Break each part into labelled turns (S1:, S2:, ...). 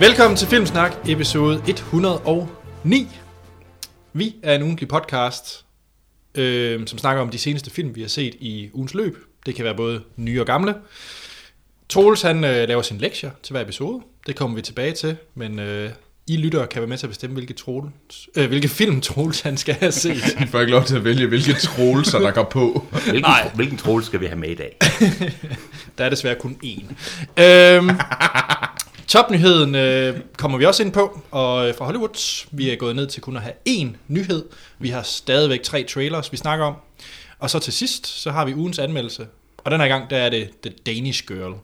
S1: Velkommen til Filmsnak, episode 109. Vi er en ugentlig podcast, øh, som snakker om de seneste film, vi har set i ugens løb. Det kan være både nye og gamle. Troels han øh, laver sin lektier til hver episode. Det kommer vi tilbage til, men øh, I lyttere kan være med til at bestemme, hvilke, Troels, øh, hvilke film Troels han skal have set.
S2: I får ikke lov til at vælge, hvilke trolser, der går på.
S3: Hvilken,
S1: Nej.
S3: Nej. hvilken trold skal vi have med i dag?
S1: Der er desværre kun én. Øhm, topnyheden øh, kommer vi også ind på, og øh, fra Hollywood. Vi er gået ned til kun at have én nyhed. Vi har stadigvæk tre trailers, vi snakker om. Og så til sidst, så har vi ugens anmeldelse. Og den her gang, der er det The Danish Girl.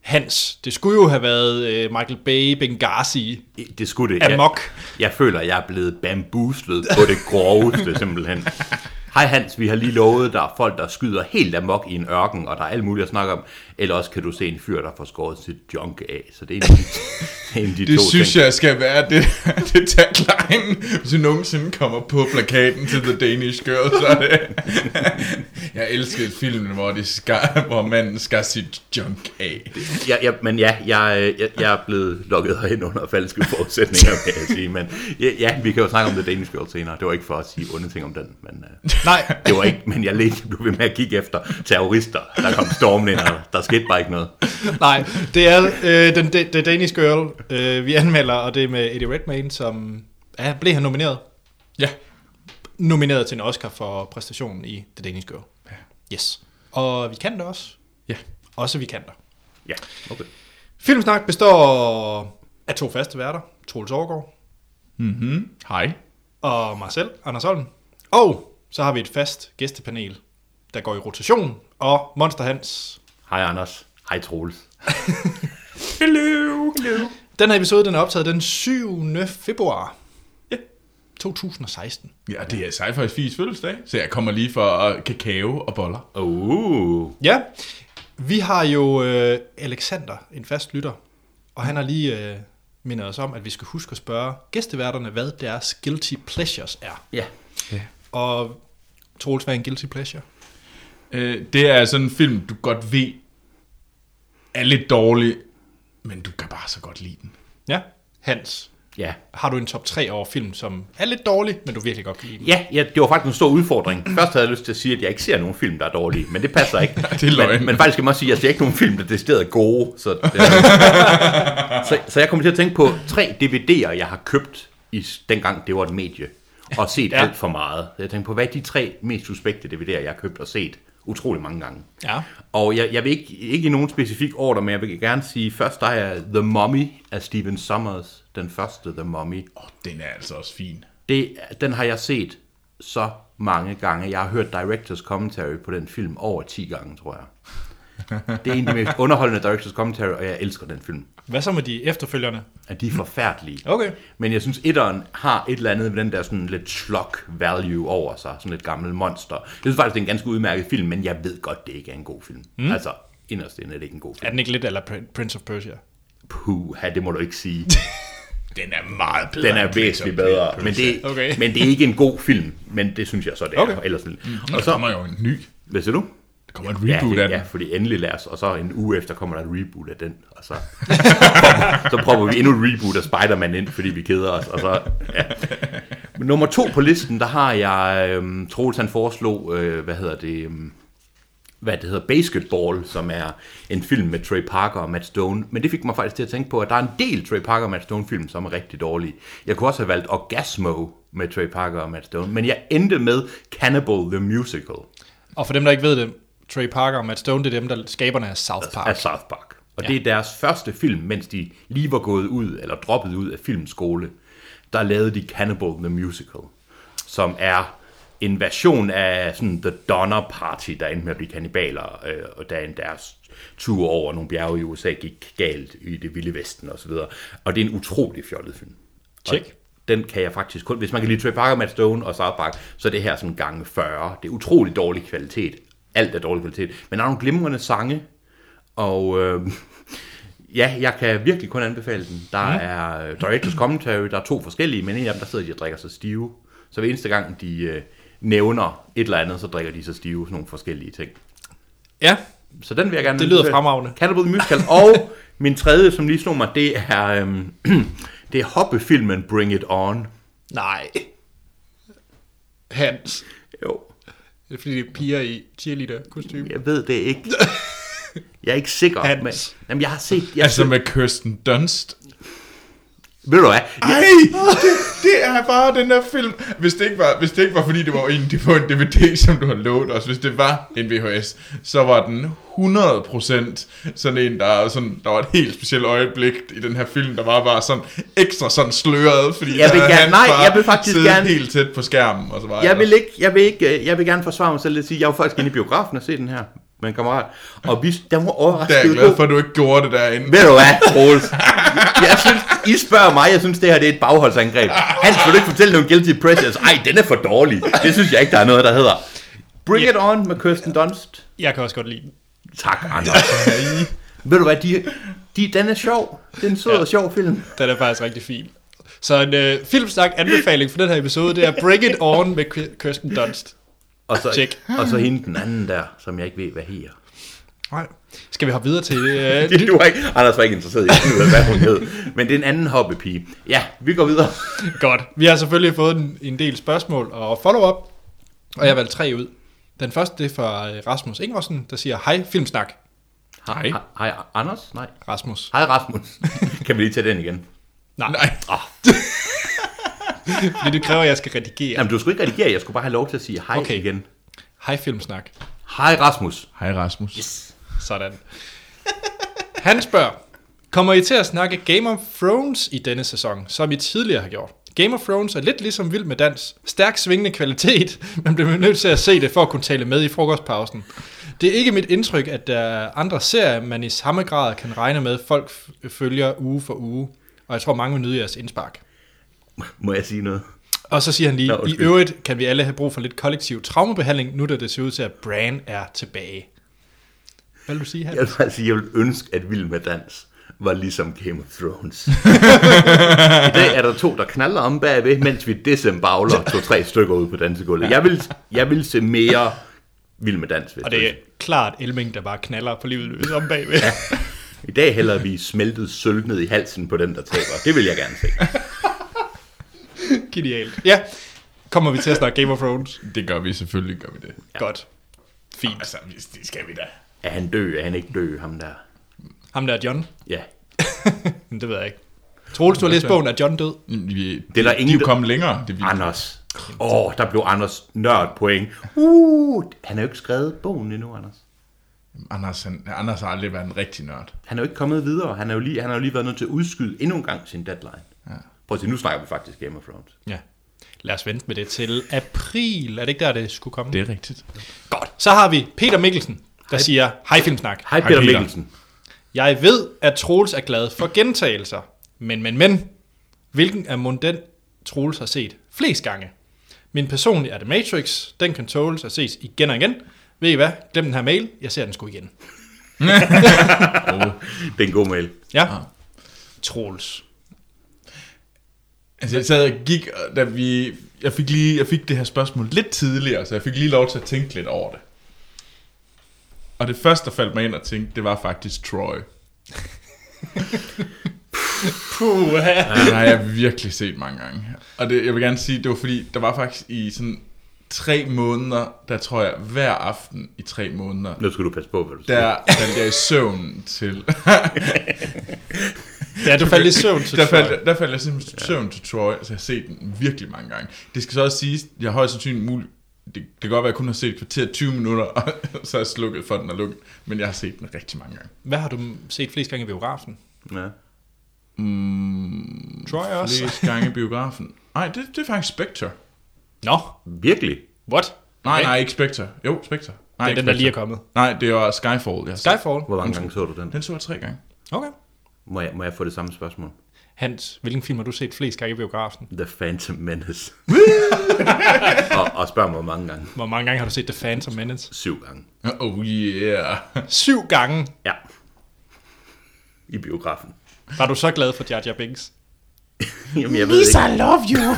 S1: Hans, det skulle jo have været øh, Michael Bay Benghazi
S3: Det skulle det. Jeg,
S1: amok.
S3: jeg føler, jeg er blevet bambuslet på det groveste, simpelthen. Hej Hans, vi har lige lovet, der er folk, der skyder helt amok i en ørken, og der er alt muligt at snakke om. Eller også kan du se en fyr, der får skåret sit junk af. Så det er en, det er en af de
S2: Det
S3: to
S2: synes
S3: ting.
S2: jeg skal være det, det tagline, hvis vi nogensinde kommer på plakaten til The Danish Girl, så er det... Jeg elskede filmen, hvor, de skar, hvor manden skar sit junk af.
S3: Jeg, jeg, men ja, jeg, øh, jeg, jeg er blevet lukket herind under falske forudsætninger, kan jeg sige. Men ja, ja, vi kan jo snakke om det Danish Girl senere. Det var ikke for at sige onde ting om den, men... øh,
S1: Nej,
S3: Det var ikke, men jeg ledte, blev ved med at kigge efter terrorister, der kom stormen ind, og der skete bare ikke noget.
S1: Nej, det er øh, den, den, den Danish Girl, øh, vi anmelder, og det er med Eddie Redmayne, som ja, blev han nomineret.
S2: Ja.
S1: Nomineret til en Oscar for præstationen i The Danish Girl. Ja. Yes. Og vi kan det også.
S2: Ja.
S1: Også vi kan det.
S3: Ja, okay.
S1: Filmsnak består af to faste værter, Troels Aargaard
S2: Mm-hmm. Hej.
S1: og mig selv, Anders Holm. Og så har vi et fast gæstepanel, der går i rotation, og Monster Hans
S3: Hej Anders. Hej Troels.
S2: Hello. Hello.
S1: Den her episode den er optaget den 7. februar 2016.
S2: Ja, det er sci-fi fis fødselsdag, så jeg kommer lige for øh, kakao og boller.
S3: Uh,
S1: Ja, vi har jo øh, Alexander, en fast lytter, og han har lige øh, mindet os om, at vi skal huske at spørge gæsteværterne, hvad deres guilty pleasures er.
S3: ja.
S1: Og Troels, hvad er en guilty pleasure?
S2: Øh, det er sådan en film, du godt ved er lidt dårlig, men du kan bare så godt lide den.
S1: Ja, Hans,
S3: Ja.
S1: har du en top 3 over film, som er lidt dårlig, men du virkelig godt kan lide? den?
S3: Ja, ja, det var faktisk en stor udfordring. Først havde jeg lyst til at sige, at jeg ikke ser nogen film, der er dårlige, men det passer ikke.
S2: Det er løgn.
S3: Men, men faktisk kan man også sige, at jeg ser ikke nogen film, der er decideret gode. Så, det er... så, så jeg kommer til at tænke på tre DVD'er, jeg har købt, i, s- dengang det var et medie, og set
S1: Ja.
S3: ja. alt for meget. Så jeg tænkte på, hvad er de tre mest suspekte DVD'er, jeg har købt og set utrolig mange gange.
S1: Ja.
S3: Og jeg, jeg vil ikke, ikke i nogen specifik order, men jeg vil gerne sige, først der er The Mummy af Stephen Sommers, den første The Mummy.
S2: Åh, oh, den er altså også fin.
S3: Det, den har jeg set så mange gange. Jeg har hørt directors commentary på den film over 10 gange, tror jeg. Det er en af de mest underholdende directors commentary, og jeg elsker den film.
S1: Hvad så med de efterfølgerne?
S3: At de er forfærdelige.
S1: Okay.
S3: Men jeg synes, etteren har et eller andet med den der sådan lidt slok value over sig. Sådan lidt gammel monster. Jeg synes faktisk, det er en ganske udmærket film, men jeg ved godt, det ikke er en god film. Mm. Altså, inderst inde er det ikke en god film.
S1: Er den ikke lidt eller Prince of Persia?
S3: Puh, det må du ikke sige.
S2: Den er meget bedre.
S3: Den er
S2: end
S3: væsentligt
S2: Prince of
S3: bedre.
S2: Persia.
S3: Men det,
S1: Okay.
S3: men det er ikke en god film, men det synes jeg så, det er.
S1: Okay.
S3: Ellers, mm.
S2: Og
S3: Og
S2: så
S3: så,
S2: kommer jo en ny.
S3: hvad siger du?
S2: Der kommer et
S3: Ja,
S2: reboot
S3: det,
S2: af den.
S3: ja, fordi endelig lad os, og så en uge efter kommer der et reboot af den, og så, så prøver vi endnu et reboot af Spider-Man ind, fordi vi keder os, og så, ja. Men Nummer to på listen, der har jeg, øhm, Troels han foreslog, øh, hvad hedder det, øhm, hvad det hedder, Basketball, som er en film med Trey Parker og Matt Stone. Men det fik mig faktisk til at tænke på, at der er en del Trey Parker og Matt Stone-film, som er rigtig dårlige. Jeg kunne også have valgt Orgasmo med Trey Parker og Matt Stone, men jeg endte med Cannibal the Musical
S1: Og for dem, der ikke ved det, Trey Parker og Matt Stone, det er dem, der skaberne af South Park.
S3: af South Park. Og ja. det er deres første film, mens de lige var gået ud, eller droppet ud af filmskole. Der lavede de Cannibal the Musical, som er en version af sådan The Donner Party, der endte med at blive kannibaler, øh, og da en deres tur over nogle bjerge i USA gik galt i det vilde vesten osv. Og det er en utrolig fjollet film.
S1: Tjek.
S3: Og Den kan jeg faktisk kun, hvis man kan lide Trey Parker, Matt Stone og South Park, så er det her sådan gange 40. Det er utrolig dårlig kvalitet. Alt er dårlig kvalitet. Men der er nogle glimrende sange, og øh, ja, jeg kan virkelig kun anbefale den. Der er øh, Directors Commentary, der er to forskellige, men en af dem, der sidder de og drikker sig stive. Så hver eneste gang, de øh, nævner et eller andet, så drikker de sig stive sådan nogle forskellige ting.
S1: Ja,
S3: Så den vil jeg gerne
S1: Det lyder
S3: anbefale.
S1: fremragende.
S3: Cannibal the Musical og Min tredje, som lige slog mig, det er, øhm, det er hoppefilmen Bring It On.
S1: Nej. Hans.
S3: Jo,
S1: Det er fordi, det er piger i cheerleader kostume.
S3: jeg ved det ikke. Jeg er ikke sikker.
S1: Hans.
S3: Men, jamen, jeg har set... Jeg,
S2: Altså med Kirsten Dunst.
S3: ved du hvad?
S2: Ej, det, det er bare den der film. Hvis det, ikke var, hvis det ikke var, fordi det var en, det var en DVD, som du har lovet os, hvis det var en VHS, så var den 100% sådan en, der, sådan, der var et helt specielt øjeblik i den her film, der var bare sådan ekstra sådan sløret, fordi
S3: Jeg
S2: der
S3: vil
S2: havde
S3: gerne-
S2: hans
S3: nej,
S2: far
S3: jeg vil faktisk
S2: siddet
S3: gerne-
S2: helt tæt på skærmen, og så var
S3: Jeg vil ikke, jeg vil ikke, øh, jeg vil gerne forsvare mig selv lidt og sige, jeg var faktisk inde i biografen og se den her med en kammerat, og vi, der var
S2: der er
S3: overrasket
S2: jeg glad for, at du ikke gjorde det derinde.
S3: Ved du hvad, Troels? Jeg synes, I spørger mig, jeg synes, det her det er et bagholdsangreb. Hans, vil du ikke fortælle nogle guilty pleasures? Ej, den er for dårlig. Det synes jeg ikke, der er noget, der hedder. Bring it on med Kirsten Dunst.
S1: Jeg kan også godt lide den.
S3: Tak, Anders. Ved du hvad, de, de, den er sjov. Det er en sød og sjov film.
S1: Den er faktisk rigtig fin. Så en øh, filmsnak anbefaling for den her episode, det er Bring It On med Ki- Kirsten Dunst.
S3: Og så,
S1: Tjek.
S3: og så hende den anden der, som jeg ikke ved, hvad her.
S1: Nej. Skal vi hoppe videre til... Øh,
S3: Det, du var ikke, Anders var ikke interesseret i, at finde ud af, hvad hun hed. Men det er en anden hoppepige. Ja, vi går videre.
S1: Godt. Vi har selvfølgelig fået en, en del spørgsmål og follow-up, og jeg har valgt tre ud. Den første, det er fra øh, Rasmus Ingvarsen, der siger, hej, filmsnak.
S3: Hej. Hej, Anders? Nej.
S1: Rasmus.
S3: Hej, Rasmus. kan vi lige tage den igen?
S1: Nej,
S2: Nej,
S1: fordi det kræver, at jeg skal redigere.
S3: Jamen, du skulle ikke redigere, jeg skulle bare have lov til at sige hej
S1: Okay.
S3: okay. igen.
S1: Hej, filmsnak.
S3: Hej Rasmus.
S2: hej Rasmus. Yes.
S1: Sådan. Han spørger, kommer I til at snakke Game of Thrones i denne sæson, som I tidligere har gjort? Game of Thrones er lidt ligesom Vild med Dans. Stærk svingende kvalitet, men bliver nødt til at se det for at kunne tale med i frokostpausen. Det er ikke mit indtryk, at der er andre serier, man i samme grad kan regne med, folk f- følger uge for uge. Og jeg tror, mange vil nyde jeres indspark.
S3: Må jeg sige noget?
S1: Og så siger han lige,
S3: Nå,
S1: Nå, i
S3: undskyld.
S1: øvrigt kan vi alle have brug for lidt kollektiv traumebehandling, nu da det ser ud til, at Bran er tilbage. Hvad vil du sige her?
S3: Jeg vil bare sige, jeg vil ønske, at Vild med Dans var ligesom Game of Thrones. I dag er der to, der knaller om bagved, mens vi disembagler to-tre stykker ud på dansegulvet. Jeg vil, jeg vil se mere Vild med Dans. Hvis
S1: Og
S3: du
S1: det er
S3: vil.
S1: klart Elming, der bare knaller på livet løs om bagved.
S3: I dag hælder vi smeltet sølv ned i halsen på den, der taber. Det vil jeg gerne se.
S1: Genialt. Ja, kommer vi til at snakke Game of Thrones?
S2: Det gør vi, selvfølgelig gør vi det.
S1: Ja. Godt. Fint.
S2: Altså, vi- det skal vi da.
S3: Er han død? Er han ikke død, ham der?
S1: Ham der er John?
S3: Ja.
S1: Men det ved jeg ikke. Troels, du har læst bogen, er John død?
S2: Jamen, Mm, Vi, det
S3: er der
S2: de
S3: ingen,
S2: er jo
S3: der-
S2: kommet længere. Det er vi.
S3: Anders. Åh, oh, der blev Anders nørd point. Uh, han har jo ikke skrevet bogen endnu, Anders.
S2: Anders, han, Anders har aldrig været en rigtig nørd.
S3: Han er jo ikke kommet videre. Han er jo lige, han er jo lige været nødt til at udskyde endnu en gang sin deadline. Ja. Prøv at se, nu snakker vi faktisk Game of Thrones.
S1: Ja. Lad os vente med det til april. Er det ikke der, det skulle komme?
S2: Det er rigtigt.
S1: Godt. Så har vi Peter Mikkelsen, der siger, hej Filmsnak.
S3: Hej
S2: Peter
S3: Peter
S2: Peter.
S3: Mikkelsen.
S1: Jeg ved, at Troels er glad for gentagelser. Men, men, men. Hvilken af mon den Troels har set flest gange? Min personlige er The Matrix. Den kan Troels at ses igen og igen. Ved I hvad? Glem den her mail. Jeg ser den sgu igen.
S3: Det er en god mail.
S1: Ja. Troels.
S2: Altså, jeg sad og gik, og da vi... Jeg fik, lige, jeg fik det her spørgsmål lidt tidligere, så jeg fik lige lov til at tænke lidt over det. Og det første, der faldt mig ind og tænkte, det var faktisk Troy.
S1: Puh, ja.
S2: Den har jeg virkelig set mange gange. Og det, jeg vil gerne sige, det var fordi, der var faktisk i sådan tre måneder, der tror jeg, hver aften i tre måneder,
S3: Nu skal du passe på, hvad du siger.
S2: der faldt jeg i søvn til
S1: ja, du faldt i søvn til
S2: der
S1: Troy.
S2: faldt, der faldt jeg simpelthen i søvn til Troy, så jeg har set den virkelig mange gange. Det skal så også siges, jeg har højst sandsynligt muligt, det, det kan godt være, at jeg kun har set et kvarter 20 minutter, og så er jeg slukket for, at den er lukket. Men jeg har set den rigtig mange gange.
S1: Hvad har du set flest gange i biografen?
S3: Ja.
S2: Mm,
S1: Troy også.
S2: Flest gange i biografen. Nej, det, det er faktisk Spectre.
S1: Nå,
S3: Virkelig?
S1: what?
S2: Nej,
S1: Okay.
S2: nej, ikke Spectre. Jo, Spectre. Nej,
S1: Det er
S2: ikke
S1: den, der
S2: Spectre.
S1: lige er kommet.
S2: Nej, det var Skyfall, jeg har set.
S1: Skyfall.
S3: Hvor mange gange så du den?
S2: Den så jeg tre gange.
S1: Okay.
S3: Må jeg, må jeg få det samme spørgsmål?
S1: Hans, hvilken film har du set flest gange i biografen?
S3: The Phantom Menace. og, og spørg mig, hvor mange gange?
S1: Hvor mange gange har du set The Phantom Menace?
S3: Syv gange.
S2: Oh yeah.
S1: Syv gange.
S3: Ja. I biografen.
S1: Var du så glad for Jar Jar Binks?
S3: Jamen, jeg ved ikke.
S1: I love you.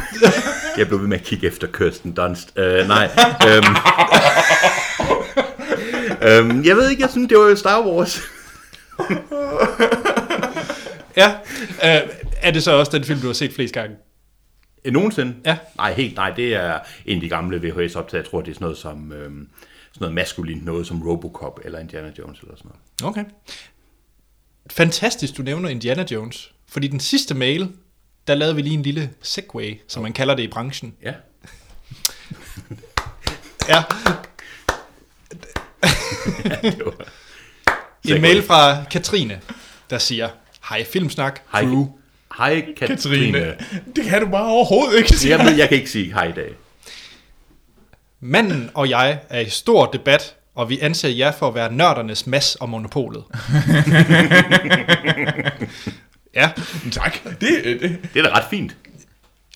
S3: Jeg blev ved med at kigge efter Kirsten Dunst. Øh, nej. Øhm. øhm, jeg ved ikke, jeg synes, det var jo Star Wars.
S1: Ja. Øh, er det så også den film, du har set flest gange?
S3: Øh, Nogensinde?
S1: Ja.
S3: Nej, helt nej. Det er en af de gamle VHS-optag. Jeg tror, det er sådan noget som... Øh, sådan noget maskulint noget som Robocop eller Indiana Jones eller sådan noget.
S1: Okay. Fantastisk, du nævner Indiana Jones. Fordi den sidste mail, der lavede vi lige en lille segway, som man kalder det i branchen.
S3: Ja.
S1: Ja.
S3: det var-
S1: En mail fra Katrine, der siger, Hej Filmsnak,
S3: Hej,
S1: crew.
S3: hej Katrine.
S2: Katrine. Det kan du bare overhovedet ikke sige.
S3: Jeg, ved, jeg kan ikke sige hej i dag.
S1: Manden og jeg er i stor debat, og vi anser jer for at være nørdernes mas og monopolet. ja,
S2: Tak. Det, det,
S3: Det er da ret fint.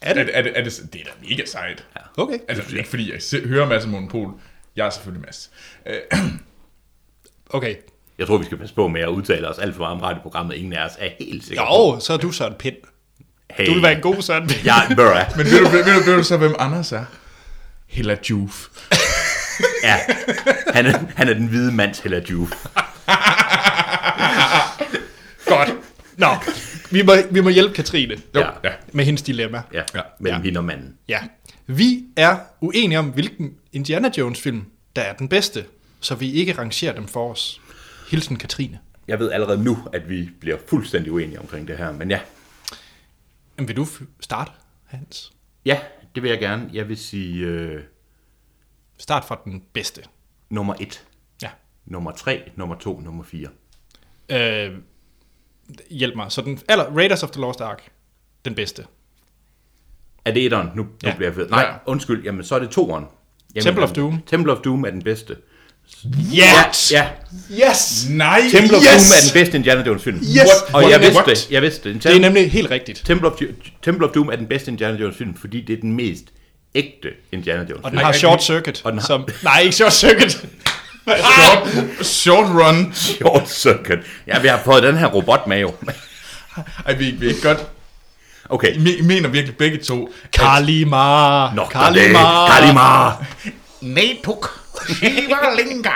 S1: er
S2: er,
S1: det?
S2: er, det, er det, det er da mega sejt. Ja.
S1: Okay.
S2: Altså, det er ikke fordi jeg se- hører masser om Monopol. Jeg er selvfølgelig Mads. Øh,
S1: Okay.
S3: Jeg tror, vi skal passe på med at udtale os alt for meget om radioprogrammet. Ingen af os er helt sikker på.
S1: Jo, så er du Søren Pind.
S3: Hey.
S1: Du vil være en god Søren Pind.
S3: Ja, børa.
S2: men ved du, ved, du, ved du så, hvem Anders er? Hella Juf.
S3: Ja. Han er, han er den hvide mands heller Juve.
S1: Godt. Nå, vi må, vi må hjælpe Katrine
S3: Ja.
S2: Ja.
S1: med hendes dilemma.
S3: Ja. ja. Mellem ja. hende og manden.
S1: Ja. Vi er uenige om, hvilken Indiana Jones-film, der er den bedste, så vi ikke rangerer dem for os. Hilsen Katrine.
S3: Jeg ved allerede nu, at vi bliver fuldstændig uenige omkring det her, men ja.
S1: Jamen, vil du f- starte, Hans?
S3: Ja, det vil jeg gerne. Jeg vil sige øh,
S1: Start fra den bedste.
S3: nummer 1,
S1: Ja.
S3: nummer 3, nummer 2, nummer 4.
S1: Øh, hjælp mig. Så den, eller Raiders of the Lost Ark, den bedste.
S3: Er det etteren? Nu, nu
S1: Ja.
S3: ja. bliver jeg fed. Nej,
S2: Ja.
S3: undskyld. Jamen, så er det toeren. Jamen,
S1: Temple of Doom.
S3: Temple of Doom er den bedste.
S1: Yes!
S3: Ja, ja.
S1: Yes!
S2: Nej!
S3: Temple of
S1: Yes!
S3: yes! Doom er den bedste Indiana Jones film.
S1: Yes!
S2: What?
S3: Og jeg
S2: What?
S3: vidste
S2: What?
S3: det. Jeg vidste det.
S1: Det er nemlig helt rigtigt.
S3: Temple of, Temple of Doom er den bedste Indiana Jones film, fordi det er den mest ægte Indiana Jones
S1: Og
S3: film.
S1: den har
S2: Ej,
S1: Short Circuit,
S3: og den har-
S1: som... Nej, ikke Short Circuit!
S2: Short, short run.
S3: Short Circuit. Ja, vi har fået den her robot med jo.
S2: Ej, vi, vi er godt.
S3: Okay.
S2: I me- mener virkelig begge to.
S1: Ah, Kalima!
S3: Nå,
S1: Kalima!
S3: Kalima!
S2: Natuk. Shivalinga.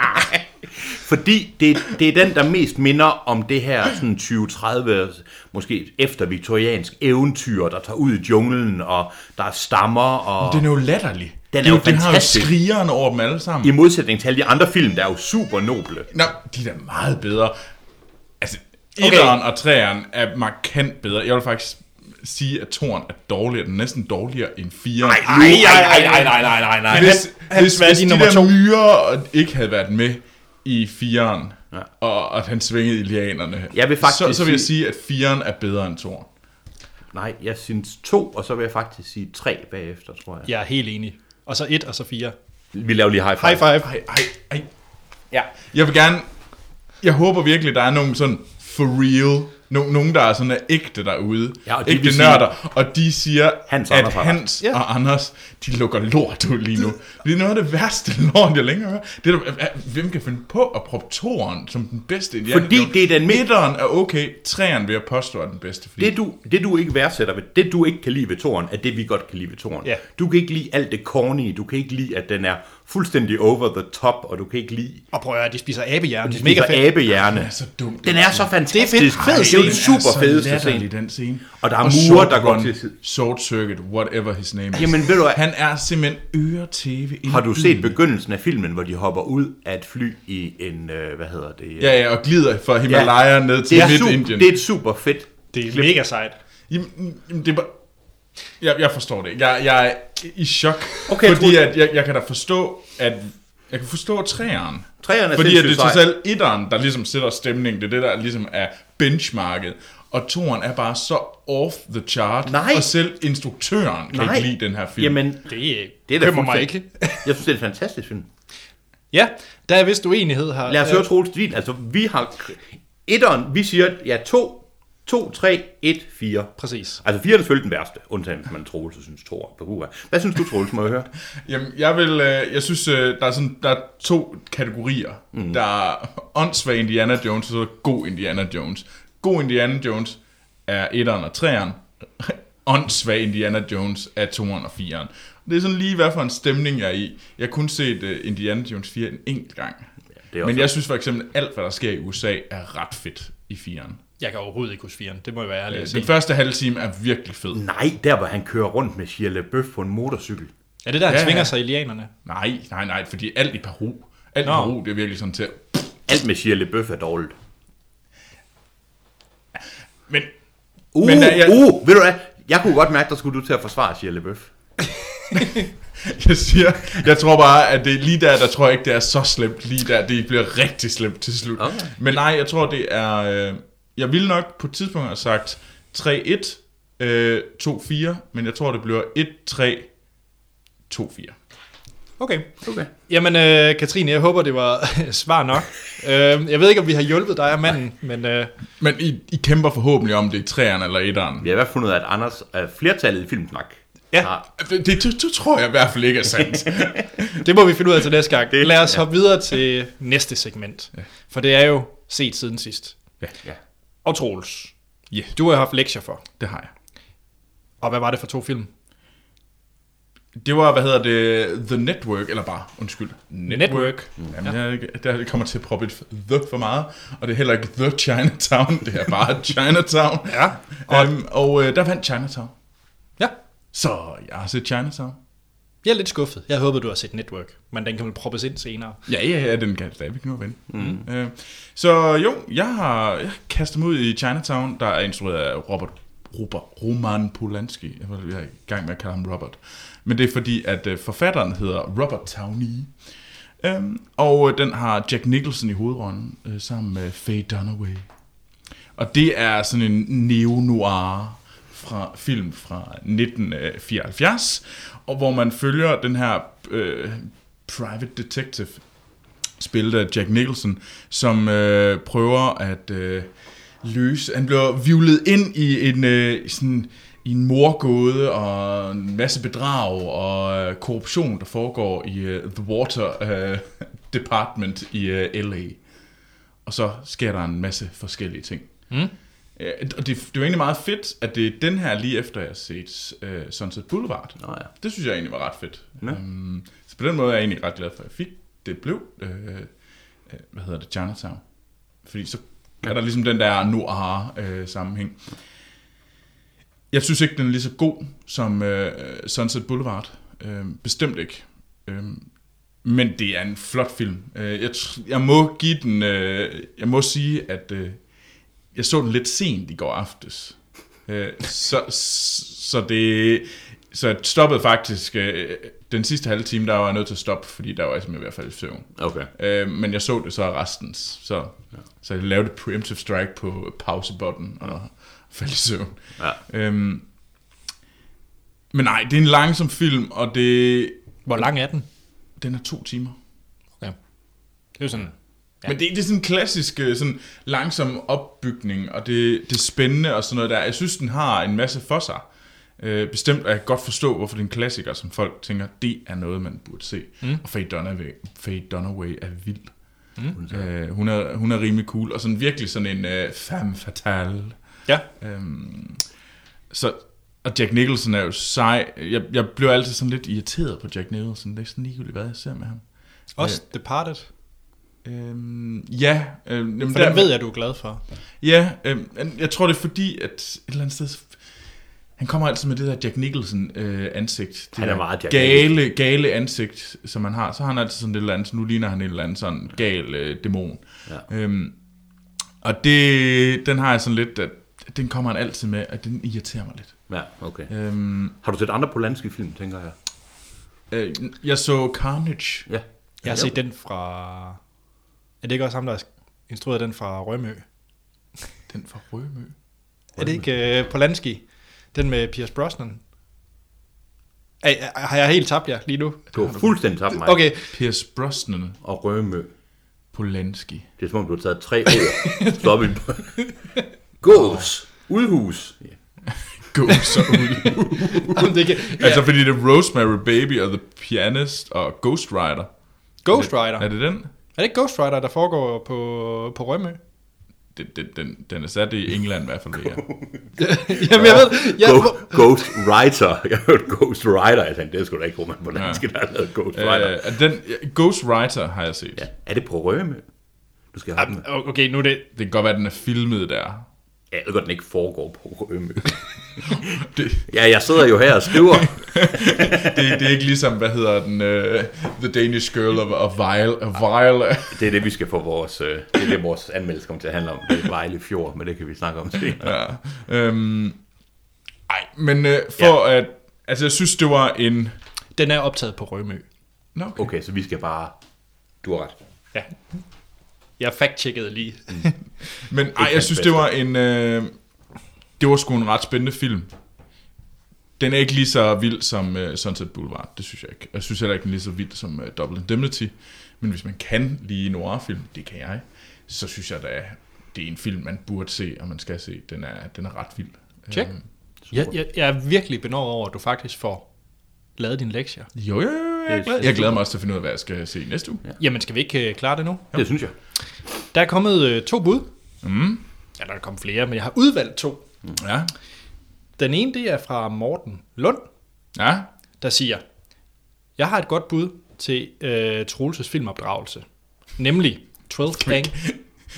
S3: Fordi det, det er den, der mest minder om det her sådan 20-30, måske efter viktoriansk eventyr, der tager ud i junglen, og der er stammer, og...
S2: Den er jo latterlig.
S3: Den er
S2: De-
S3: jo
S2: Den har jo
S3: fantastisk.
S2: skrigeren over dem alle sammen.
S3: I modsætning til alle de andre film, der er jo super noble.
S2: Nå, de er da meget bedre. Altså,
S1: Okay.
S2: etteren og træeren er markant bedre. Jeg vil faktisk sige, at toren er dårligere. Den er næsten dårligere end firen.
S3: nej, nej, nej, nej, nej.
S2: Hvis,
S1: han
S2: hvis,
S1: smed
S2: hvis
S1: de
S2: de
S1: nummer to.
S2: der myrer ikke havde været med i firen,
S3: Ja.
S2: ja. og, og han svingede i lianerne,
S3: Jeg vil faktisk
S2: så, så vil jeg
S3: sige-
S2: sige, at firen er bedre end toren.
S3: Nej, jeg synes to, og så vil jeg faktisk sige tre bagefter, tror jeg.
S1: Jeg er helt enig. Og så et, og så fire.
S3: Vi laver lige high five.
S1: High five.
S2: Ej, ej, ej.
S3: Ja.
S2: Jeg vil gerne... Jeg håber virkelig, der er nogen sådan for real... No, nogen, der er sådan er ægte derude.
S3: Ja, og de
S2: ægte
S3: vil sige-
S2: nørder. Og de siger,
S3: Hans og
S2: at
S3: Anders har ret.
S2: Hans
S1: Ja.
S2: og Anders, de lukker lort ud lige nu. Det er noget af det værste lort, jeg længere hører. Det er, der- hvem kan finde på at proppe toren som den bedste? Indiana
S3: Fordi
S2: Jones?
S3: det er den mest-
S2: Etteren er okay, træeren vil jeg påstå er den bedste. Fordi
S3: Det du, det du ikke værdsætter ved, det du ikke kan lide ved toren, er det vi godt kan lide ved toren.
S1: Ja.
S3: Du kan ikke lide alt det corny, du kan ikke lide, at den er fuldstændig over the top, og du kan ikke lide
S1: Og prøv at høre, de spiser abehjerne.
S3: de
S1: Det er mega
S3: spiser
S1: fedt.
S3: abehjerne.
S2: er så dumt.
S3: Den er så fantastisk.
S1: Det er fedt. Altså, Fed
S3: det er jo
S1: scene.
S3: den super fedeste scene.
S2: den scene.
S3: Og der er murer, der går
S2: Run,
S3: til side.
S2: Short Circuit, whatever his name is.
S3: Jamen, ved du hvad?
S2: Han er simpelthen øre-tv.
S3: Har du set begyndelsen af filmen, hvor de hopper ud af et fly i en, øh, hvad hedder det?
S2: Ja, ja, og glider fra Himalaya ja. ned til
S3: det, er super,
S2: Midt-Indien.
S3: det er et super fedt.
S1: Det er mega sejt.
S2: Jamen, jamen, det er bare... Jeg, jeg forstår det ikke. Jeg, jeg er i chok.
S3: Okay, jeg
S2: fordi
S3: troede-
S2: at jeg, jeg kan da forstå, at... Jeg kan forstå træeren.
S3: Træerne er
S2: Fordi at det er
S3: sindssygt
S2: trods
S3: sej.
S2: alt etteren, der ligesom sætter stemningen. Det er det, der ligesom er benchmarket. Og toeren er bare så off the chart.
S3: Nej.
S2: Og selv instruktøren kan
S3: Nej.
S2: ikke lide den her film.
S3: Jamen,
S1: Det,
S3: det er da
S1: kømmer mig
S3: fuldstændig-
S1: ikke.
S3: Jeg synes, det er en fantastisk film.
S1: Ja, der er vist uenighed her.
S3: Lad os høre Troels din. Altså, vi har... Etteren, vi siger, ja, to, to, tre, et, fire.
S1: Præcis.
S3: Altså, fire er selvfølgelig den værste, undtagen hvis man er Troels og synes to er. Hvad synes du, Troels, må jeg høre?
S2: Jamen, jeg vil, øh, jeg synes, øh, der er, sådan, der er to kategorier. Mm. Der er åndssvag Indiana Jones, og så er der god Indiana Jones. God Indiana Jones er etteren og treeren. Åndssvag Indiana Jones er toeren og fireeren. Det er sådan lige, hvad for en stemning jeg er i. Jeg har kun set øh, Indiana Jones 4 en enkelt gang.
S3: det er
S2: Ja,
S3: også-
S2: Men jeg synes for eksempel, alt hvad der sker i USA er ret fedt i fireeren.
S1: Jeg kan overhovedet ikke huske 4'eren, det må jeg være ærlig at
S2: Den
S1: sige.
S2: første halve time er virkelig fed.
S3: Nej, der hvor han kører rundt med Shia LaBeouf på en motorcykel.
S1: Er det der, han
S2: Ja,
S1: ja, svinger
S2: ja.
S1: sig i lianerne?
S2: Nej, nej, nej, fordi alt i Peru, alt i
S1: Nå.
S2: Peru, det er virkelig sådan til.
S3: Alt med Shia LaBeouf er dårligt.
S2: Men
S3: Uh,
S2: Men,
S3: Men,
S2: øh, jeg-
S3: jeg... uh, ved du hvad? Jeg kunne godt mærke, der skulle du til at forsvare Shia LaBeouf.
S2: jeg siger, jeg tror bare, at det er lige der, der tror jeg ikke, det er så slemt. Lige der, det bliver rigtig slemt til slut.
S3: Okay.
S2: Men nej, jeg tror, det er... Øh, jeg ville nok på et tidspunkt have sagt 3-1, øh, 2-4, men jeg tror, det bliver 1-3, 2-4.
S1: Okay.
S3: Okay.
S1: Jamen, øh, Katrine, jeg håber, det var svar nok. øh, jeg ved ikke, om vi har hjulpet dig og manden, men øh,
S2: Men I, I kæmper forhåbentlig om det er 3'eren eller 1'eren.
S3: Vi har i hvert fald fundet ud af, at Anders er flertallet i Filmsnak.
S1: Ja.
S3: Har,
S2: Det, det, det, det tror jeg i hvert fald ikke er sandt.
S1: det må vi finde ud af til næste gang.
S3: Det-
S1: Det, Lad os
S3: ja.
S1: hoppe videre til næste segment, ja. for det er jo set siden sidst.
S3: ja.
S1: Og Troels,
S2: Ja.
S1: du har haft lektier for.
S2: det har jeg.
S1: Og hvad var det for to film?
S2: Det var, hvad hedder det, The Network, eller bare, undskyld,
S1: Network.
S2: Jamen, jeg, er ikke- der kommer til at proppe et the for meget, og det er heller ikke The Chinatown, det er bare Chinatown.
S1: Ja.
S2: Og, um, og øh, der vandt Chinatown.
S1: Ja,
S2: Så jeg har set Chinatown.
S1: jeg er lidt skuffet. Jeg håbede, du har set Network, men den kan vel proppes ind senere.
S2: Ja, ja, ja, den kan stadigvæk nå at vinde. Mm. Øh, så jo, jeg har jeg har kastet mig ud i Chinatown, der er instrueret af Robert Robert Roman Polanski. Jeg var- jeg er i gang med at kalde ham Robert. Men det er fordi, at øh, forfatteren hedder Robert Towney. Øhm, og øh, den har Jack Nicholson i hovedrollen, øh, sammen med Faye Dunaway. Og det er sådan en neo-noir fra, film fra 1974, og hvor man følger den her øh, private detective, spillet af Jack Nicholson, som øh, prøver at øh, løse... Han bliver vivlet ind i en, øh, sådan, i en morgåde og en masse bedrag og øh, korruption, der foregår i øh, The Water øh, Department i øh, L.A. Og så sker der en masse forskellige ting.
S1: Mm.
S2: Øh, og det, det var egentlig meget fedt, at det er den her lige efter, jeg har set øh, Sunset Boulevard.
S3: Nå ja.
S2: Det synes jeg egentlig var ret fedt.
S3: Ja.
S2: Øhm, så på den måde er jeg egentlig ret glad for, at jeg fik det blev, øh, øh, hvad hedder det, Chinatown. Fordi så er der ligesom den der noir øh, sammenhæng. Jeg synes ikke, den er lige så god som øh, Sunset Boulevard. Øh, bestemt ikke. Øh, men det er en flot film. Øh, jeg, tr- jeg må give den, øh, jeg må sige, at øh, jeg så den lidt sent i går aftes. Øh, så, så det så jeg stoppede faktisk øh, den sidste halve time, der var jeg nødt til at stoppe, fordi der var jeg simpelthen i hvert fald i søvn.
S3: Okay.
S2: Øh, men jeg så det så resten, så, så jeg lavede et preemptive strike på pausebutton og faldt i søvn.
S3: Ja.
S2: Øhm, men nej, det er en langsom film, og det,
S1: Hvor lang er den?
S2: den er to timer.
S1: Det er jo sådan...
S2: Ja. Men det, det er sådan en klassisk øh, sådan langsom opbygning, og det, det er spændende og sådan noget der. Jeg synes, den har en masse for sig. Øh, bestemt, og jeg kan godt forstå, hvorfor det er en klassiker, som folk tænker, det er noget, man burde se. Mm. Og Faye Dunaway, Faye Dunaway er vild. Mm. Øh, hun, er, hun er rimelig cool, og sådan virkelig sådan en øh, femme fatale.
S1: Ja,
S2: Øhm, så, og Jack Nicholson er jo sej. Jeg, jeg bliver altid sådan lidt irriteret på Jack Nicholson. Det er sådan ligegyldigt, hvad jeg ser med ham.
S1: også Departed.
S2: Øhm, ja, øhm, jamen,
S1: For den ved jeg, du er glad for.
S2: Ja, øhm, men jeg tror det er fordi, at et eller andet sted... Han kommer altid med det der Jack Nicholson øh, ansigt. Det
S3: Han er
S2: der
S3: meget Jack
S2: gale, gale ansigt, som han har. Så har han altid sådan et eller andet, så nu ligner han en eller anden sådan gal øh, dæmon.
S3: Ja.
S2: Øhm, og det, den har jeg sådan lidt, at den kommer han altid med, og den irriterer mig lidt.
S3: Ja, okay.
S2: Øhm,
S3: Har du set andre polanski film, tænker jeg?
S2: øh, jeg så Carnage.
S3: Ja.
S1: Jeg har set den fra... Er det ikke også ham, der har instrueret den fra Rømø?
S2: Den fra Rømø.
S1: Er det ikke uh, Polanski? Den med Pierce Brosnan? Ej, ej, har jeg helt tabt jer lige nu?
S3: Du har fuldstændig tabt mig.
S1: Okay,
S2: Pierce Brosnan
S3: Og Rømø.
S2: Polanski.
S3: Det er som om, du har taget tre ord. Stop i Gås. Udhus. Ja.
S2: Gå så ud.
S1: Jamen, det kan,
S2: Ja. Altså, fordi det er Rosemary Baby og The Pianist og Ghost Rider.
S1: Ghost Rider.
S2: Er det den?
S1: Er det ikke Ghost Rider, der foregår på, på Rømø?
S2: Den, den, den, den er sat i England i hvert fald, det her.
S1: Jamen, jeg ved... Jeg,
S3: Go- Ghost Writer. Jeg hørte Ghost Rider. Jeg tænkte, det skulle da ikke rumænd på dansk, der har lavet Ghost Rider.
S2: Øh, den, Ghost Rider har jeg set. Ja.
S3: Ja. Er det på Rømø? Du skal have den.
S1: okay, nu er det...
S2: Det kan godt være, at den er filmet der.
S3: Ja, jeg ved godt, den ikke foregår på Rømø.
S2: Det,
S3: Ja, jeg sidder jo her og skriver.
S2: det, det er ikke ligesom, hvad hedder den, uh, The Danish Girl of, of Vile. Of Vile.
S3: Det er det, vi skal få vores, øh, det er det, vores anmeldelse kommer til at handle om. Det er Vejle Fjord, men det kan vi snakke om senere.
S2: Ja. Øhm, ej, men øh, for ja. at... Altså, jeg synes, det var en...
S1: Den er optaget på Rømø.
S2: Nå, okay.
S3: Okay, så vi skal bare... Du har ret.
S1: Ja. Jeg fact-checkede lige.
S2: Men ej, jeg
S3: hans
S2: synes,
S3: bedste.
S2: det var en... Øh, det var sgu en ret spændende film. Den er ikke lige så vild som øh, Sunset Boulevard, det synes jeg ikke. Jeg synes heller ikke, den er lige så vild som øh, Double Indemnity. Men hvis man kan lide noir-film, det kan jeg, så synes jeg da, det er en film, man burde se, og man skal se. Den er, den er ret vild.
S1: Check.
S2: Øhm,
S1: Jeg, jeg, jeg er virkelig benovet over, at du faktisk får lavet dine lektier.
S2: jo, jo, jo, jo, jeg, er
S3: Det er
S2: glad. jeg glæder mig også til at finde ud af, hvad jeg skal se næste uge. Ja.
S1: Jamen, skal vi ikke øh, klare det nu?
S3: Det synes jeg.
S1: Der er kommet øh, to bud. Mm. Ja, der er kommet flere, men jeg har udvalgt to.
S2: Ja.
S1: Den ene, det er fra Morten Lund,
S2: ja.
S1: der siger, jeg har et godt bud til øh, Troelses filmopdragelse. Nemlig 12 Gang.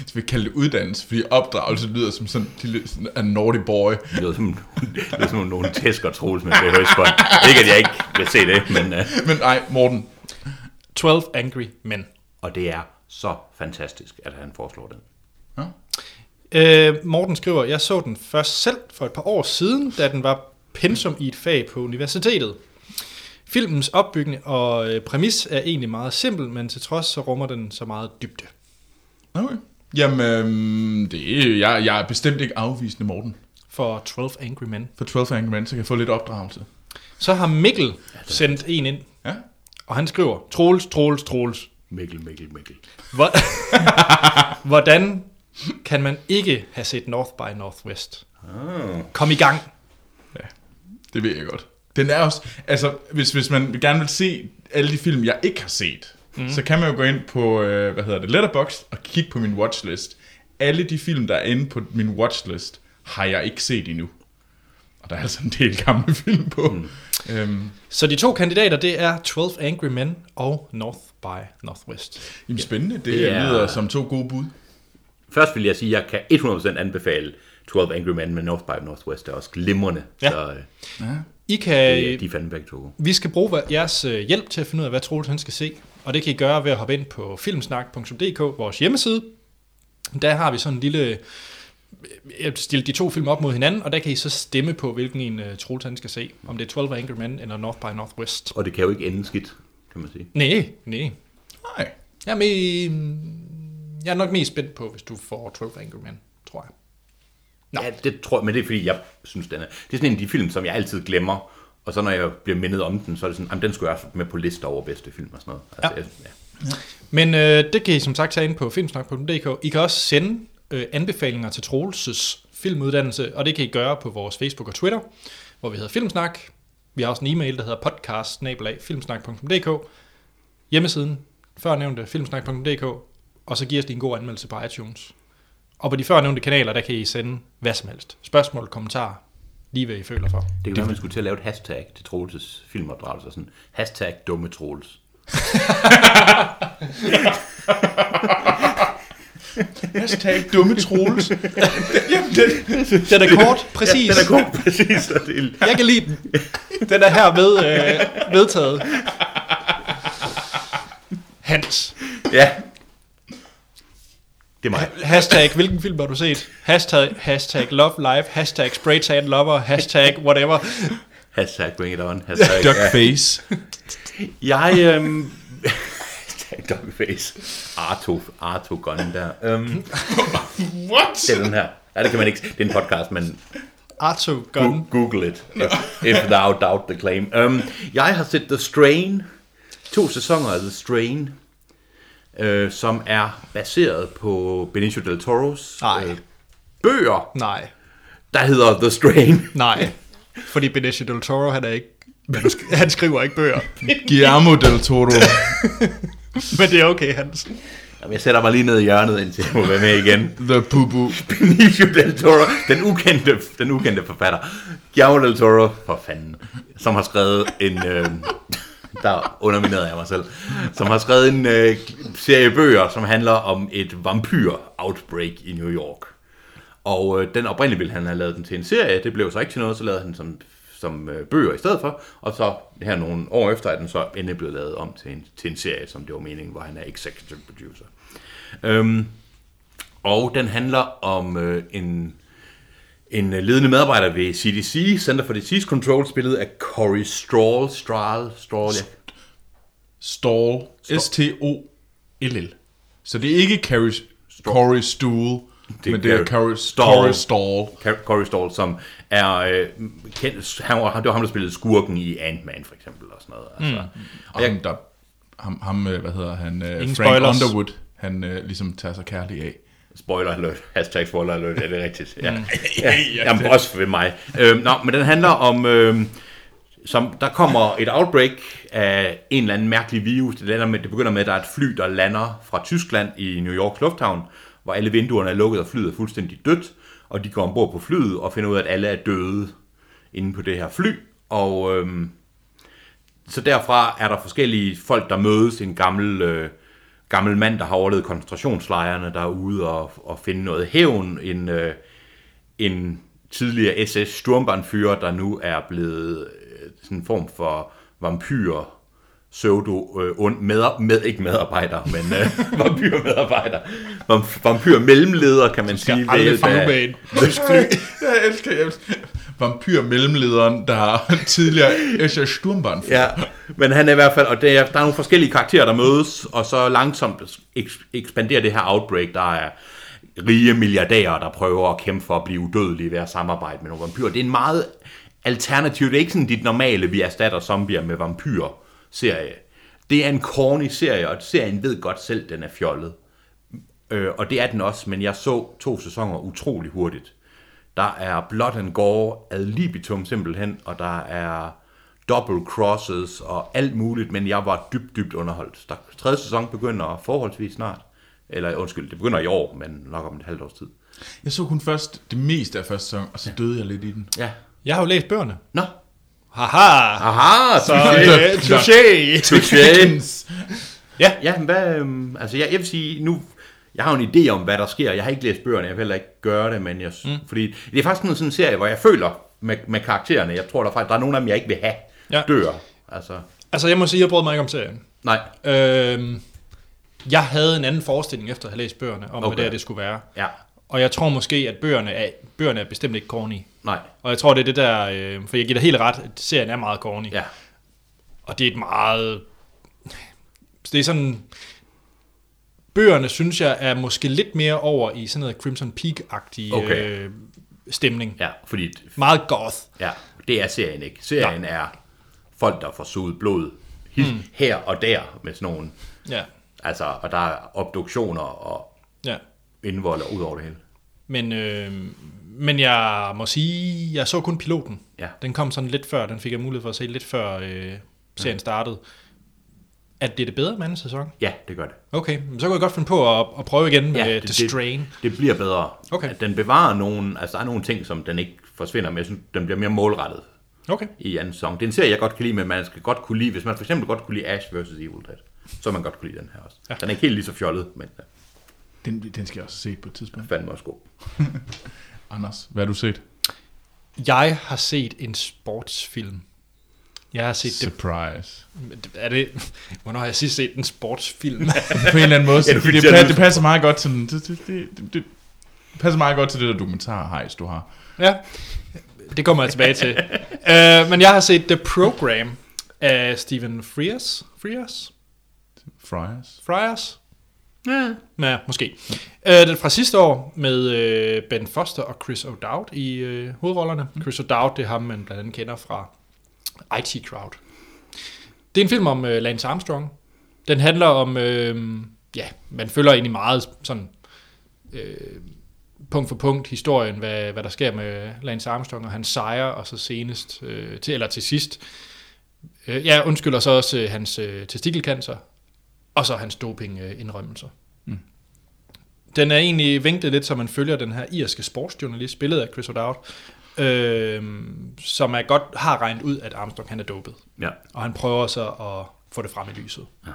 S2: Så vi kalder det uddannelse, fordi opdragelse lyder som sådan, de lyder sådan a naughty boy.
S3: Det lyder som, det lyder som nogle tæsker troels, men det er højst godt. Ikke, at jeg ikke vil se det, men... Øh,
S2: Men nej, Morten,
S1: 12 Angry Men.
S3: og det er så fantastisk, at han foreslår den.
S1: Øh, Morten skriver, jeg så den først selv for et par år siden, da den var pensum i et fag på universitetet. Filmens opbygning og øh, præmis er egentlig meget simpel, men til trods så rummer den så meget dybde.
S2: Okay. Jamen, øhm, det er, jeg, jeg er bestemt ikke afvisende Morten.
S1: For 12 Angry Men.
S2: For 12 Angry Men, så kan jeg få lidt opdragelse.
S1: Så har Mikkel sendt en ind,
S2: Ja?
S1: og han skriver, Troels, Troels, Troels.
S3: Mikkel, Mikkel, Mikkel.
S1: Hvor- Hvordan kan man ikke have set North by Northwest?
S3: Ah.
S1: Kom i gang.
S2: Ja, det ved jeg godt. Den er også, altså, hvis, hvis man gerne vil se alle de film, jeg ikke har set,
S3: Mhm.
S2: mm. så kan man jo gå ind på, øh, hvad hedder det, Letterboxd og kigge på min watchlist. Alle de film, der er inde på min watchlist, har jeg ikke set endnu. Og der er altså en del gamle film på.
S3: Mhm.
S2: Mm. Øhm,
S1: Så de to kandidater, det er 12 Angry Men og North by Northwest.
S2: Jamen spændende, det
S3: Ja.
S2: lyder som to gode bud.
S3: Først vil jeg sige, at jeg kan 100% anbefale 12 Angry Men med North by Northwest. Det er også glimrende.
S1: Ja.
S3: Ja. Øh. Så øh,
S1: I kan,
S3: det er- de er fandme begge to gode.
S1: Vi skal bruge hver- jeres øh, hjælp til at finde ud af, hvad Troels han skal se, og det kan I gøre ved at hoppe ind på filmsnak.dk, vores hjemmeside. Der har vi sådan en lille... Jeg stille de to film op mod hinanden, og der kan I så stemme på, hvilken en uh, Troels han skal se. Om det er 12 Angry Men eller North by Northwest.
S3: Og det kan jo ikke ende skidt, kan man sige.
S1: Nej, nej.
S2: Nej.
S1: Jeg er, me... jeg er nok mest spændt på, hvis du får 12 Angry Men, tror jeg. Nå.
S3: Ja, det tror jeg, men det er fordi, jeg synes, den er... Det er sådan en af de film, som jeg altid glemmer. Og så når jeg bliver mindet om den, så er det sådan, jamen den skulle jeg have haft med på lister over bedste film og sådan noget. Altså,
S1: Ja.
S3: Jeg, ja.
S1: Men øh, det kan I som sagt tage ind på filmsnak.dk. I kan også sende øh, anbefalinger til Troelses filmuddannelse, og det kan I gøre på vores Facebook og Twitter, hvor vi hedder Filmsnak. Vi har også en e-mail, der hedder podcast filmsnak.dk. Hjemmesiden førnævnte filmsnak.dk, og så giver os lige en god anmeldelse på iTunes. Og på de førnævnte kanaler, der kan I sende hvad som helst. Spørgsmål, kommentarer, lige hvad I føler for.
S3: Det kan være, man skulle til at lave et hashtag til Troelses filmopdragelse. Sådan, hashtag dumme Troels.
S2: Hashtag dumme Troels. Jamen, det,
S1: Den er kort, præcis.
S3: Ja, den er god, præcis. Og det er,
S1: Jeg kan lide den. Den er her ved, øh, vedtaget. Hans.
S3: ja. Det er mig.
S1: Hashtag, hvilken film har du set? Hashtag, hashtag love life, hashtag spraytan lover, hashtag whatever.
S3: Hashtag bring it on. Hashtag,
S2: Duckface.
S3: Jeg, øhm... Hashtag dogface. Arto, Arto gun der. Øhm,
S2: What?
S3: det er den her. Ja, det kan man ikke. Det er en podcast, men
S1: Arto Gun.
S3: go- google it. If, if thou doubt the claim. Øhm, jeg har set The Strain. To sæsoner af The Strain. Øh, som er baseret på Benicio del Toros
S1: Nej.
S3: øh, bøger,
S1: Nej,
S3: der hedder The Strain.
S1: nej. Fordi Benicio Del Toro, han er ikke... Han skriver ikke bøger.
S2: Guillermo del Toro.
S1: Men det er okay, Hans.
S3: Jamen, jeg sætter mig lige ned i hjørnet, indtil jeg må være med igen.
S2: The Pupu.
S3: Benicio del Toro, den ukendte, den ukendte forfatter. Guillermo del Toro, for fanden, som har skrevet en... Øh, der underminerede jeg mig selv. Som har skrevet en øh, serie bøger, som handler om et vampyr-outbreak i New York. Og øh, den oprindeligt ville han have lavet den til en serie, det blev så ikke til noget, så lavede han den som, som øh, bøger i stedet for. Og så her nogle år efter er den så endelig blevet lavet om til en, til en serie, som det var meningen, hvor han er executive producer. Øhm, og den handler om øh, en, en øh, ledende medarbejder ved CDC, Center for Disease Control, spillet af Corey Strahl. Strahl, Strahl ja.
S2: Stall. S-T-O-L-L. Så det er ikke Carrie, Corey Stool,
S3: er
S2: men det er
S3: Carrie
S2: Carrie Stall.
S3: Stall.
S2: Stall.
S3: Car- Corey Stoll, som er øh, kendt, han var, det var ham, der spillede skurken i Ant-Man for eksempel og sådan noget. Altså. Mm.
S2: Og ham, der, ham, ham, øh, hvad hedder han, øh,
S1: Ingen
S2: Frank
S1: spoilers.
S2: Underwood, han øh, ligesom tager sig kærlig af.
S3: Spoiler alert. Hashtag spoiler alert, er det rigtigt? Ja. ja,
S2: Ja,
S3: jamen, også ved mig. Øhm, nå, men den handler om, øhm, som der kommer et outbreak af en eller anden mærkelig virus. Det, lander med, det begynder med, at der er et fly, der lander fra Tyskland i New Yorks lufthavn, hvor alle vinduerne er lukket, og flyet er fuldstændig dødt. Og de går ombord på flyet og finder ud af, at alle er døde inde på det her fly. Og øhm, så derfra er der forskellige folk, der mødes. En gammel, øh, gammel mand, der har overlevet koncentrationslejrene, der er ude og, og finde noget hævn. En, øh, en tidligere SS Sturmbandfyrer, der nu er blevet øh, sådan en form for vampyr pseudo øh, und, med, med, ikke medarbejder, men øh, vampyrmedarbejder. Vamp, vampyr mellemleder, kan man sige. ved
S1: Aldrig
S3: hjælp af-
S1: fanget med en.
S2: jeg elsker, jeg elsker. Vampyr-mellemlederen, der har tidligere Escher Sturmband.
S3: Ja, men han er i hvert fald, og det er, der er nogle forskellige karakterer, der mødes, og så langsomt eks- ekspanderer det her outbreak, der er rige milliardærer, der prøver at kæmpe for at blive udødelige ved at samarbejde med nogle vampyrer. Det er en meget alternativ, det er ikke sådan dit normale, vi erstatter zombier med vampyrer-serie. Det er en corny serie, og serien ved godt selv, den er fjollet. Øh, og det er den også, men jeg så to sæsoner utrolig hurtigt. Der er Blood and Gore ad libitum simpelthen, og der er double crosses og alt muligt, men jeg var dybt, dybt underholdt. Der, tredje sæson begynder forholdsvis snart. Eller undskyld, det begynder i år, men nok om et halvt års tid.
S2: Jeg så kun først det meste af første sæson, og så døde jeg lidt i den.
S3: Ja.
S1: Jeg har jo læst bøgerne.
S3: Nå.
S1: Haha!
S3: Aha, så...
S1: Øh, touché!
S3: James.
S1: Ja.
S3: Ja, men hvad, øhm, altså jeg, jeg vil sige, nu, jeg har jo en idé om, hvad der sker. Jeg har ikke læst bøgerne, jeg vil heller ikke gøre det, men jeg, mm. fordi det er faktisk en sådan en serie, hvor jeg føler med, med karaktererne, jeg tror der er faktisk, der er nogen af dem, jeg ikke vil have ja.
S1: Ja.
S3: dør. Altså,
S1: Altså, jeg må sige, jeg brød mig ikke om serien.
S3: nej,
S1: Øhm, jeg havde en anden forestilling efter at have læst bøgerne, om okay.
S3: Okay.
S1: hvad det, her, det skulle være.
S3: ja,
S1: Og jeg tror måske, at bøgerne er, bøgerne er bestemt ikke corny.
S3: nej,
S1: Og jeg tror, det er det der... Øh, for jeg giver dig helt ret, at serien er meget corny.
S3: ja,
S1: Og det er et meget... Det er sådan... Bøgerne, synes jeg, er måske lidt mere over i sådan noget Crimson Peak-agtig
S3: Okay.
S1: øh, stemning.
S3: ja, fordi,
S1: Meget goth.
S3: ja, det er serien ikke. Serien nej. er folk, der får suget blod mm. her og der med sådan nogen.
S1: Ja,
S3: Altså, og der er obduktioner og
S1: ja.
S3: indvold og ud over det hele.
S1: Men, øh, men jeg må sige, jeg så kun piloten.
S3: Ja.
S1: Den kom sådan lidt før, den fik jeg mulighed for at se lidt før øh, serien startede. At det er det bedre med anden sæson?
S3: Ja, det gør det.
S1: Okay, men så kunne jeg godt finde på at, at prøve igen med
S3: Ja,
S1: ja,
S3: det-
S1: Øh, The
S3: det-
S1: Strain.
S3: Det bliver bedre.
S1: Okay.
S3: At Den bevarer nogle, altså der er nogle ting, som den ikke forsvinder med. Jeg synes, den bliver mere målrettet
S1: Okay,
S3: i anden sæson. Det er en serie, jeg godt kan lide, men man skal godt kunne lide, hvis man for eksempel godt kunne lide Ash vs. Evil Dead, så vil man godt kunne lide den her også. Ja. Den er ikke helt lige så fjollet, men den
S2: Den, den skal jeg også se på et tidspunkt.
S3: er fandme også god.
S2: Anders, hvad har du set?
S1: jeg har set en sportsfilm. Jeg har set det,
S2: Surprise.
S1: er det, hvornår har jeg sidst set en sportsfilm?
S2: På en eller anden måde, så
S3: Ja, du fik
S2: det,
S3: til at
S2: det,
S3: lyde-
S2: det passer meget godt til den- det, det, det, det, det passer meget godt til det der dokumentarhejs, du har.
S1: ja, det kommer jeg tilbage til. uh, men jeg har set The Program af Stephen Frears. Frears?
S2: Fries.
S1: Friars? Ja. Ja, måske. Øh, den fra sidste år med øh, Ben Foster og Chris O'Dowd i øh, hovedrollerne. Chris O'Dowd, det er ham, man blandt andet kender fra IT Crowd. Det er en film om øh, Lance Armstrong. Den handler om, øh, ja, man følger egentlig meget sådan øh, punkt for punkt historien, hvad, hvad der sker med Lance Armstrong og hans sejre, og så senest, øh, til, eller til sidst, øh, ja, undskylder så også øh, hans øh, testikelcancer, og så hans dopingindrømmelser. Mm. Den er egentlig vinklet lidt, så man følger den her irske sportsjournalist, spillet af Chris O'Dowd, øh, som er godt har regnet ud, at Armstrong han er dopet.
S3: Ja.
S1: Og han prøver så at få det frem i lyset.
S3: Ja.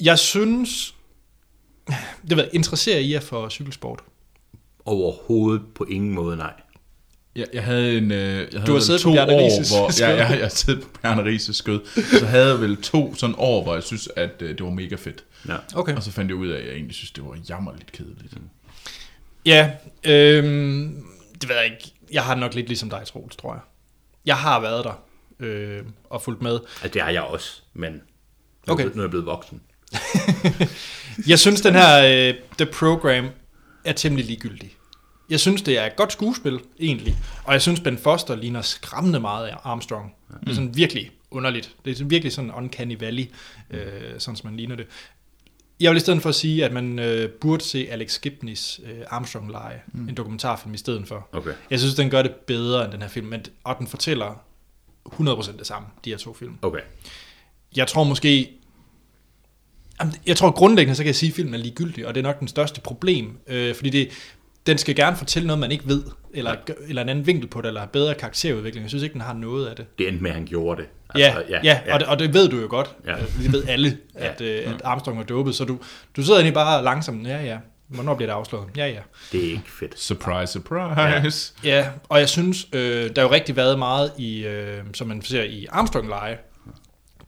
S1: Jeg synes, det ved jeg, interesserer I jer for cykelsport?
S3: Overhovedet på ingen måde, nej.
S2: Jeg, jeg havde en, øh, jeg havde
S1: har
S2: vel
S1: siddet på
S2: to
S1: Bjarne Rises
S2: år, hvor,
S1: skød.
S2: ja, jeg, jeg, jeg siddet på Bjarne Rises skød, så havde jeg vel to sådan år, hvor jeg synes, at øh, det var mega fedt.
S3: Ja.
S1: Okay.
S2: Og så fandt jeg ud af, at jeg egentlig synes, det var jammerligt kedeligt.
S1: Mm. Ja, øhm, det ved jeg ikke. Jeg har det nok lidt ligesom dig, Troels, tror jeg. Jeg har været der øh, og fulgt med.
S3: Altså, det har jeg også, men nu, er
S1: Okay.
S3: jeg blevet- nu er jeg blevet voksen.
S1: Jeg synes, den her øh, The Program er temmelig ligegyldig. Jeg synes, det er et godt skuespil, egentlig. Og jeg synes, Ben Foster ligner skræmmende meget af Armstrong. Det er sådan virkelig underligt. Det er sådan virkelig sådan uncanny valley, øh, sådan som man ligner det. Jeg vil i stedet for sige, at man øh, burde se Alex Gibneys øh, Armstrong-leje, mm. en dokumentarfilm i stedet for.
S3: Okay.
S1: Jeg synes, den gør det bedre end den her film, men, og den fortæller 100% det samme, de her to film.
S3: Okay.
S1: Jeg tror måske... Jamen, Jeg tror grundlæggende, så kan jeg sige, at filmen er ligegyldig, og det er nok den største problem, øh, fordi det, den skal gerne fortælle noget, man ikke ved, eller, eller en anden vinkel på det, eller har bedre karakterudvikling. Jeg synes ikke, den har noget af det.
S3: Det endte med, at han gjorde det.
S1: Ja,
S3: Altså,
S1: Altså, ja, ja, Og, det, og det ved du jo godt.
S3: Ja.
S1: Ja. Det ved alle,
S3: Ja.
S1: at, øh, at Armstrong var dopet, så du, du sidder egentlig bare langsomt, ja ja, hvornår bliver det afsløret? Ja ja.
S3: det er ikke fedt.
S2: Surprise, surprise.
S1: Ja, og jeg synes, øh, der er jo rigtig været meget i, øh, som man ser i Armstrong-leje,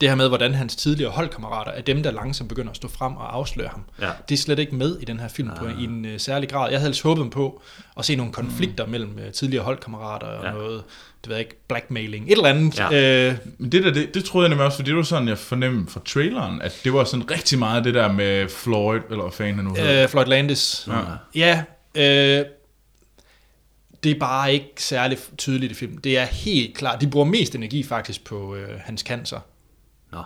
S1: det her med, hvordan hans tidligere holdkammerater er dem, der langsomt begynder at stå frem og afsløre ham.
S3: Ja.
S1: Det er slet ikke med i den her film ah. på i en øh, særlig grad. Jeg havde ellers håbet på at se nogle konflikter mm. mellem øh, tidligere holdkammerater og
S3: Ja.
S1: ja. noget, det ved jeg ikke, blackmailing, et eller andet. Øh,
S2: Men det der, det, det troede jeg nemlig også, fordi det var sådan, jeg fornemmede fra traileren, at det var sådan rigtig meget det der med Floyd, eller hvad fanden han nu hedder.
S1: øh, Floyd Landis. Ja, øh, det er bare ikke særlig tydeligt i filmen. Det er helt klart, de bruger mest energi faktisk på øh, hans cancer.
S3: Nå.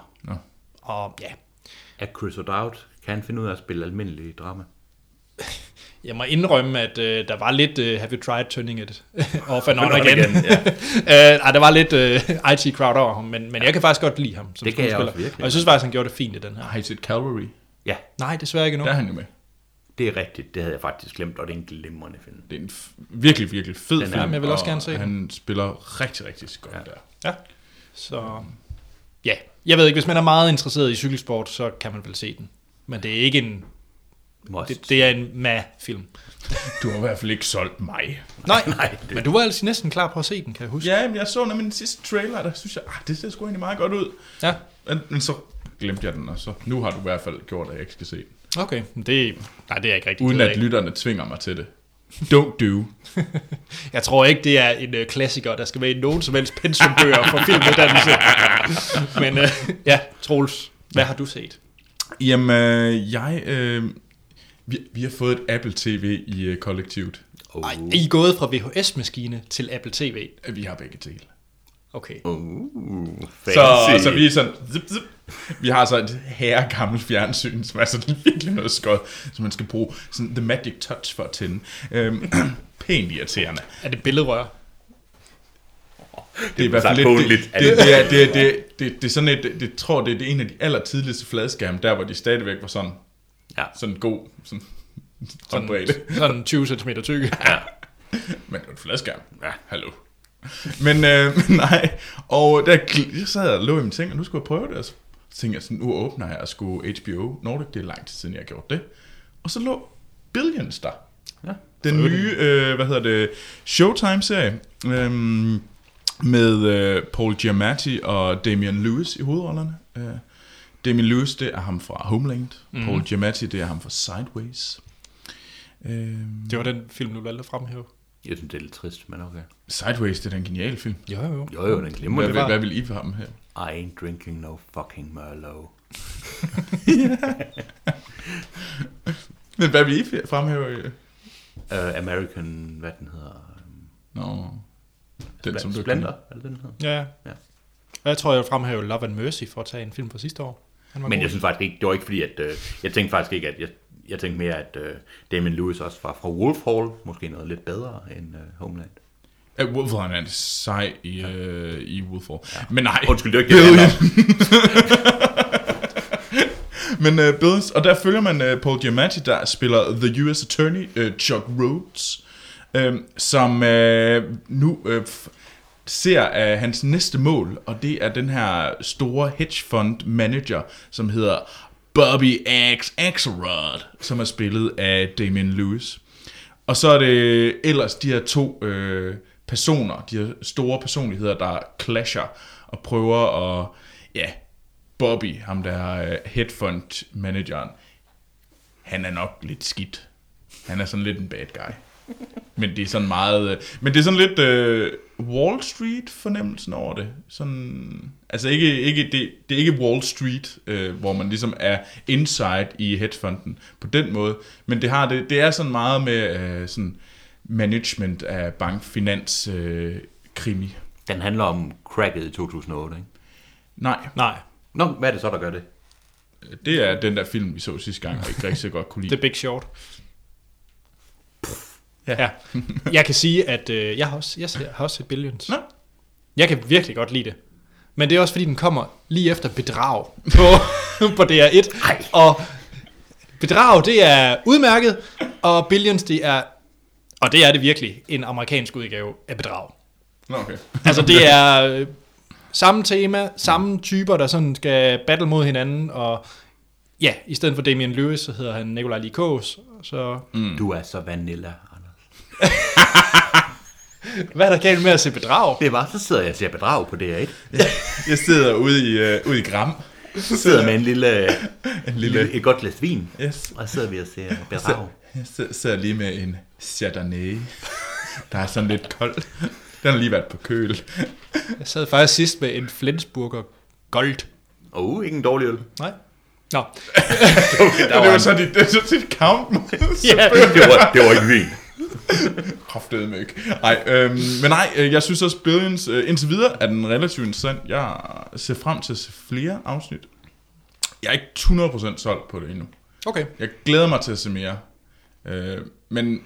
S1: Og ja,
S3: Er Chris O'Dowd, kan han finde ud af at spille almindelig drama?
S1: Jeg må indrømme, at øh, der var lidt øh, Have you tried turning it off and on
S3: On
S1: again?
S3: again, ja.
S1: øh, ej, der var lidt øh, IT crowd over ham, men, men jeg kan faktisk godt lide ham som
S3: Det kan jeg
S1: skuespiller.
S3: også virkelig.
S1: og jeg synes faktisk, han gjorde det fint i den her.
S2: Har I set Calvary?
S3: Ja,
S1: Nej, desværre ikke endnu.
S2: Der er han jo med.
S3: det er rigtigt. Det havde jeg faktisk glemt, og det er en glimrende film.
S2: Det er en f- virkelig, virkelig fed
S3: Den er-
S2: film.
S1: Jamen, jeg vil også
S2: og
S1: gerne se den.
S2: Han spiller rigtig, rigtig godt
S3: Ja.
S2: ja. der.
S1: Ja. Så ja, jeg ved ikke, hvis man er meget interesseret i cykelsport, så kan man vel se den. Men det er ikke en...
S3: Must.
S1: Det, det er en ma-film.
S2: Du har i hvert fald ikke solgt mig.
S1: Nej,
S3: Nej, det-
S1: men du var altså næsten klar på at se den, kan jeg huske.
S2: Ja, men jeg så nemlig den sidste trailer, der synes jeg, ah, det ser sgu egentlig meget godt ud.
S1: Ja.
S2: Men, men så glemte jeg den, og så nu har du i hvert fald gjort, at jeg ikke skal se den.
S1: Okay, men det, nej, det er jeg ikke rigtig
S2: Uden
S1: ked af.
S2: at lytterne tvinger mig til det. Don't do.
S1: Jeg tror ikke, det er en øh, klassiker, der skal være i nogen som helst pensumbøger for filmuddannelse. Men øh, ja, Troels, hvad har du set?
S2: Jamen, øh, jeg... Øh, vi, vi har fået et Apple TV i øh, kollektivet.
S3: Oh.
S1: Ej, I er gået fra VHS-maskine til Apple TV.
S2: Vi har begge dele.
S1: Okay.
S3: Uh,
S2: Så,
S3: fancy.
S2: så vi er sådan... Zip, zip. Vi har så et herre gammelt fjernsyn, som er sådan virkelig noget skod, som man skal bruge sådan the magic touch for at tænde. Øhm, pænt irriterende.
S1: Er det billedrør?
S2: Det er altså. i hvert fald
S3: Sarkolen
S2: lidt... Det,
S3: lidt.
S2: det, det, er- det, er- det, det, det, er sådan et... Det, det tror, det er det en af de aller tidligste fladskærme, der hvor de stadigvæk var sådan...
S3: Ja.
S2: Sådan god... Sådan, sådan
S1: Sådan,
S2: bredde.
S1: sådan 20 cm tykke.
S2: Men det var en fladskærm.
S3: Ja.
S2: Hallo. Men øh, men nej, og der gl- jeg sad og lå i mine ting, og nu skulle jeg prøve det, og så tænkte jeg sådan, nu åbner jeg og skulle HBO Nordic, det er lang tid siden, jeg har gjort det. Og så lå Billions der.
S3: Ja.
S2: Den nye, øh, hvad hedder det, Showtime-serie, øhm, med øh, Paul Giamatti og Damian Lewis i hovedrollerne. Øh, Damian Lewis, det er ham fra Homeland. Mm. Paul Giamatti, det er ham fra Sideways. Øhm,
S1: Det var den film, du valgte at fremhæve.
S3: Jeg synes, det er lidt trist, men okay.
S2: Sideways, det er da en genial film.
S1: Jo, jo.
S3: Jo, jo, den
S2: Hvad,
S3: glimrende
S2: vil,
S3: film.
S2: hvad vil I for ham her?
S3: I ain't drinking no fucking Merlot.
S2: Men hvad vil I fremhæve? øh?
S3: Uh, American, hvad den hedder? øhm,
S2: Nå, den som du
S3: Splendor, er det den hedder?
S1: Ja.
S3: Ja.
S1: ja. Og jeg tror, jeg vil fremhæve Love and Mercy for at tage en film fra sidste år. Han var
S3: Men
S1: god.
S3: jeg synes faktisk ikke, det var ikke fordi, at øh, jeg tænkte faktisk ikke, at jeg, jeg tænkte mere, at øh, Damien Lewis også var fra Wolf Hall, måske noget lidt bedre end øh, Homeland.
S2: Ja, Wolfhorn er en sej i, øh, i Wolfhorn. Ja. Men nej,
S3: Undskyld, det var ikke det, jeg handler om.
S2: men uh, Bills, og der følger man uh, Paul Giamatti, der spiller The U.S. Attorney, uh, Chuck Rhodes, øh, som øh, nu øh, f- ser øh, hans næste mål, og det er den her store hedge fund manager, som hedder Bobby Axe Axelrod, som er spillet af Damien Lewis. Og så er det ellers de her to øh, personer, de her store personligheder, der clasher og prøver at... Ja, Bobby, ham der øh, headfund-manageren, han er nok lidt skidt. Han er sådan lidt en bad guy. Men det er sådan meget... Øh, men det er sådan lidt øh, Wall Street-fornemmelsen over det. Sådan, altså ikke, ikke det, det er ikke Wall Street, øh, hvor man ligesom er inside i hedgefonden på den måde. Men det, har det, det er sådan meget med øh, sådan management af bankfinans øh, krimi.
S3: Den handler om cracket i 2008, ikke?
S2: Nej,
S1: Nej,
S3: Nå, hvad er det så, der gør det?
S2: det er den der film, vi så sidste gang, og ikke rigtig så godt kunne lide.
S1: The Big Short.
S2: Ja.
S1: Ja. Jeg kan sige, at øh, jeg, har også, jeg ser- har også set Billions.
S2: Nå.
S1: Jeg kan virkelig godt lide det. Men det er også, fordi den kommer lige efter bedrag på, på DR1.
S3: Ej.
S1: Og bedrag, det er udmærket, og Billions, det er, og det er det virkelig, en amerikansk udgave af bedrag.
S2: Nå, okay.
S1: Altså det er øh, samme tema, samme typer, der sådan skal battle mod hinanden, og ja, i stedet for Damien Lewis, så hedder han Nikolaj Likos, så
S3: Mm. Du er så vanilla, Anders.
S1: hvad er der galt med at se bedrag?
S3: Det var, så sidder jeg og ser bedrag på DR1.
S2: Jeg sidder ude i, øh, ude i Gram.
S3: Så sidder jeg med en lille,
S2: En
S3: lille,
S2: lille...
S3: et godt glas vin,
S2: Yes.
S3: og så sidder vi og ser bedrag.
S2: Jeg sidder- sidder lige med en Chardonnay, der er sådan lidt kold. Den har lige været på køl.
S1: Jeg sad faktisk sidst med en Flensburger Gold.
S3: Åh, oh, ikke en dårlig øl.
S1: Nej? Nå,
S2: Der var det var så dit, det var så dit count
S1: ja.
S3: det, var, det var ikke vin.
S2: Kraftede mig ikke. Nej, øhm, men nej, øh, jeg synes også, Billions øh, indtil videre er den relativt interessant. Jeg ser frem til at se flere afsnit. Jeg er ikke 100% solgt på det endnu.
S1: Okay.
S2: Jeg glæder mig til at se mere. Øh, men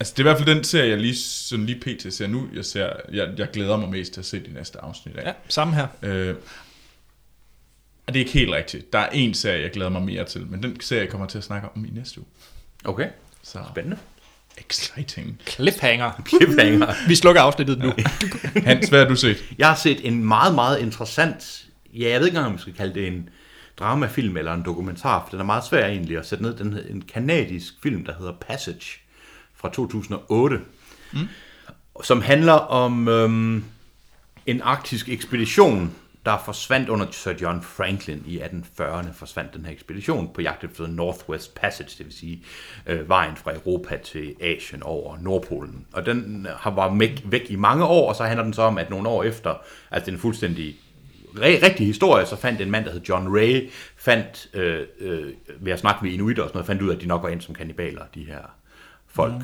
S2: altså, det er i hvert fald den serie, jeg lige, sådan lige pt. ser nu. Jeg, ser, jeg, jeg glæder mig mest til at se de næste afsnit af.
S1: Ja, samme her.
S2: Øh, og det er ikke helt rigtigt. Der er en serie, jeg glæder mig mere til, men den serie kommer jeg til at snakke om i næste uge.
S3: Okay,
S2: Så
S3: spændende.
S2: exciting.
S1: Cliffhanger.
S3: Cliffhanger.
S1: Vi slukker afsnittet nu.
S2: Hans, hvad har du set?
S3: Jeg har set en meget, meget interessant, ja, jeg ved ikke engang, om man skal kalde det en dramafilm eller en dokumentar, for den er meget svær egentlig at sætte ned. Den hed en kanadisk film, der hedder Passage fra 2008, mm. som handler om øhm, en arktisk ekspedition, der forsvandt under Sir John Franklin i 1840'erne, forsvandt den her ekspedition på jagt efter Northwest Passage, det vil sige øh, vejen fra Europa til Asien over Nordpolen. Og den øh, har var væk, væk i mange år, og så handler den så om, at nogle år efter, altså den fuldstændig re- rigtig historie, så fandt en mand, der hed John Ray, fandt, øh, øh, ved at snakke med Inuit og sådan noget, fandt ud af, at de nok var ind som kannibaler, de her folk.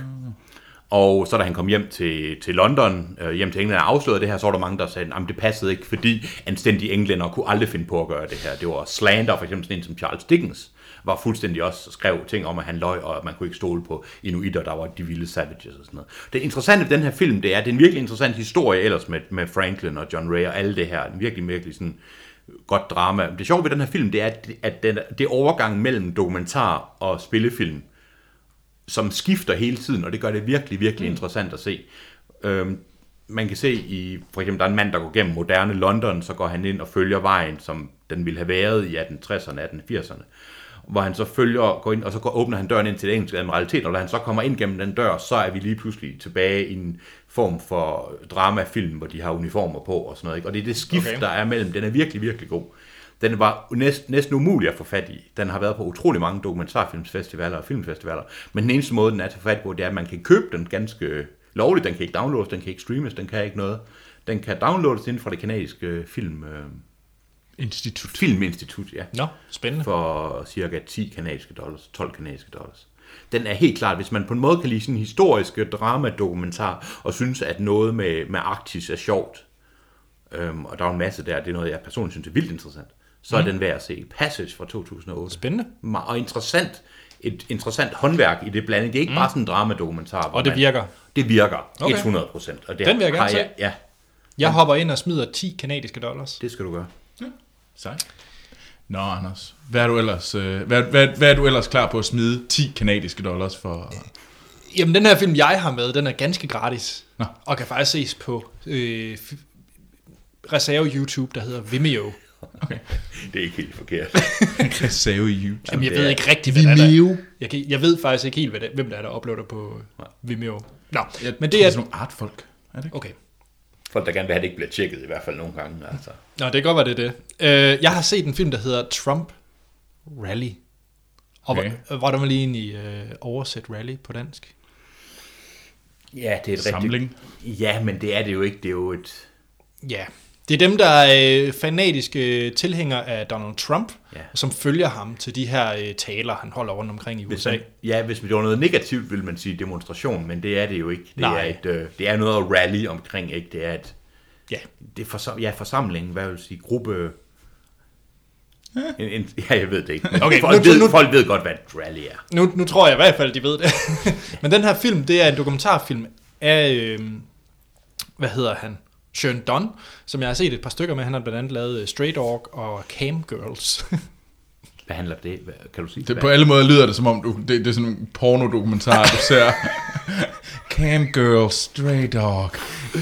S3: Og så da han kom hjem til, til London, øh, hjem til England og afslørede det her, så var der mange, der sagde, at det passede ikke, fordi anstændige englænder kunne aldrig finde på at gøre det her. Det var slander, for eksempel sådan en som Charles Dickens, var fuldstændig også skrev ting om, at han løg, og at man kunne ikke stole på inuitter, der var de vilde savages og sådan noget. Det interessante ved den her film, det er, at det er en virkelig interessant historie ellers med, med Franklin og John Ray og alle det her. En virkelig, virkelig sådan godt drama. Det sjove ved den her film, det er, at- at den, det er overgangen mellem dokumentar og spillefilm som skifter hele tiden, og det gør det virkelig, virkelig mm. interessant at se. Øhm, man kan se i, for eksempel, der er en mand, der går gennem moderne London, så går han ind og følger vejen, som den ville have været i 1860'erne, 1880'erne. Hvor han så følger, går ind, og så går, åbner han døren ind til det engelske admiralitet, og da han så kommer ind gennem den dør, så er vi lige pludselig tilbage i en form for dramafilm, hvor de har uniformer på og sådan noget. Ikke? Og det er det skift, okay.
S1: Okay.
S3: der er mellem. Den er virkelig, virkelig god. Den var næsten, næsten umulig at få fat i. Den har været på utrolig mange dokumentarfilmsfestivaler og filmfestivaler. Men den eneste måde, den er til fat på, det er, at man kan købe den ganske lovligt. Den kan ikke downloades, den kan ikke streames, den kan ikke noget. Den kan downloades inden fra det kanadiske film, øh,
S2: Institut.
S3: filminstitut, ja
S1: Nå, spændende.
S3: for cirka 10 kanadiske dollars, 12 kanadiske dollars. Den er helt klart, hvis man på en måde kan lide sådan historiske dramadokumentar, og synes, at noget med, med Arktis er sjovt, øhm, og der er en masse der, det er noget, jeg personligt synes er vildt interessant, så er den værd at se. Passage fra 2008.
S1: Mm. Spændende.
S3: Ma- Og interessant, et interessant håndværk i det blanding. Det er ikke mm. bare sådan en dramadokumentar. hvor
S1: Og det
S3: man-
S1: virker.
S3: Det virker,
S1: Okay.
S3: 100 procent. Den
S1: Den vil jeg gerne se.
S3: jeg, Ja,
S1: Jeg hopper ind og smider 10 kanadiske dollars.
S3: det skal du gøre.
S2: Sejt. Nå, Anders. Hvad er, du ellers, øh, hvad, hvad, hvad er du ellers klar på at smide 10 kanadiske dollars for?
S1: Jamen, den her film, jeg har med, den er ganske gratis.
S2: Nå.
S1: Og kan faktisk ses på øh, f- reserve YouTube, der hedder Vimeo.
S3: Det er ikke helt forkert.
S2: Save YouTube.
S1: Jamen, jeg
S3: det
S1: ved
S3: er-
S1: ikke rigtig, hvad der er der. Jeg, kan, jeg ved faktisk ikke helt, hvad det, hvem der er, der uploader på øh, Vimeo. Nå, men det er...
S2: sådan nogle artfolk. Er det ikke?
S1: Okay.
S3: Folk, der gerne vil have det, ikke bliver tjekket i hvert fald nogle gange. Altså.
S1: Nå, det kan godt være, det er det. Øh, jeg har set en film, der hedder Trump Rally. Og
S2: Okay.
S1: okay. hvordan vil I egentlig øh, oversætte rally på dansk?
S3: Ja, det er et
S2: Samling.
S3: rigtigt... Ja, men det er det jo ikke. Det er jo et...
S1: Ja, det er dem, der er øh, fanatiske tilhængere af Donald Trump,
S3: Ja.
S1: som følger ham til de her øh, taler, han holder rundt omkring i
S3: Hvis
S1: USA.
S3: man, ja, hvis det var noget negativt, ville man sige demonstration, men det er det jo ikke. Det,
S1: Nej.
S3: er, et, øh, det er noget at rally omkring, ikke? Det er et,
S1: Ja,
S3: det er forsam, ja, forsamling, hvad vil jeg sige, gruppe... En, en, ja, jeg ved det ikke. Men
S1: Okay,
S3: folk,
S1: nu-
S3: ved,
S1: nu-
S3: folk ved godt, hvad et rally er.
S1: nu, nu tror jeg i hvert fald, de ved det. Men den her film, det er en dokumentarfilm af, øh, hvad hedder han? Sean Dunn, som jeg har set et par stykker med. Han har blandt andet lavet øh, Stray Dog og Cam Girls.
S3: Hvad handler det? Hvad, kan du sige?
S2: Det,
S3: hvad-
S2: på alle måder lyder det som om, du, det, det er sådan en pornodokumentar, du ser. Cam Girl, Stray Dog.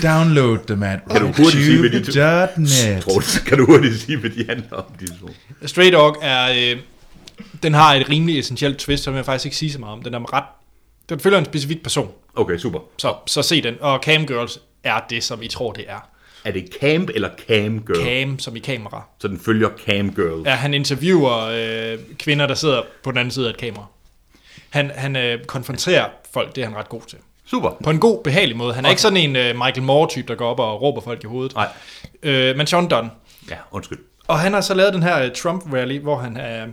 S2: Download dem at
S3: Kan du hurtigt sige, hvad de to-
S2: YouTube.net.
S3: Troels, kan du hurtigt sige, hvad de handler om, de to?
S1: Stray Dog er, øh, den har et rimelig essentielt twist, som jeg faktisk ikke siger så meget om. Den er ret, den følger en specifik person.
S3: Okay, super.
S1: Så, så se den. Og Cam Girls er det, som I tror, det er.
S3: Er det camp eller cam girl? Cam.
S1: Cam, som i kamera.
S3: Så den følger cam girl.
S1: Ja, han interviewer øh, kvinder, der sidder på den anden side af et kamera. Han, han øh, konfronterer folk, det er han ret god til.
S3: Super.
S1: På en god, behagelig måde. Han er ikke sådan en øh, Michael Moore-type, der går op og råber folk i hovedet.
S3: Nej.
S1: Øh, men Sean Dunn.
S3: Ja, undskyld.
S1: Og han har så lavet den her øh, Trump rally, hvor han er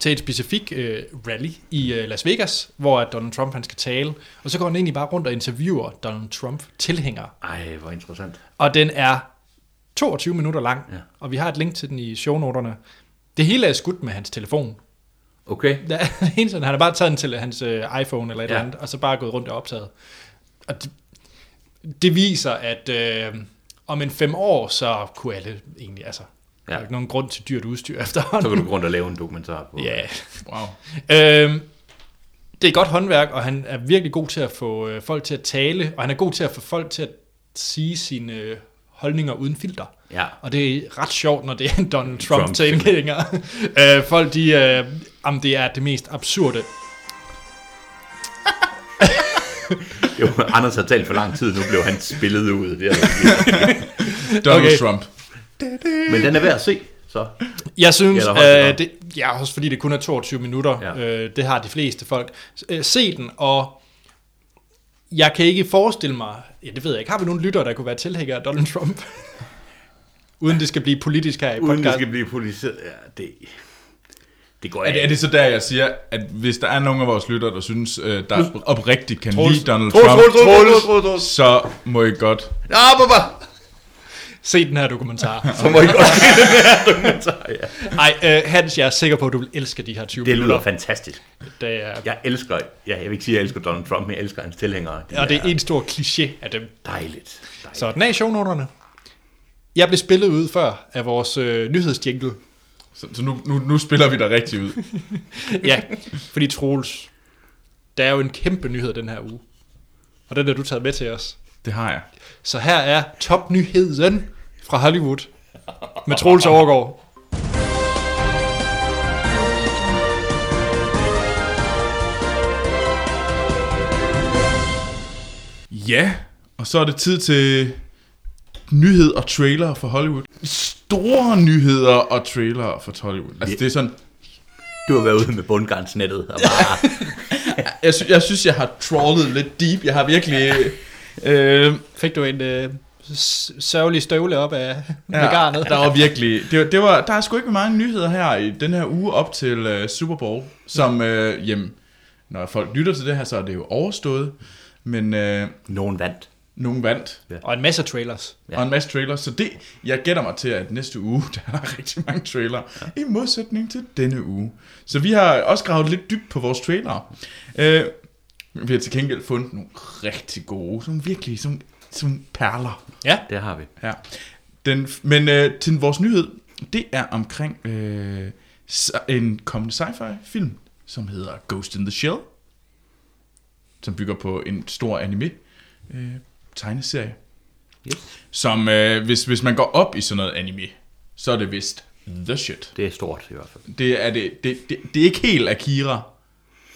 S1: til et specifikt øh, rally i øh, Las Vegas, hvor at Donald Trump han skal tale. Og så går han egentlig bare rundt og interviewer Donald Trump-tilhængere.
S3: Ej, hvor interessant.
S1: Og den er 22 minutter lang, ja.
S3: Ja.
S1: og vi har et link til den i shownoterne. Det hele er skudt med hans telefon.
S3: Okay.
S1: Der er en sådan, han har bare taget den til hans øh, iPhone eller et ja.
S3: Ja.
S1: eller andet, og så bare gået rundt og optaget. Og det, det viser, at øh, om en fem år, så kunne alle egentlig, altså, ja.
S3: Ja.
S1: der er ikke nogen grund til dyrt udstyr
S3: Så
S1: efterhånden.
S3: kan du gå rundt og lave en dokumentar på.
S1: Ja.
S2: Wow.
S1: Øhm, det er godt håndværk, og han er virkelig god til at få øh, folk til at tale, og han er god til at få folk til at sige sine øh, holdninger uden filter.
S3: Ja.
S1: Og det er ret sjovt, når det er en Donald
S3: Trump.
S1: Trump tilhænger. øh, folk, de, øh, jamen, det er det mest absurde.
S3: Jo, Anders har talt for lang tid, nu blev han spillet ud. Det er,
S2: Donald
S1: Okay.
S2: okay. Trump.
S3: men den er værd at se, så.
S1: Jeg synes,
S3: Ja, der holdt det
S1: ja, øh,
S3: godt.
S1: det, ja, også fordi det kun er 22 minutter, ja.
S3: Ja.
S1: øh, det har de fleste folk. Øh, se den, og jeg kan ikke forestille mig, ja, det ved jeg ikke, har vi nogen lyttere, der kunne være tilhængere af Donald Trump? Uden det skal blive politisk her i
S3: Uden det
S1: podcasten.
S3: skal blive politiseret. Ja, det, det går
S2: Er
S3: ikke.
S2: det, er det så der, jeg siger, at hvis der er nogen af vores lytter, der synes, øh, der oprigtigt kan
S1: Troels-
S2: lide Donald
S3: Troels,
S2: Trump,
S3: Troels, Troels, Troels, Troels, Troels.
S2: så må I godt.
S3: Ja, baba.
S1: Se den her dokumentar.
S3: Så må I godt se den her dokumentar, ja.
S1: Nej, øh, Hans, jeg er sikker på, at du vil elske de her 20
S3: Det
S1: minutter.
S3: lyder fantastisk.
S1: Det er,
S3: Jeg elsker, ja, jeg vil ikke sige, at jeg elsker Donald Trump, men jeg elsker hans tilhængere. De
S1: Og det er en stor kliché af dem.
S3: dejligt. dejligt.
S1: Så den er i shownoterne. Jeg blev spillet ud før af vores øh, nyhedsjingle.
S2: Så, så nu, nu, nu spiller vi dig rigtig ud.
S1: Ja, fordi Troels, der er jo en kæmpe nyhed den her uge. Og den har du taget med til os.
S2: Det har jeg.
S1: Så her er topnyheden fra Hollywood med Troels Overgaard.
S2: Ja, og så er det tid til nyhed og trailer for Hollywood. Store nyheder og trailer for Hollywood. Altså, det er sådan,
S3: Du har været ude med bundgarnsnettet og bare...
S2: jeg, sy- jeg synes, jeg har trawlet lidt deep. Jeg har virkelig... Øh,
S1: Fik du en øh, s- sørgelig støvle op af ja. med
S2: ja,
S1: garnet?
S2: der var virkelig... Det, var- det var, der er sgu ikke mange nyheder her i den her uge op til øh, Super Bowl, som... Øh, jamen, når folk lytter til det her, så er det jo overstået. Men øh,
S3: Nogen vandt.
S2: nogen vandt.
S1: Og en masse trailers.
S2: Ja. Og en masse trailers. Så det, jeg gætter mig til, at næste uge, der er der rigtig mange trailer. Ja. I modsætning til denne uge. Så vi har også gravet lidt dybt på vores trailer. Øh, vi har til gengæld fundet nogle rigtig gode, som virkelig som, som perler.
S1: Ja,
S3: Det har vi.
S2: Ja. Den, men øh, til vores nyhed, det er omkring øh, s- en kommende sci-fi film, som hedder Ghost in the Shell. Som bygger på en stor anime øh, tegneserie.
S3: Yes.
S2: Som, øh, hvis, hvis man går op i sådan noget anime, så er det vist the shit.
S3: Det er stort i hvert fald.
S2: Det er, det, det, det, det er ikke helt Akira,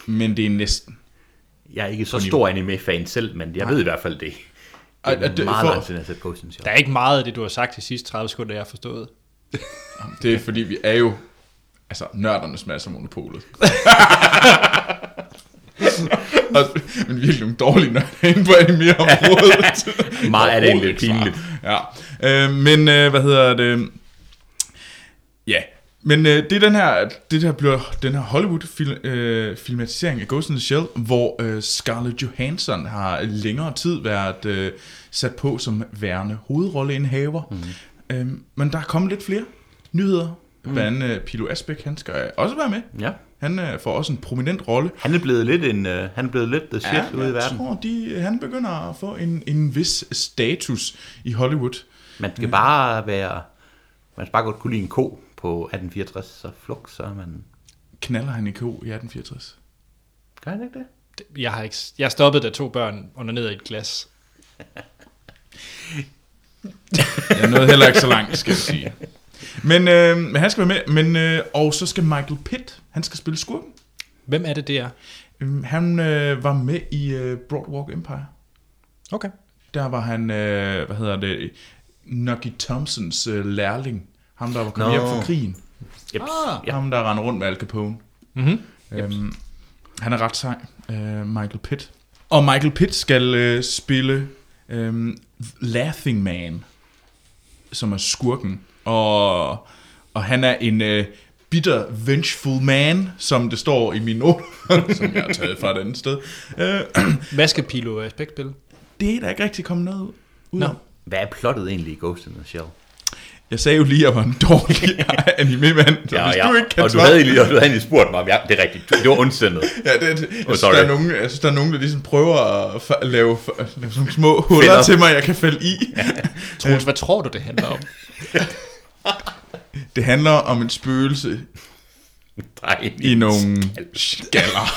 S2: men det er næsten.
S3: Jeg er ikke så stor anime-fan selv, men jeg ved i hvert fald det.
S2: Og-
S3: Det
S2: og
S3: er
S2: det-
S3: meget
S2: for-
S3: langt siden, jeg har set Ghost in the Shell.
S1: Der er ikke meget af det, du har sagt de sidste 30 sekunder, jeg har forstået.
S2: Det er fordi, vi er jo altså, nørdernes masse af monopolet. og, men virkelig nogle dårlige nørder inde på anime-området.
S3: Meget er det egentlig
S2: Roligt,
S3: pinligt.
S2: far. Ja. Øh, men øh, hvad hedder det? Ja, men øh, det er den her, det der bliver den her Hollywood fil, øh, filmatisering af Ghost in the Shell, hvor øh, Scarlett Johansson har længere tid været øh, sat på som værende hovedrolleindhaver.
S3: Mhm.
S2: Mm. Øh, men der er kommet lidt flere nyheder.
S3: Mhm.
S2: Mm. Blandt andet øh, Pilo Asbæk, han skal øh, også være med.
S3: Ja.
S2: Han øh, får også en prominent rolle.
S3: Han er blevet lidt en, uh, han er blevet lidt the shit ja, ude i
S2: jeg
S3: verden.
S2: tror, de, øh, han begynder at få en, en vis status i Hollywood.
S3: Man
S2: mm.
S3: skal bare være, man skal bare godt kunne lide en ko på 1864, så fluk, så er man...
S2: Knaller han i KO i 1864?
S3: Gør han ikke det?
S1: Det- Jeg har ikke, jeg stoppede, da to børn under ned i et glas.
S2: Jeg nåede heller ikke så langt, skal jeg sige. Men, øh, men han skal være med, men, øh, og så skal Michael Pitt, han skal spille skurken.
S1: Hvem er det, det er?
S2: Øhm, Han øh, var med i øh, Broadwalk Empire.
S1: Okay.
S2: Der var han, øh, hvad hedder det, Nucky Thompsons øh, lærling. Ham, der var kommet
S3: Nå.
S2: hjem fra krigen.
S3: Jeps.
S1: Ah.
S2: Ja.
S3: Ja.
S2: Ham, der rendte rundt med Al Capone.
S1: Mm-hmm.
S2: Øhm, han er ret sej, øh, Michael Pitt. Og Michael Pitt skal øh, spille øh, Laughing Man, som er skurken. Og, og han er en øh, bitter, vengeful man, som det står i min noter, som jeg har taget fra et andet sted. Øh,
S1: Hvad skal Pilo Aspect spille?
S2: det er der ikke rigtig kommet noget ud
S1: Nå.
S2: af.
S3: Hvad er plottet egentlig i Ghost in the Shell?
S2: Jeg sagde jo lige, at jeg var en dårlig anime-mand, så ja, hvis ja. du ikke kan
S3: og du
S2: svare-
S3: havde, egentlig, og du havde egentlig spurgt mig om, ja, det er rigtigt, det var ondsindet.
S2: Ja, det, det, jeg,
S3: Oh,
S2: synes, der
S3: sorry.
S2: er nogen, jeg synes, der er nogen, der ligesom prøver at fa- lave, fa- lave sådan små huller
S3: Fælder.
S2: til mig, jeg kan falde i.
S1: Troels, hvad tror du, det handler om?
S2: Det handler om et spøgelse
S3: Dreng.
S2: i nogle skaller.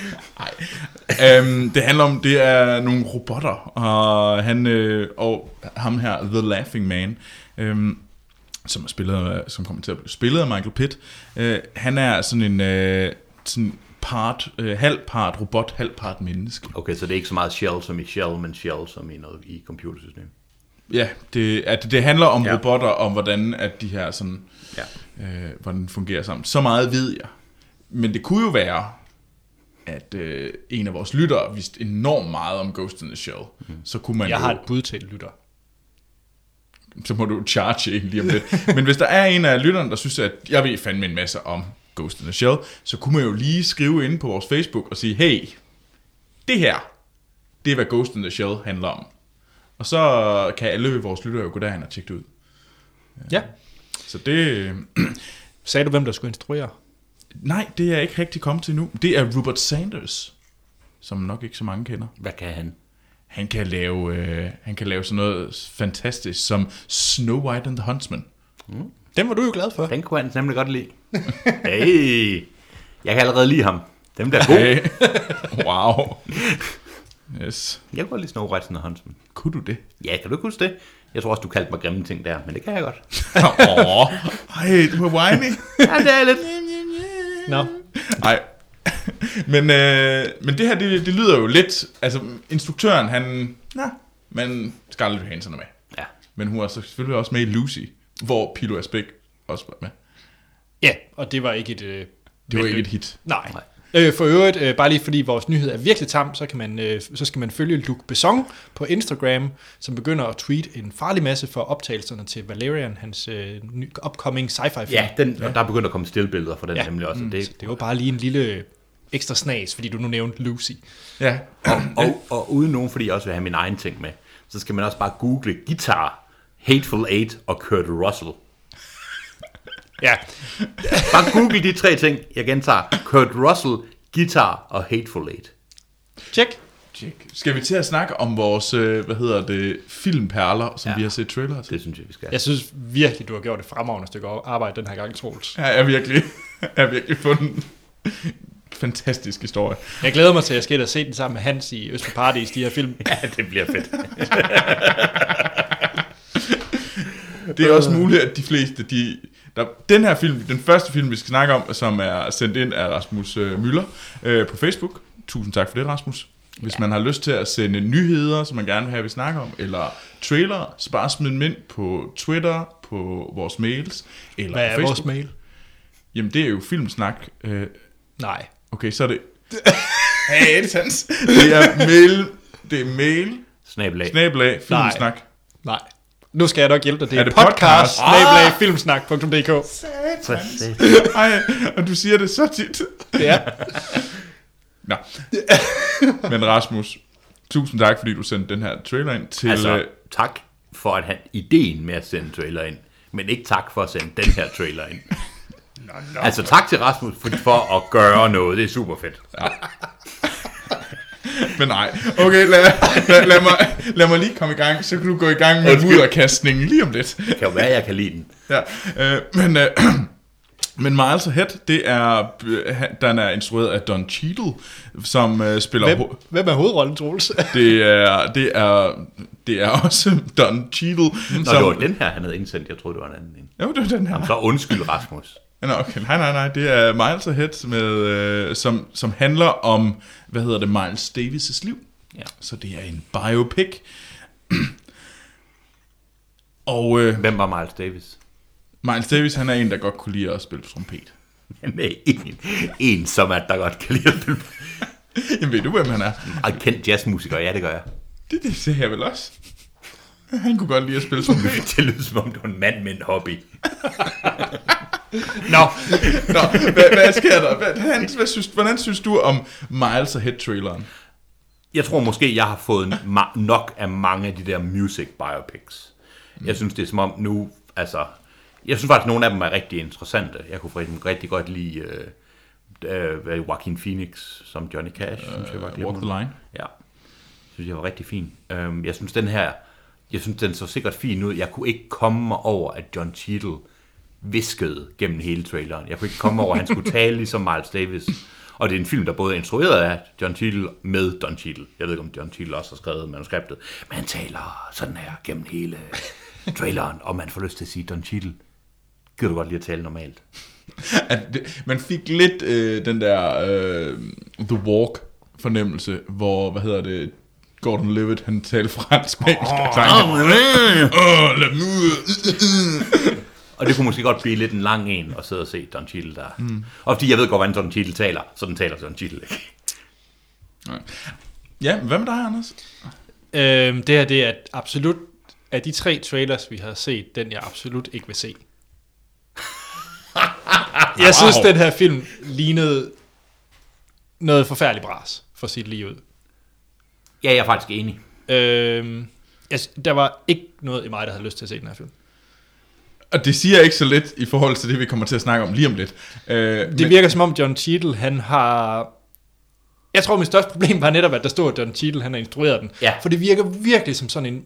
S2: Nej. Um, det handler om, det er nogle robotter, og, han, øh, og ham her, The Laughing Man, øhm, som, er spillet, af- som kommer til at blive spillet af Michael Pitt, øh, han er sådan en øh, sådan part, øh, halv part robot, halv part menneske.
S3: Okay, så det er ikke så meget Shell som i Shell, men Shell som i noget i computersystem.
S2: Ja, det, at det handler om ja.
S3: Ja.
S2: robotter, om hvordan at de her sådan,
S3: Ja.
S2: øh, hvordan det fungerer sammen. Så meget ved jeg. Men det kunne jo være, at øh, en af vores lyttere vidste enormt meget om Ghost in the Shell. Mm. Så kunne man
S1: Jeg
S2: jo,
S1: har et bud til lytter.
S2: så må du charge en lige om lidt. Men hvis der er en af lytterne, der synes, at jeg ved fandme en masse om Ghost in the Shell, så kunne man jo lige skrive ind på vores Facebook og sige, hey, det her, det er hvad Ghost in the Shell handler om. Og så kan alle vores lyttere jo gå derhen og tjekke det ud.
S1: Ja.
S2: Så det...
S1: Sagde du, hvem der skulle instruere?
S2: Nej, det er jeg ikke rigtig kommet til nu. Det er Robert Sanders, som nok ikke så mange kender.
S3: Hvad kan han?
S2: Han kan lave, øh, han kan lave sådan noget fantastisk som Snow White and the Huntsman.
S1: Den var du jo glad for.
S3: Den kunne han nemlig godt lide. hey, jeg kan allerede lide ham. Dem der er gode.
S2: Hey. wow. Yes.
S3: Jeg kunne godt lide Snow White and the Huntsman.
S2: Kunne du det?
S3: Ja, kan du ikke huske det? Jeg tror også, du kaldte mig grimme ting der, men det kan jeg godt.
S2: Åh, Ej, du er whiny.
S3: Ja, det er lidt...
S1: Nå.
S2: Nej. Men, øh, men det her, det, det lyder jo lidt... Altså, instruktøren, han... Ja. Men Scarlett Johansson er med.
S3: Ja,
S2: Men hun er så selvfølgelig også med i Lucy, hvor Pilo Asbæk også var med.
S1: Ja, og det var ikke et... Øh,
S2: Det var ikke et hit.
S1: Nej.
S3: Nej.
S1: Øh, for øvrigt, øh, bare lige fordi vores nyhed er virkelig tam, så, kan man, øh, så skal man følge Luc Besson på Instagram, som begynder at tweete en farlig masse for optagelserne til Valerian, hans øh, ny, upcoming sci-fi film.
S3: ja, den, og der er begyndt at komme stillbilleder fra den ja.
S1: Ja.
S3: nemlig også. Det,
S1: Så det var bare lige en lille øh, ekstra snas, fordi du nu nævnte Lucy.
S2: Ja.
S3: Mm. og, og uden nogen, fordi jeg også vil have min egen ting med, så skal man også bare google guitar, Hateful Eight og Kurt Russell.
S1: Ja,
S3: Bare google de tre ting. Jeg gentager. Kurt Russell, guitar og Hateful Eight.
S1: tjek.
S2: Tjek. Skal vi til at snakke om vores, øh, hvad hedder det, filmperler, som ja.
S3: Ja.
S2: vi har set trailer til?
S3: Det synes jeg, vi skal.
S1: Jeg synes virkelig, du har gjort et fremragende stykke arbejde den her gang, Troels.
S2: Ja, jeg har virkelig, jeg har virkelig fundet en fantastisk historie.
S1: Jeg glæder mig til, at jeg skal ind og se den sammen med Hans i Øst for Paradis, de her film.
S3: Ja, det bliver fedt.
S2: Det er også muligt, at de fleste, de, Der, den her film, den første film, vi skal snakke om, som er sendt ind af Rasmus øh, Møller øh, på Facebook. Tusind tak for det, Rasmus. Hvis man har lyst til at sende nyheder, som man gerne vil have, vi snakker om, eller trailer, så bare smid dem ind på Twitter, på vores mails, eller
S1: Hvad er
S2: på Facebook.
S1: vores mail?
S2: Jamen, det er jo filmsnak. Øh,
S1: Nej.
S2: okay, så er det... hey, det er sandt. Det er mail... Det er mail...
S3: Snabelag.
S2: Snabelag, filmsnak.
S1: Nej. Nu skal jeg nok hjælpe dig. Det er,
S2: Er
S1: er
S2: det
S1: podcast, Ah! podcast?
S2: podcast?
S1: filmsnak.dk.
S2: Ej, og du siger det så tit.
S1: Det er
S2: Nå. Men Rasmus, tusind tak, fordi du sendte den her trailer ind til...
S3: Altså,
S2: øh,
S3: tak for at have ideen med at sende trailer ind, men ikke tak for at sende den her trailer ind.
S2: Nå, nå.
S3: Altså tak til Rasmus for, for at gøre noget, det er super fedt.
S2: Men nej. Okay, lad, lad, lad, mig, lad mig lige komme i gang, så kan du gå i gang med
S3: Undskyld.
S2: mudderkastningen lige om lidt.
S3: Det kan jo være, jeg kan lide den.
S2: Ja, øh, men, øh, men Miles Ahead, det er, øh, han- den er instrueret af Don Cheadle, som øh, spiller...
S1: hvem,
S2: ho-
S1: hvem er hovedrollen, Troels?
S2: Det er, det er, det er også Don Cheadle, Nå,
S3: Nå, det var den her, han havde indsendt, jeg troede, det var en anden en.
S2: Jo, det var den her.
S3: Jamen, så undskyld Rasmus.
S2: Nå, okay. Nej, nej, nej. Det er Miles Ahead, med, øh, som, som handler om, hvad hedder det, Miles Davis' liv.
S3: Ja.
S2: Så det er en biopic. Og øh,
S3: Hvem var Miles Davis?
S2: Miles Davis, han er en, der godt kunne lide at spille trompet.
S3: Han er en, en som er, der godt kan lide at spille.
S2: Jamen, ved du, hvem han er?
S3: Og kendt jazzmusiker, ja det gør jeg.
S2: Det, det ser jeg vel også. Han kunne godt lide at spille trompet.
S3: Det lyder som om, du er en mand med en hobby.
S1: Nå,
S2: Nå, hvad, hvad sker der? Hvad, han, hvad synes, hvordan synes du om Miles Ahead-traileren?
S3: Jeg tror måske, jeg har fået ma- nok af mange af de der music biopics. Jeg synes, det er som om nu, altså... Jeg synes faktisk, at nogle af dem er rigtig interessante. Jeg kunne for eksempel rigtig godt lide øh, øh, hvad er det, Joaquin Phoenix som Johnny Cash. Øh, synes jeg var
S2: Walk
S3: glimrende.
S2: the Line.
S3: Ja, synes jeg var rigtig fin. Øhm, jeg synes, den her, jeg synes, den så sikkert fin ud. Jeg kunne ikke komme mig over, at John Cheadle viskede gennem hele traileren. Jeg kunne ikke komme over, at han skulle tale ligesom Miles Davis. Og det er en film, der både er instrueret af John Cheadle med Don Cheadle. Jeg ved ikke, om John Cheadle også har skrevet manuskriptet. Men han taler sådan her gennem hele traileren, og man får lyst til at sige, Don Cheadle, gider du godt lige at tale normalt?
S2: at det, man fik lidt øh, den der øh, The Walk fornemmelse, hvor, hvad hedder det, Gordon Levitt, han talte fransk med oh, oh, lad dem ud.
S3: Og det kunne måske godt blive lidt en lang en at sidde og se Don Cheadle der. Mm. Og fordi jeg ved godt, hvordan Don Cheadle taler, så den taler Don Cheadle ikke.
S2: ja, hvad med dig, Anders?
S1: øhm, det her det er absolut af de tre trailers, vi har set, den jeg absolut ikke vil se. Jeg synes,
S2: Wow.
S1: den her film lignede noget forfærdeligt bras for sit liv.
S3: Ja, jeg er faktisk enig.
S1: Øhm, altså, der var ikke noget i mig, der havde lyst til at se den her film.
S2: Og det siger ikke så lidt i forhold til det, vi kommer til at snakke om lige om lidt. Øh,
S1: Det virker som om John Cheadle, han har... Jeg tror, mit største problem var netop, at der stod, at John Cheadle, han har instrueret den.
S3: Ja.
S1: For det virker virkelig som sådan en...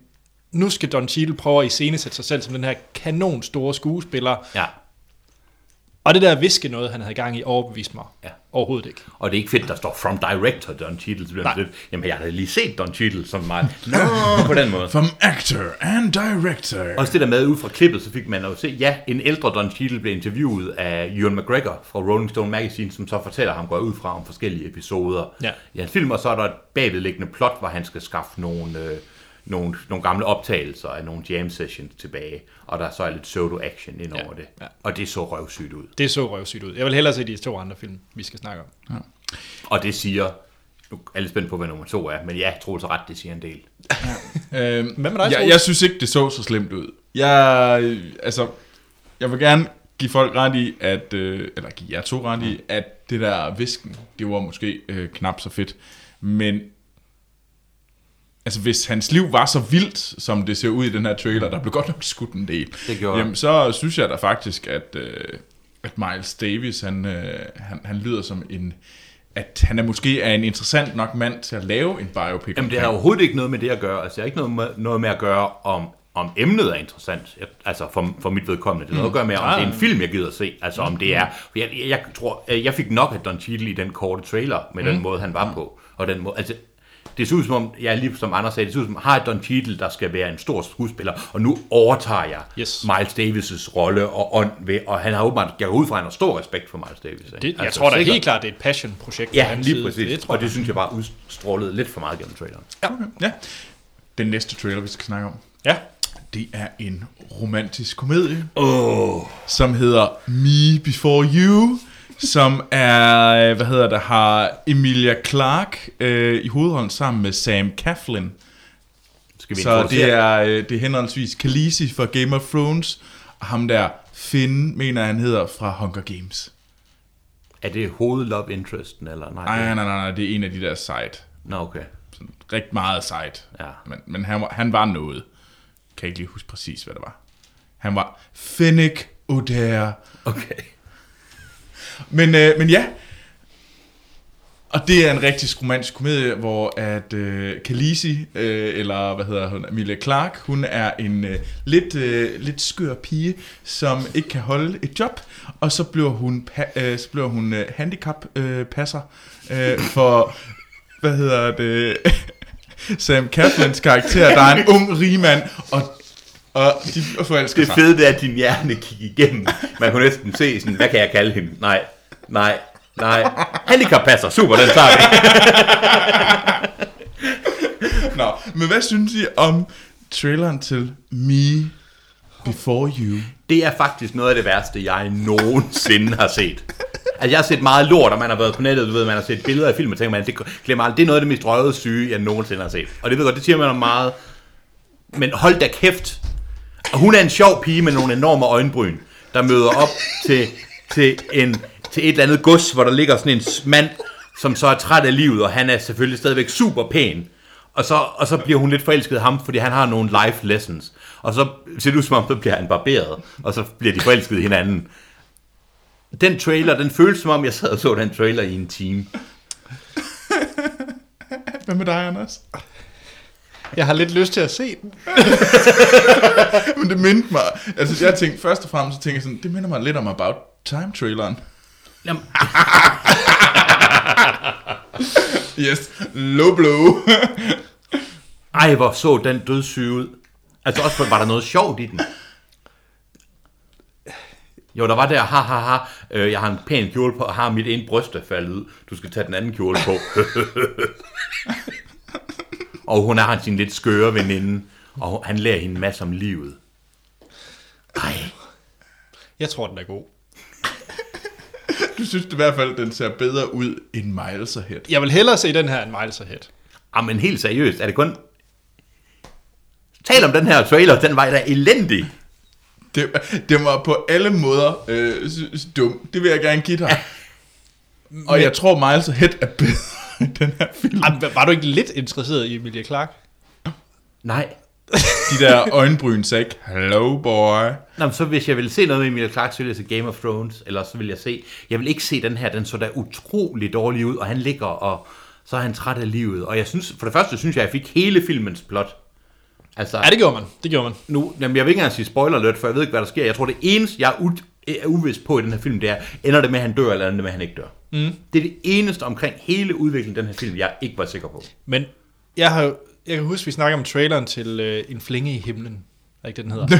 S1: Nu skal Don Cheadle prøve at iscenesætte sig selv som den her kanon store skuespiller.
S3: Ja.
S1: Og det der viske noget, han havde gang i, overbeviste mig
S3: Ja.
S1: overhovedet ikke.
S3: Og det er ikke fedt, der står from director Don Cheadle. Så bliver man
S1: Nej.
S3: lidt, jamen, jeg har da lige set Don Cheadle som mig. Nå, på den måde.
S2: From actor and director.
S3: Også det der med, ud fra klippet, så fik man jo se, ja, en ældre Don Cheadle blev interviewet af Ewan McGregor fra Rolling Stone Magazine, som så fortæller ham, går jeg ud fra, om forskellige episoder
S1: Ja.
S3: i hans film, og så er der et bagvedliggende plot, hvor han skal skaffe nogle, øh, nogle, nogle gamle optagelser af nogle jam sessions tilbage, og der så er lidt pseudo-action ind
S1: Ja,
S3: over det.
S1: ja.
S3: Og det så røvsygt ud.
S1: Det så røvsygt ud. Jeg vil hellere se de to andre film, vi skal snakke om.
S3: Og det siger, nu er jeg lidt spændt på, hvad nummer to er, men ja, Troels har ret, det siger en del.
S2: Øh,
S1: Hvad med dig,
S2: jeg,
S1: Troels?
S2: jeg synes ikke, det så så slemt ud. Jeg, altså, jeg vil gerne give folk ret i, at, øh, eller give jer to ret i, at det der visken, det var måske øh, knap så fedt. Men altså, hvis hans liv var så vildt, som det ser ud i den her trailer, der blev godt nok skudt en del,
S3: Det gjorde
S2: jamen, så synes jeg da faktisk, at, øh, at Miles Davis, han, øh, han, han lyder som en at han er måske er en interessant nok mand til at lave en biopic.
S3: Jamen, det
S2: omkring.
S3: har overhovedet ikke noget med det at gøre. Altså, det har ikke noget med, noget med at gøre, om, om emnet er interessant. Jeg, altså, for, for mit vedkommende. Det har noget
S1: Mm.
S3: at gøre med, om det er en film, jeg gider at se. Altså, om det er... for Jeg,
S1: Mm.
S3: jeg, jeg tror, øh, jeg fik nok af Don Cheadle i den korte trailer, med den måde, han var på. Og den måde... Altså, det ser ud som om, ja, lige som Anders sagde, det ser ud som, har Don Cheadle, der skal være en stor skuespiller, og nu overtager jeg
S1: Yes.
S3: Miles Davis' rolle og ånd ved, og han har åbenbart, jeg går ud fra, at han har stor respekt for Miles Davis. ikke?
S1: Det, jeg altså, tror da
S3: sikkert.
S1: helt klart, det er et passion-projekt. fra
S3: Ja,
S1: hans
S3: lige
S1: side.
S3: præcis.
S1: Det
S3: Det,
S1: tror
S3: og
S1: jeg.
S3: det synes jeg bare udstrålede lidt for meget gennem traileren.
S2: Ja. Den næste trailer, vi skal snakke om,
S1: Ja.
S2: det er en romantisk komedie,
S3: Åh, oh,
S2: som hedder Me Before You, som er, øh, hvad hedder det, har Emilia Clarke øh, i hovedrollen sammen med Sam Coughlin.
S3: skal vi
S2: Så det
S3: er...
S2: er, øh, det er henholdsvis Khaleesi fra Game of Thrones, og ham der Finn, mener jeg, han hedder, fra Hunger Games.
S3: Er det hovedlove interesten, eller nej?
S2: Nej, nej, nej, nej, det er en af de der sejt.
S3: Nå, okay.
S2: Sådan Rigtig meget sejt.
S3: Ja.
S2: Men, men han, var, han var noget. Kan ikke lige huske præcis, hvad det var. Han var Fennec O'Dare.
S3: Okay.
S2: Men, øh, men ja. Og det er en rigtig romantisk komedie, hvor at øh, Khaleesi, øh, eller hvad hedder hun, Emilia Clarke, hun er en øh, lidt, øh, lidt skør pige, som ikke kan holde et job, og så bliver hun, pa- øh, så bliver hun øh, handicappasser øh, passer, øh, for, hvad hedder det, Sam Caplans karakter, der er en ung rigmand, og, og de forelsker
S3: Det
S2: sig.
S3: fede det er, at din hjerne gik igennem. Man kunne næsten se sådan, hvad kan jeg kalde hende? Nej, nej, nej. Handicap passer. Super, den tager vi.
S2: Nå, men hvad synes I om traileren til Me Before You?
S3: Det er faktisk noget af det værste, jeg nogensinde har set. Altså, jeg har set meget lort, og man har været på nettet, du ved, man har set billeder af film, og tænker man, det glemmer aldrig. Det er noget af det mest røvede syge, jeg nogensinde har set. Og det ved jeg godt, det siger man om meget. Men hold da kæft. Og hun er en sjov pige med nogle enorme øjenbryn, der møder op til, til, en, til et eller andet gods, hvor der ligger sådan en mand, som så er træt af livet, og han er selvfølgelig stadigvæk super pæn. Og så, og så bliver hun lidt forelsket af ham, fordi han har nogle life lessons. Og så ser det ud som om, så bliver han barberet, og så bliver de forelsket i hinanden. Den trailer, den føles som om, jeg sad og så den trailer i en time.
S2: Hvad med dig, Anders?
S1: Jeg har lidt lyst til at se den.
S2: Men det mindte mig. Altså, jeg tænkte først og fremmest, så tænkte jeg sådan, det minder mig lidt om About Time-traileren.
S3: Jamen,
S2: Yes, low blow.
S3: ej, hvor så den dødssyge ud. Altså også, var der noget sjovt i den? Jo, der var der, ha ha ha, øh, jeg har en pæn kjole på, og har mit ene bryst er faldet ud. Du skal tage den anden kjole på. og hun har sin lidt skøre veninde, og han lærer hende en masse om livet. Ej,
S1: Jeg tror, den er god.
S2: du synes i hvert fald, den ser bedre ud end Miles Ahead.
S1: Jeg vil hellere se den her end Miles Ahead.
S3: ah, men helt seriøst, er det kun... Tal om den her trailer, den var da elendig.
S2: Det, det var på alle måder øh, s- s- dum. Det vil jeg gerne give dig. Og jeg tror, Miles Ahead er bedre end den her film.
S1: Jamen, var du ikke lidt interesseret i Emilia Clarke?
S3: Nej,
S2: De der øjenbryn sagde ikke, hello boy.
S3: Nå, men så hvis jeg ville se noget med Emilia Clarke, så ville jeg se Game of Thrones, eller så vil jeg se... Jeg vil ikke se den her, den så da utrolig dårlig ud, og han ligger, og så er han træt af livet. Og jeg synes, for det første synes jeg, at jeg fik hele filmens plot. Altså,
S1: Ja, det gjorde man. Det gjorde man.
S3: nu, jamen, jeg vil ikke engang sige spoiler alert, for jeg ved ikke, hvad der sker. Jeg tror, det eneste, jeg er, u- er uvidst på i den her film, det er, ender det med, at han dør, eller ender det med, at han ikke dør. Mm. Det er det eneste omkring hele udviklingen i den her film, jeg ikke var sikker på.
S1: Men jeg, har, jo- jeg kan huske, vi snakker om traileren til øh, En flænge i himlen. Er ikke det, den hedder?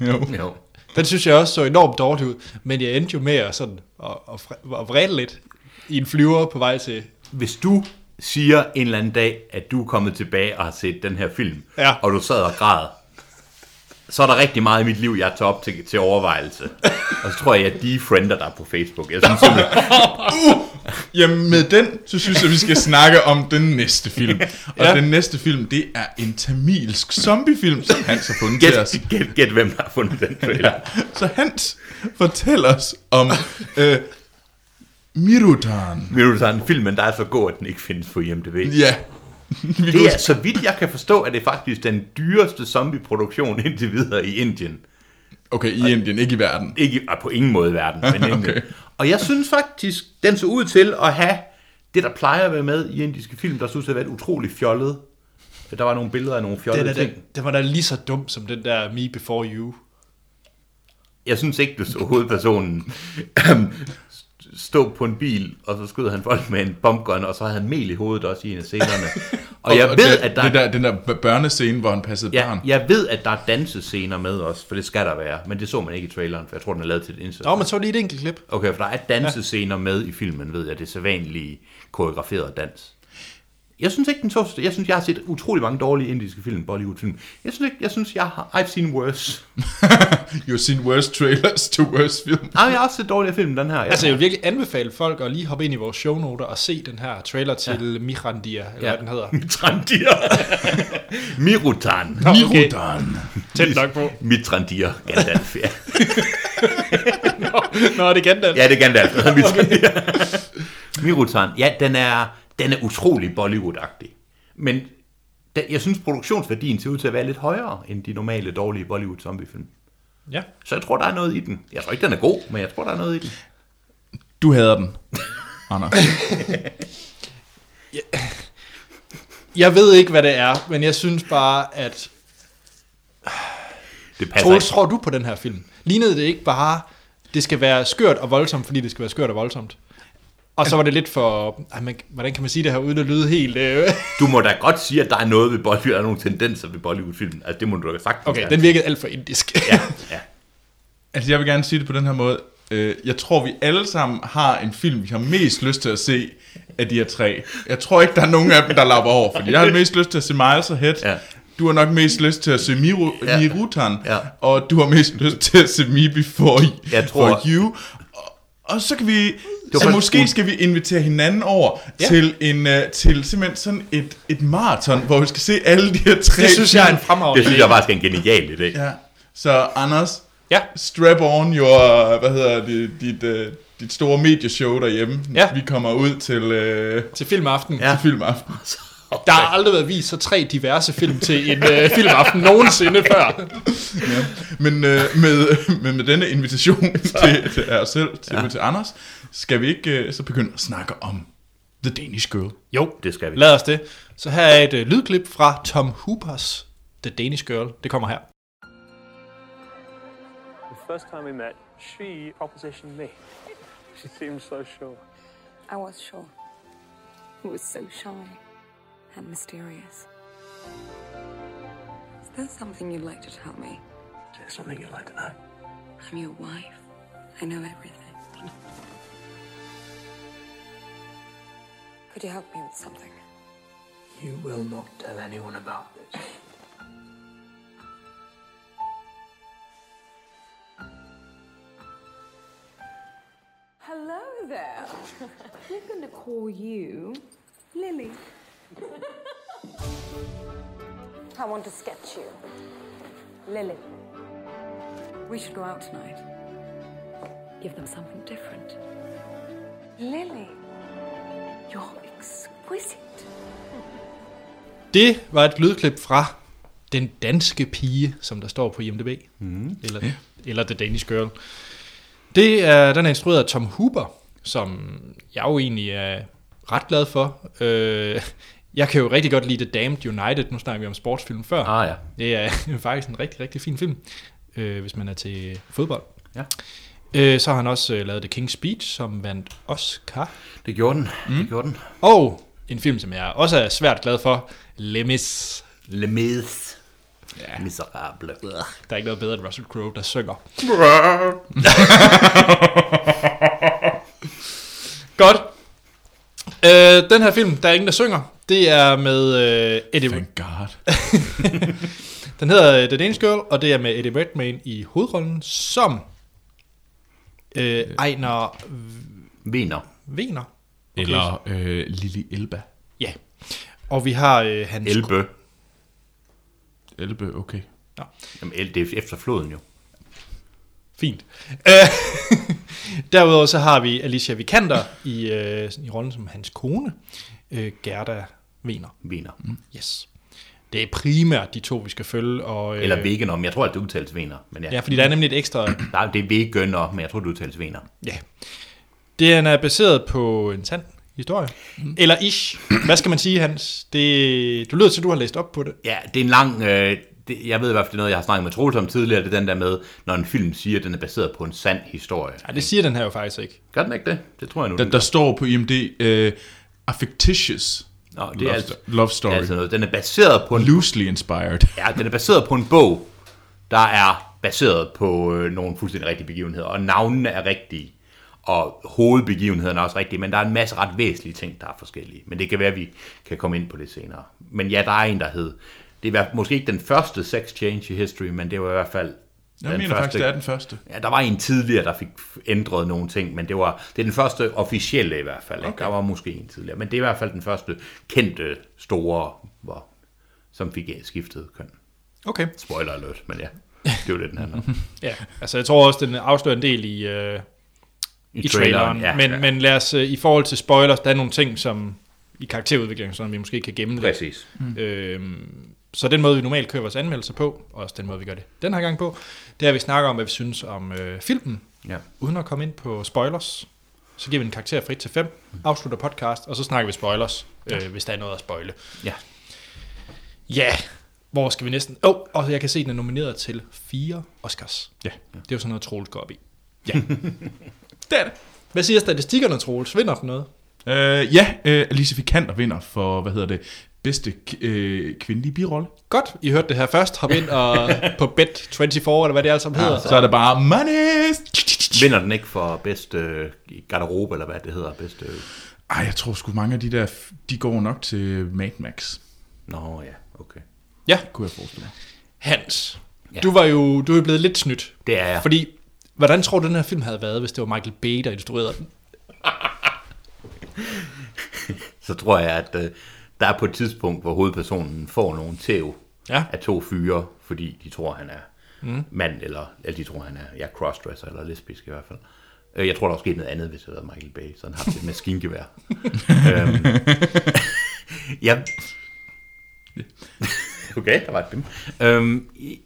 S2: Jo.
S3: Jo.
S1: Den synes jeg også så enormt dårlig ud, men jeg endte jo med at, sådan, at, at, fre- at vrede lidt i en flyver på vej til...
S3: hvis du siger en eller anden dag, at du er kommet tilbage og har set den her film,
S1: Ja.
S3: og du sad og græd, så er der rigtig meget i mit liv, jeg tager op til, til overvejelse. Og så tror jeg, jeg defriender dig på Facebook. Jeg synes simpelthen,
S2: Uh! Jamen med den, så synes jeg, vi skal snakke om den næste film. Og
S1: Ja.
S2: ja. den næste film, det er en tamilsk zombiefilm, som Hans har fundet til os.
S3: gæt, gæt, gæt, hvem der har fundet den trailer.
S2: Så Hans, fortæl os om øh, Mirutan.
S3: Vil du så en filmen, der er så god, at den ikke findes på IMDb?
S2: Ja. Vi
S3: Det
S2: kunne-
S3: er, så vidt jeg kan forstå, at det faktisk den dyreste zombieproduktion indtil videre i Indien.
S2: Okay, i Indien, ikke i verden.
S3: Ikke ah, på ingen måde i verden, men
S2: Okay.
S3: okay. Og jeg synes faktisk, den så ud til at have det, der plejer at være med i indiske film, der synes jeg har været utrolig fjollet. Der var nogle billeder af nogle
S1: Den,
S3: fjollede
S1: er,
S3: ting.
S1: den, den var da lige så dum som den der Me Before You.
S3: Jeg synes ikke, du så hovedpersonen stå på en bil, og så skød han folk med en bombgun, og så havde han mel i hovedet også i en af scenerne. Og jeg ved,
S2: det,
S3: at der,
S2: Det der, den der børnescene, hvor han passede
S3: ja,
S2: barn.
S3: jeg ved, at der er dansescener med os, for det skal der være, men det så man ikke i traileren, for jeg tror, den er lavet til et insert.
S1: Nå, man så lige et enkelt klip.
S3: Okay, for der er dansescener med i filmen, ved jeg. Det er sædvanlige koreograferet dans. Jeg synes ikke, den så... Jeg synes, jeg har set utrolig mange dårlige indiske film, Bollywood-film. Jeg synes ikke, jeg synes, jeg har... I've seen worse.
S2: You've seen worst trailers to worst film.
S3: Nej, jeg har også set dårligere film, end den her. Jeg,
S1: Altså, jeg vil virkelig anbefale folk at lige hoppe ind i vores shownoter og se den her trailer til ja. Mihrandir, eller ja.
S3: Ja.
S1: hvad den hedder.
S3: Mitrandir. Mirutan.
S1: Nå, okay.
S2: Mirudan.
S1: Tæt nok på.
S3: Mitrandir. Gandalf, ja.
S1: Nå, det er Gandalf.
S3: Ja, det er Gandalf. der hedder Mitrandir. Mirutan. Ja, den er, den er utrolig Bollywood-agtig. Men den, jeg synes, produktionsværdien ser ud til at være lidt højere end de normale dårlige Bollywood-zombiefilm.
S1: Ja.
S3: Så jeg tror, der er noget i den. Jeg tror ikke, den er god, men jeg tror, der er noget i den.
S2: Du hader den. Anders.
S1: Jeg ved ikke, hvad det er, men jeg synes bare, at...
S3: Det passer
S1: Troels,
S3: ikke.
S1: tror du på den her film? Lignede det ikke bare, det skal være skørt og voldsomt, fordi det skal være skørt og voldsomt? Og så var det lidt for... Ej, man, hvordan kan man sige det her, uden at lyde helt... Øh?
S3: Du må da godt sige, at der er noget ved Bollywood, der er nogle tendenser ved Bollywood-filmen. Altså, det må du da sagtens
S1: Okay,
S3: gerne.
S1: den virkede alt for indisk.
S3: Ja, ja.
S2: Altså, jeg vil gerne sige det på den her måde. Øh, Jeg tror, vi alle sammen har en film, vi har mest lyst til at se af de her tre. Jeg tror ikke, der er nogen af dem, der lapper over, fordi jeg har mest lyst til at se Miles og Head.
S3: Ja.
S2: Du har nok mest lyst til at se Miru,
S3: Ja.
S2: Mirutan,
S3: Ja.
S2: og du har mest lyst til at se Me Before
S3: Jeg
S2: for
S3: tror-
S2: You. Og, og så kan vi...
S3: var
S2: Så
S3: faktisk-
S2: måske skal vi invitere hinanden over
S1: Ja.
S2: ja. til, en, øh, til simpelthen sådan et, et maraton, hvor vi skal se alle de her tre
S1: Det synes jeg er en
S2: film.
S1: fremragende
S3: Det synes jeg faktisk er en genial idé.
S2: Ja. Så Anders,
S1: Ja.
S2: strap on your, hvad hedder det, dit, uh, dit store medieshow derhjemme.
S1: Ja.
S2: Vi kommer ud til, uh,
S1: Til filmaften.
S2: ja. til filmaften.
S1: Der har aldrig været vist så tre diverse film til en øh, filmaften nogensinde før.
S2: Men uh, med, med, med denne invitation til, til jer selv, til, ja. til Anders, skal vi ikke uh, så begynde at snakke om The Danish Girl.
S1: Jo,
S3: Det skal vi.
S1: lad os det. Så her er et øh, lydklip fra Tom Hoopers The Danish Girl. Det kommer her.
S4: The first time we met, she propositioned me. She seemed so sure.
S5: I was sure. He was so shy and mysterious. Is there something you'd like to tell me?
S4: There's something you'd like to know.
S5: I'm your wife. I know everything. Could you help me with something?
S4: You will not tell anyone about this.
S5: Hello there. We're going to call you Lily. I want to sketch you. Lily. We should go out tonight. Give them something different. Lily, you're exquisite.
S1: Det var et lydklip fra Den Danske Pige, som der står på IMDb. Mm. Eller, eller The Danish Girl. Det er, den er instrueret af Tom Huber, som jeg jo egentlig er ret glad for. Øh, jeg kan jo rigtig godt lide The Damned United. Nu snakker vi om sportsfilm før.
S3: Ah, ja.
S1: Det er faktisk en rigtig, rigtig fin film, øh, hvis man er til fodbold.
S3: Ja.
S1: Øh, så har han også øh, lavet The King's Speech, som vandt Oscar.
S3: Det gjorde den.
S1: Mm.
S3: Det gjorde den.
S1: Og en film, som jeg også er svært glad for, Lemis.
S3: Le Mis. Ja. Miserable.
S1: Der er ikke noget bedre end Russell Crowe, der synger. Godt. Øh, den her film, der er ingen, der synger, det er med øh, Eddie...
S2: Thank God.
S1: Den hedder øh, The Danish Girl, og det er med Eddie Redmayne i hovedrollen som øh, Ejner
S3: Viner.
S1: Vener.
S2: Eller øh, Lili Elba.
S1: Ja. Og vi har øh, hans...
S3: Elbe.
S2: Elbe, okay.
S1: Nå,
S3: Jamen, el, det er efter floden jo.
S1: fint. Øh, Derudover så har vi Alicia Vikander i, øh, i rollen som hans kone, øh, Gerda Vener.
S3: Viner.
S1: Yes. Det er primært de to, vi skal følge. Og, øh,
S3: Eller veganer, men jeg tror, at det udtales vener. Men ja.
S1: Ja, fordi der er nemlig et ekstra...
S3: Nej, det er veganer, men jeg tror, det udtales vener.
S1: ja. Den er baseret på en sand historie. Eller ish. Hvad skal man sige, Hans? Det, du lyder til, at du har læst op på det.
S3: Ja, det er en lang... Øh, det, jeg ved i hvert fald, det er noget, jeg har snakket med Troels om tidligere, det er den der med, når en film siger, at den er baseret på en sand historie.
S1: Ja, det siger den her jo faktisk ikke.
S3: Gør den ikke det? Det tror jeg nu.
S2: Der, der står på IMD, øh, a fictitious
S3: Nå, det er
S2: love,
S3: altså-
S2: sto- love
S3: Det
S2: story.
S3: er altså noget. Den er baseret på en,
S2: Loosely inspired.
S3: ja, den er baseret på en bog, der er baseret på øh, nogle fuldstændig rigtige begivenheder, og navnene er rigtige, og hovedbegivenhederne er også rigtige, men der er en masse ret væsentlige ting, der er forskellige. Men det kan være, at vi kan komme ind på det senere. Men ja, der er en, der hed... Det var måske ikke den første sex change i history, men det var i hvert fald
S2: Jeg mener faktisk, det er den første.
S3: Ja, der var en tidligere, der fik ændret nogle ting, men det var det er den første officielle i hvert fald. Okay. Der var måske en tidligere, men det er i hvert fald den første kendte store, hvor, som fik skiftet køn.
S1: Okay.
S3: Spoiler alert, men ja, det var det, den handler om.
S1: Ja, altså jeg tror også, den afslører en del i, øh, i traileren.
S3: ja,
S1: men,
S3: ja.
S1: men lad os, øh, i forhold til spoilers, der er nogle ting, som i karakterudviklingen, som vi måske kan gemme lidt.
S3: Præcis.
S1: Øhm, så den måde, vi normalt kører vores anmeldelser på, og også den måde, vi gør det den her gang på, det er, at vi snakker om, hvad vi synes om øh, filmen,
S3: Ja.
S1: uden at komme ind på spoilers. Så giver vi en karakter frit til 5,
S2: Mm.
S1: afslutter podcast, og så snakker vi spoilers, øh, hvis der er noget at spoile.
S3: ja.
S1: Ja, hvor skal vi næsten... Åh, oh, og jeg kan se, den er nomineret til fire Oscars.
S2: Ja.
S1: Det er jo sådan noget, Troels går op i. Ja. det er det. Hvad siger statistikkerne, Troels? Vinder den noget?
S2: Øh, ja, øh, Alice Vikander vinder for, hvad hedder det, bedste k- øh, kvindelige birolle.
S1: Godt, I hørte det her først. Hop ind og på Bet24, eller hvad det er, som hedder.
S2: Så er det bare money.
S3: Vinder den ikke for bedste øh, garderobe, eller hvad det hedder? Bedste... Øh...
S2: Ej, jeg tror sgu mange af de der, f- de går nok til Mad Max,
S3: Nå ja, okay.
S1: Ja,
S2: kunne jeg forestille mig.
S1: Hans.
S3: Ja.
S1: Du var jo du er jo blevet lidt snydt.
S3: Det er jeg.
S1: Fordi, hvordan tror du, den her film havde været, hvis det var Michael Bay, der instruerede den?
S3: så tror jeg, at øh, der er på et tidspunkt, hvor hovedpersonen får nogle tæv
S1: Ja.
S3: af to fyre, fordi de tror, han er mm. mand, eller, eller de tror, han er ja, crossdresser, eller lesbisk i hvert fald. Øh, Jeg tror, der var sket noget andet, hvis det havde været Michael Bay, så han har haft et maskingevær. øhm. ja. Okay, der var et bim. Øhm, i-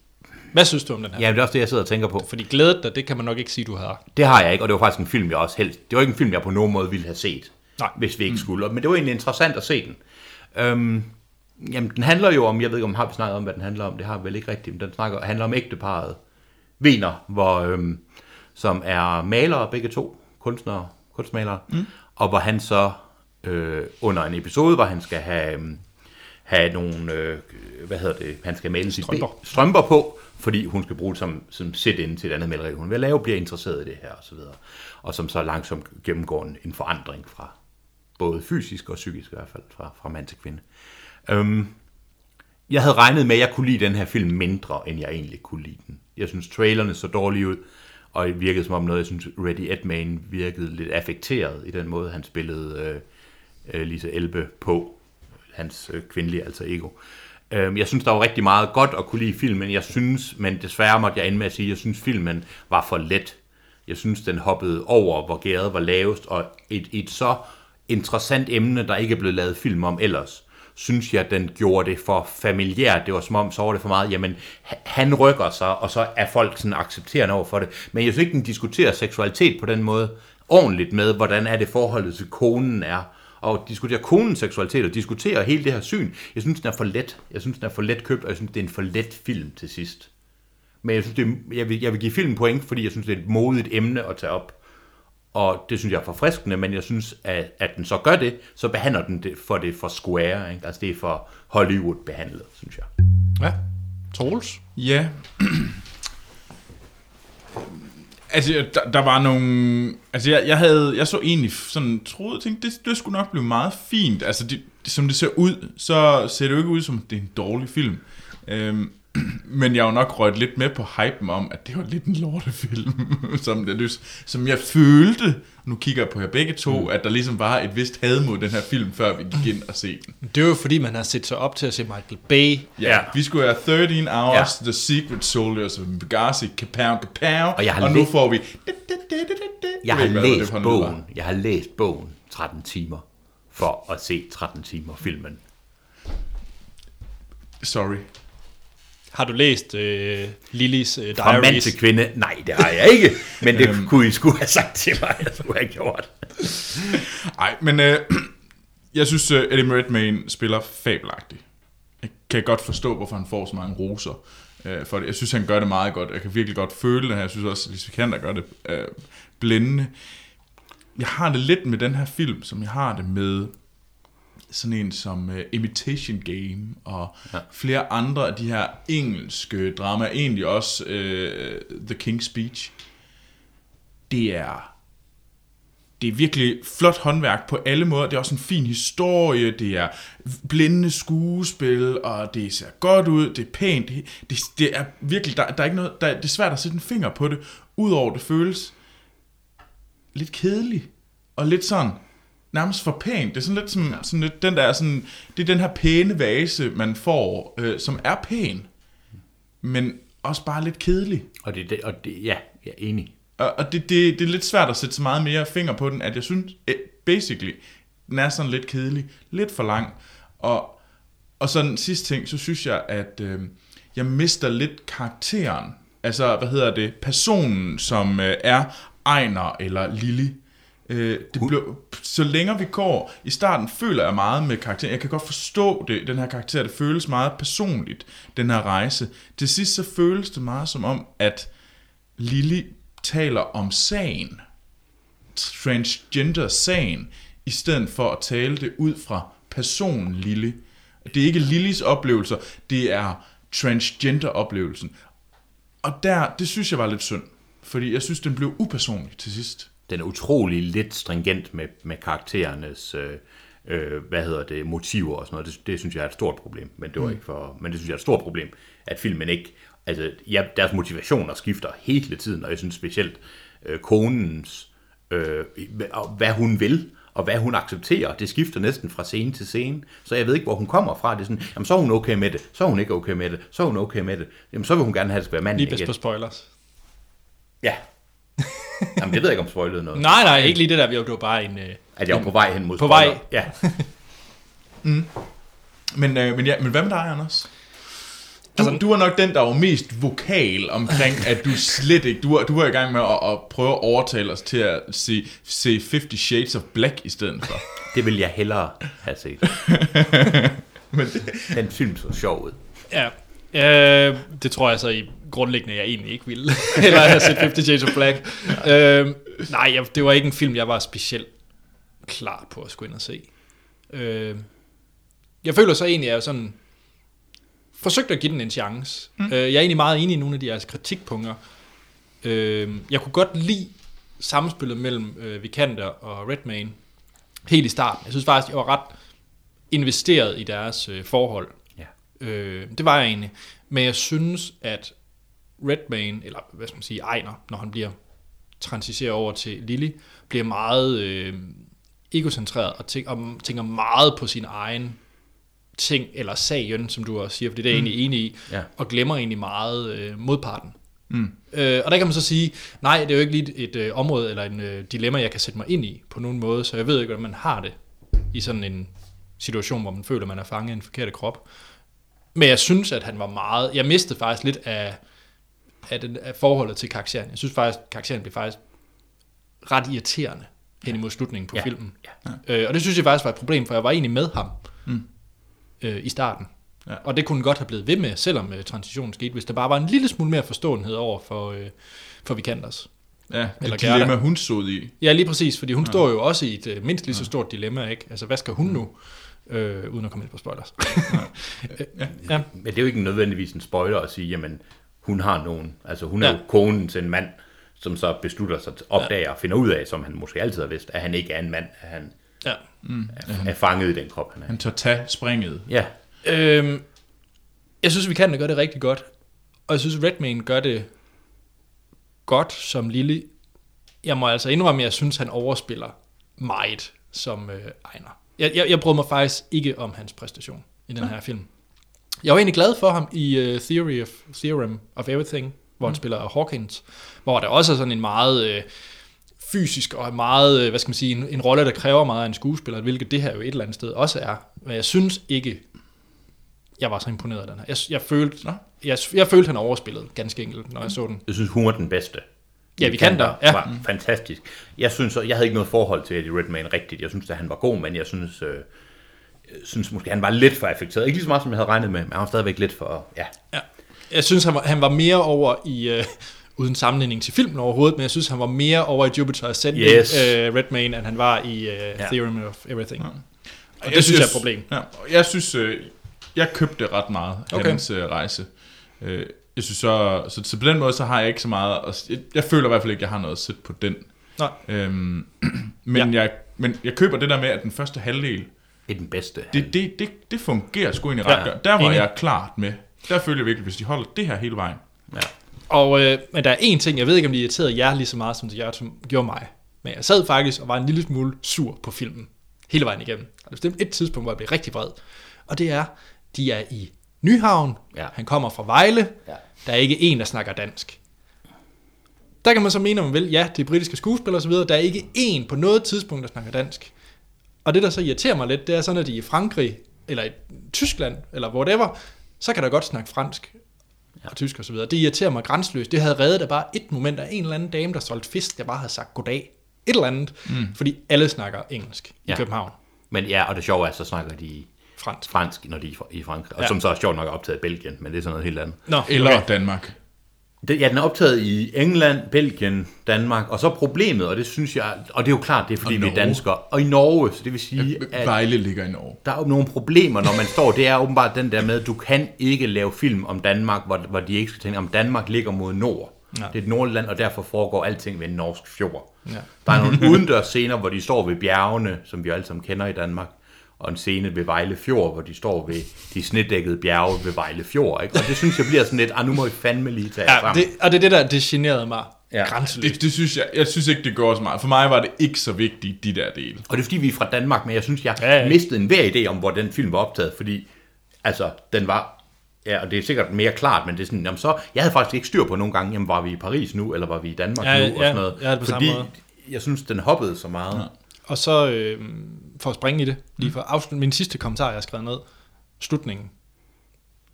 S1: Hvad synes du om den her?
S3: ja, det er også det, jeg sidder og tænker på.
S1: Fordi glædet dig, det kan man nok ikke sige, du havde.
S3: Det har jeg ikke, og det var faktisk en film, jeg også helst... Det var ikke en film, jeg på nogen måde ville have set,
S1: Nej. Mm.
S3: hvis vi ikke skulle. Men det var egentlig interessant at se den. Øhm, jamen, den handler jo om... Jeg ved ikke, om har vi snakket om, hvad den handler om. Det har vi vel ikke rigtigt, men den snakker, handler om ægteparet Vener, hvor, øhm, som er malere begge to, kunstnere, kunstmalere, mm. og hvor han så øh, under en episode, hvor han skal have, øhm, have nogle, øh, hvad hedder det, han skal male sit
S1: Strømper.
S3: ben- strømper på, fordi hun skal bruge det som, som sit-in til et andet maleri, hun vil lave, bliver interesseret i det her osv. Og som så langsomt gennemgår en, en forandring fra både fysisk og psykisk i hvert fald, fra, fra mand til kvinde. Øhm, jeg havde regnet med, at jeg kunne lide den her film mindre, end jeg egentlig kunne lide den. Jeg synes, trailerne så dårlige ud, og det virkede som om noget, jeg synes, Reddy Edman virkede lidt affekteret i den måde, han spillede øh, øh, Lise Elbe på, hans øh, kvindelige alter ego. Øhm, jeg synes, der var rigtig meget godt at kunne lide i filmen. Jeg synes, men desværre måtte jeg ende med at sige, at jeg synes, filmen var for let. Jeg synes, den hoppede over, hvor gæret var lavest, og et, et så interessant emne, der ikke er blevet lavet film om ellers, synes jeg, den gjorde det for familiært. Det var som om, så var det for meget, jamen, h- han rykker sig, og så er folk sådan accepterende over for det. Men jeg synes ikke, den diskuterer seksualitet på den måde ordentligt med, hvordan er det forholdet til konen er, og diskutere konens seksualitet og diskutere hele det her syn. Jeg synes, den er for let. Jeg synes, den er for let købt, og jeg synes, det er en for let film til sidst. Men jeg, synes, det er, jeg, vil, jeg vil give filmen point, fordi jeg synes, det er et modigt emne at tage op. Og det synes jeg er forfriskende, men jeg synes, at, at den så gør det, så behandler den det for det for square. Ikke? Altså det er for Hollywood behandlet, synes jeg.
S1: Ja. Troels?
S2: Ja. altså, der, der var nogle... Altså, jeg, jeg, havde, jeg så egentlig sådan troede, jeg tænkte, det, det skulle nok blive meget fint. Altså, det, det- som det ser ud, så ser det jo ikke ud som, at det er en dårlig film. Øhm, men jeg har jo nok røget lidt med på hypen om, at det var lidt en lortefilm, som, det, lys- som jeg følte, nu kigger jeg på jer begge to, mm. at der ligesom var et vist had mod den her film, før vi gik ind og se den.
S1: Det er jo fordi, man har set sig op til at se Michael Bay.
S2: Ja.
S3: Ja.
S2: ja. Vi skulle have 13 Hours,
S3: Ja.
S2: ja. The Secret Soldiers of Benghazi, Kapow, Kapow,
S3: Og jeg har
S2: og nu
S3: læ-
S2: får vi...
S3: Jeg har
S2: ved ikke, hvad
S3: læst
S2: for en lyd var.
S3: bogen. Jeg har læst bogen 13 timer for at se 13 timer filmen.
S2: Sorry.
S1: Har du læst øh, Lillys øh,
S3: Fra mand
S1: diaries?
S3: til kvinde? Nej, det har jeg ikke. Men det kunne I skulle have sagt til mig, jeg skulle have gjort.
S2: Ej, men øh, jeg synes, øh, Eddie Redmayne spiller fabelagtigt. Ikke? kan jeg godt forstå, hvorfor han får så mange roser. Øh, for det. Jeg synes, han gør det meget godt. Jeg kan virkelig godt føle det her. Jeg synes også, at Lise Kanter gør det øh, blændende. Jeg har det lidt med den her film, som jeg har det med sådan en som uh, Imitation Game og ja. flere andre af de her engelske dramaer, egentlig også uh, The King's Speech. Det er det er virkelig flot håndværk på alle måder. Det er også en fin historie, det er blændende skuespil, og det ser godt ud, det er pænt. Det, det, det er virkelig, der, der er ikke noget, der, det er svært at sætte en finger på det, udover det føles lidt kedelig, og lidt sådan, nærmest for pænt. Det er sådan lidt som, ja. sådan lidt, den der, sådan, det er den her pæne vase, man får, øh, som er pæn, men også bare lidt kedelig.
S3: Og det, det, og det, ja, jeg er enig.
S2: Og, og det, det, det er lidt svært at sætte så meget mere finger på den, at jeg synes, eh, basically, den er sådan lidt kedelig, lidt for lang. Og, og så den sidste ting, så synes jeg, at øh, jeg mister lidt karakteren. Altså, hvad hedder det? Personen, som øh, er Ejner eller Lili. Øh, det blev, så længere vi går, i starten føler jeg meget med karakteren. Jeg kan godt forstå det, den her karakter, det føles meget personligt, den her rejse. Til sidst så føles det meget som om, at Lili taler om sagen, transgender-sagen, i stedet for at tale det ud fra personen Lille. Det er ikke Lillis oplevelser, det er transgender-oplevelsen. Og der, det synes jeg var lidt synd, fordi jeg synes, den blev upersonlig til sidst.
S3: Den er utrolig lidt stringent med, med karakterernes, øh, øh, hvad hedder det, motiver og sådan noget. Det, det synes jeg er et stort problem, men det var ikke for, men det synes jeg er et stort problem, at filmen ikke altså, ja, deres motivationer skifter hele tiden, og jeg synes specielt øh, konens, øh, hva- og hvad hun vil, og hvad hun accepterer, det skifter næsten fra scene til scene, så jeg ved ikke, hvor hun kommer fra. Det er sådan, jamen så er hun okay med det, så er hun ikke okay med det, så er hun okay med det, jamen så vil hun gerne have, at det skal være manden
S1: Lige bedst på
S3: igen.
S1: spoilers.
S3: Ja. Jamen det ved jeg ikke, om spoilede noget.
S1: Nej, nej, ikke lige det der. Vi var- Det var bare en... Øh,
S3: At jeg var på vej hen mod
S1: På vej.
S3: spoiler. Ja.
S2: Men, øh, men, ja, men hvad med dig, Anders? Du, altså, du er nok den, der var mest vokal omkring, at du slet ikke... Du var, du var i gang med at, at prøve at overtale os til at se, se 50 Shades of Black i stedet for.
S3: Det vil jeg hellere have set.
S2: Men det,
S3: Den film så sjov ud.
S1: ja, øh, det tror jeg så i grundlæggende, jeg egentlig ikke ville. Eller jeg har set 50 Shades of Black. øh, nej, jeg, det var ikke en film, jeg var specielt klar på at skulle ind og se. Øh, jeg føler så egentlig, at jeg sådan forsøgte at give den en chance. Mm. Øh, jeg er egentlig meget enig i nogle af de jeres kritikpunkter. Øh, jeg kunne godt lide samspillet mellem øh, Vikander og Redmayne helt i starten. Jeg synes faktisk, jeg var ret investeret i deres øh, forhold.
S3: Ja.
S1: Øh, det var jeg egentlig. Men jeg synes, at Redmayne, eller hvad skal man sige, Ejner, når han bliver transitioneret over til Lily, bliver meget øh, egocentreret og, tænk, og tænker meget på sin egen ting, eller sagen, som du også siger, fordi det er jeg egentlig enig i,
S3: Mm. Ja.
S1: og glemmer egentlig meget øh, modparten. Mm. Øh, og der kan man så sige, nej, det er jo ikke lige et, et øh, område eller en øh, dilemma, jeg kan sætte mig ind i på nogen måde, så jeg ved ikke, hvordan man har det i sådan en situation, hvor man føler, man er fanget i en forkert krop. Men jeg synes, at han var meget... Jeg mistede faktisk lidt af, af, den, af forholdet til karakteren. Jeg synes faktisk, at karakteren blev faktisk ret irriterende hen imod slutningen på
S3: Ja.
S1: filmen. Ja. Øh, og det synes jeg faktisk var et problem, for jeg var egentlig med ham mm. øh, i starten.
S2: Ja.
S1: Ja. Og det kunne den godt have blevet ved med, selvom øh, transitionen skete, hvis der bare var en lille smule mere forståenhed over for, øh, for Vikanders.
S2: ja,
S1: Eller
S2: det dilemma,
S1: Gerda.
S2: hun stod i.
S1: Ja, lige præcis, fordi hun ja. står jo også i et øh, mindst lige så stort dilemma, ikke? Altså, hvad skal hun nu? Øh, uden at komme ind på spoilers. ja. ja.
S3: Men det er jo ikke nødvendigvis en spoiler at sige, jamen, hun har nogen. Altså, hun er
S1: Ja.
S3: ja. jo konen til en mand, som så beslutter sig, opdager og finder ud af, som han måske altid har vidst, at han ikke er en mand, at han
S1: ja.
S3: er, er fanget i den krop, han er.
S2: Han tør tage springet.
S3: Ja,
S1: Øhm, jeg synes, vi kan gøre det rigtig godt. Og jeg synes, Redmayne gør det godt som Lille. Jeg må altså indrømme, at jeg synes, han overspiller meget som øh, Ejner. Jeg, jeg, jeg brød mig faktisk ikke om hans præstation i den her film. Jeg var egentlig glad for ham i øh, Theory of, Theorem of Everything, hvor han spiller Hawkins, hvor der også er sådan en meget øh, fysisk og meget, øh, hvad skal man sige, en, en rolle, der kræver meget af en skuespiller, hvilket det her jo et eller andet sted også er. Men jeg synes ikke, jeg var så imponeret af den her. Jeg, jeg, følte, jeg, jeg følte, han overspillede ganske enkelt, når jeg så den.
S3: jeg synes, hun er den bedste.
S1: Ja, vi kan der. Ja.
S3: Var fantastisk. Jeg synes, så- jeg havde ikke noget forhold til Eddie Redmayne rigtigt. Jeg synes, at han var god, men jeg synes, øh, øh, synes måske, han var lidt for affekteret. Ikke lige så meget, som jeg havde regnet med, men han var stadigvæk lidt for... Ja.
S1: Ja. Jeg synes, han var, han var mere over i, øh, uden sammenligning til filmen overhovedet, men jeg synes, han var mere over i Jupiter Ascending,
S3: Yes.
S1: øh, Redmayne, end han var i øh, Theorem of Everything. Og det synes Mm. jeg er et problem.
S2: Ja, og jeg synes, øh, jeg købte ret meget af
S1: Okay.
S2: okay. hans øh, rejse. Øh, jeg synes så, så, så på den måde, så har jeg ikke så meget, at, jeg, jeg føler i hvert fald ikke, jeg har noget at sætte på den.
S1: Nej.
S2: Øhm, men, ja. jeg, men jeg køber det der med, at den første halvdel,
S3: Det er den bedste.
S2: det, det, det, det fungerer sgu egentlig ret
S3: Ja,
S2: ja, godt. Der var
S1: enig.
S2: jeg klart med. Der føler jeg virkelig, hvis de holder det her hele vejen.
S3: Ja.
S1: Og, øh, men der er én ting, jeg ved ikke, om det irriterede jer lige så meget, som det gjorde, som gjorde mig. Men jeg sad faktisk og var en lille smule sur på filmen. Hele vejen igennem. Og der bestemt et tidspunkt, hvor jeg blev rigtig vred. Og det er, de er i Nyhavn.
S3: Ja.
S1: Han kommer fra Vejle.
S3: Ja.
S1: Der er ikke en, der snakker dansk. Der kan man så mene, om man vil, ja, det er britiske skuespillere osv., der er ikke en på noget tidspunkt, der snakker dansk. Og det, der så irriterer mig lidt, det er sådan, at de er i Frankrig, eller i Tyskland, eller whatever, så kan der godt snakke fransk og tysk og så videre. Det irriterer mig grænsløst. Det havde reddet af bare et moment af en eller anden dame, der solgte fisk, der bare havde sagt goddag. Et eller andet. Mm. Fordi alle snakker engelsk ja.
S3: Ja.
S1: i København.
S3: Men ja, og det sjove er, så snakker de
S1: Fransk.
S3: fransk, når de er i Fra- i Frankrig. Og
S1: Ja.
S3: ja. som så er sjovt nok er optaget i Belgien, men det er sådan noget helt andet.
S1: Nå,
S2: Eller
S1: okay.
S2: okay. Danmark.
S3: Det, ja, den er optaget i England, Belgien, Danmark, og så problemet, og det synes jeg, og det er jo klart, det er fordi,
S2: Og
S3: vi er
S2: Norge.
S3: danskere, og i Norge, så det vil sige, at
S2: Vejle ligger i Norge.
S3: der er jo nogle problemer, når man står, det er åbenbart den der med, at du kan ikke lave film om Danmark, hvor, hvor de ikke skal tænke, om Danmark ligger mod nord.
S1: Ja.
S3: Ja. Det er et nordland, og derfor foregår alting ved en norsk fjord.
S1: Ja.
S3: Der er nogle udendørs scener, hvor de står ved bjergene, som vi alle sammen kender i Danmark, og en scene ved Vejle Fjord, hvor de står ved de snedækkede bjerge ved Vejle Fjord. Ikke? Og det synes jeg bliver sådan lidt, ah, nu må vi fandme lige tage jer
S1: Ja,
S3: sammen.
S1: det, og det er det der, det generede mig ja.
S3: Ja.
S1: grænseløst.
S2: Det, det synes jeg, jeg synes ikke, det går så meget. For mig var det ikke så vigtigt, de der dele.
S3: Og det er fordi, vi er fra Danmark, men jeg synes, jeg
S1: Ja,
S3: ja,
S1: ja.
S3: ja. mistede en hver idé om, hvor den film var optaget, fordi altså, den var, ja, og det er sikkert mere klart, men det er sådan, jamen så, jeg havde faktisk ikke styr på nogle gange, jamen var vi i Paris nu, eller var vi i Danmark
S1: Ja,
S3: nu,
S1: ja,
S3: og sådan noget.
S1: jeg havde det på
S3: fordi
S1: samme måde.
S3: jeg synes, den hoppede så meget. Ja.
S1: Og så, øh, for at springe i det,
S3: Mm.
S1: lige for at afslutte, min sidste kommentar, jeg har skrevet ned, slutningen,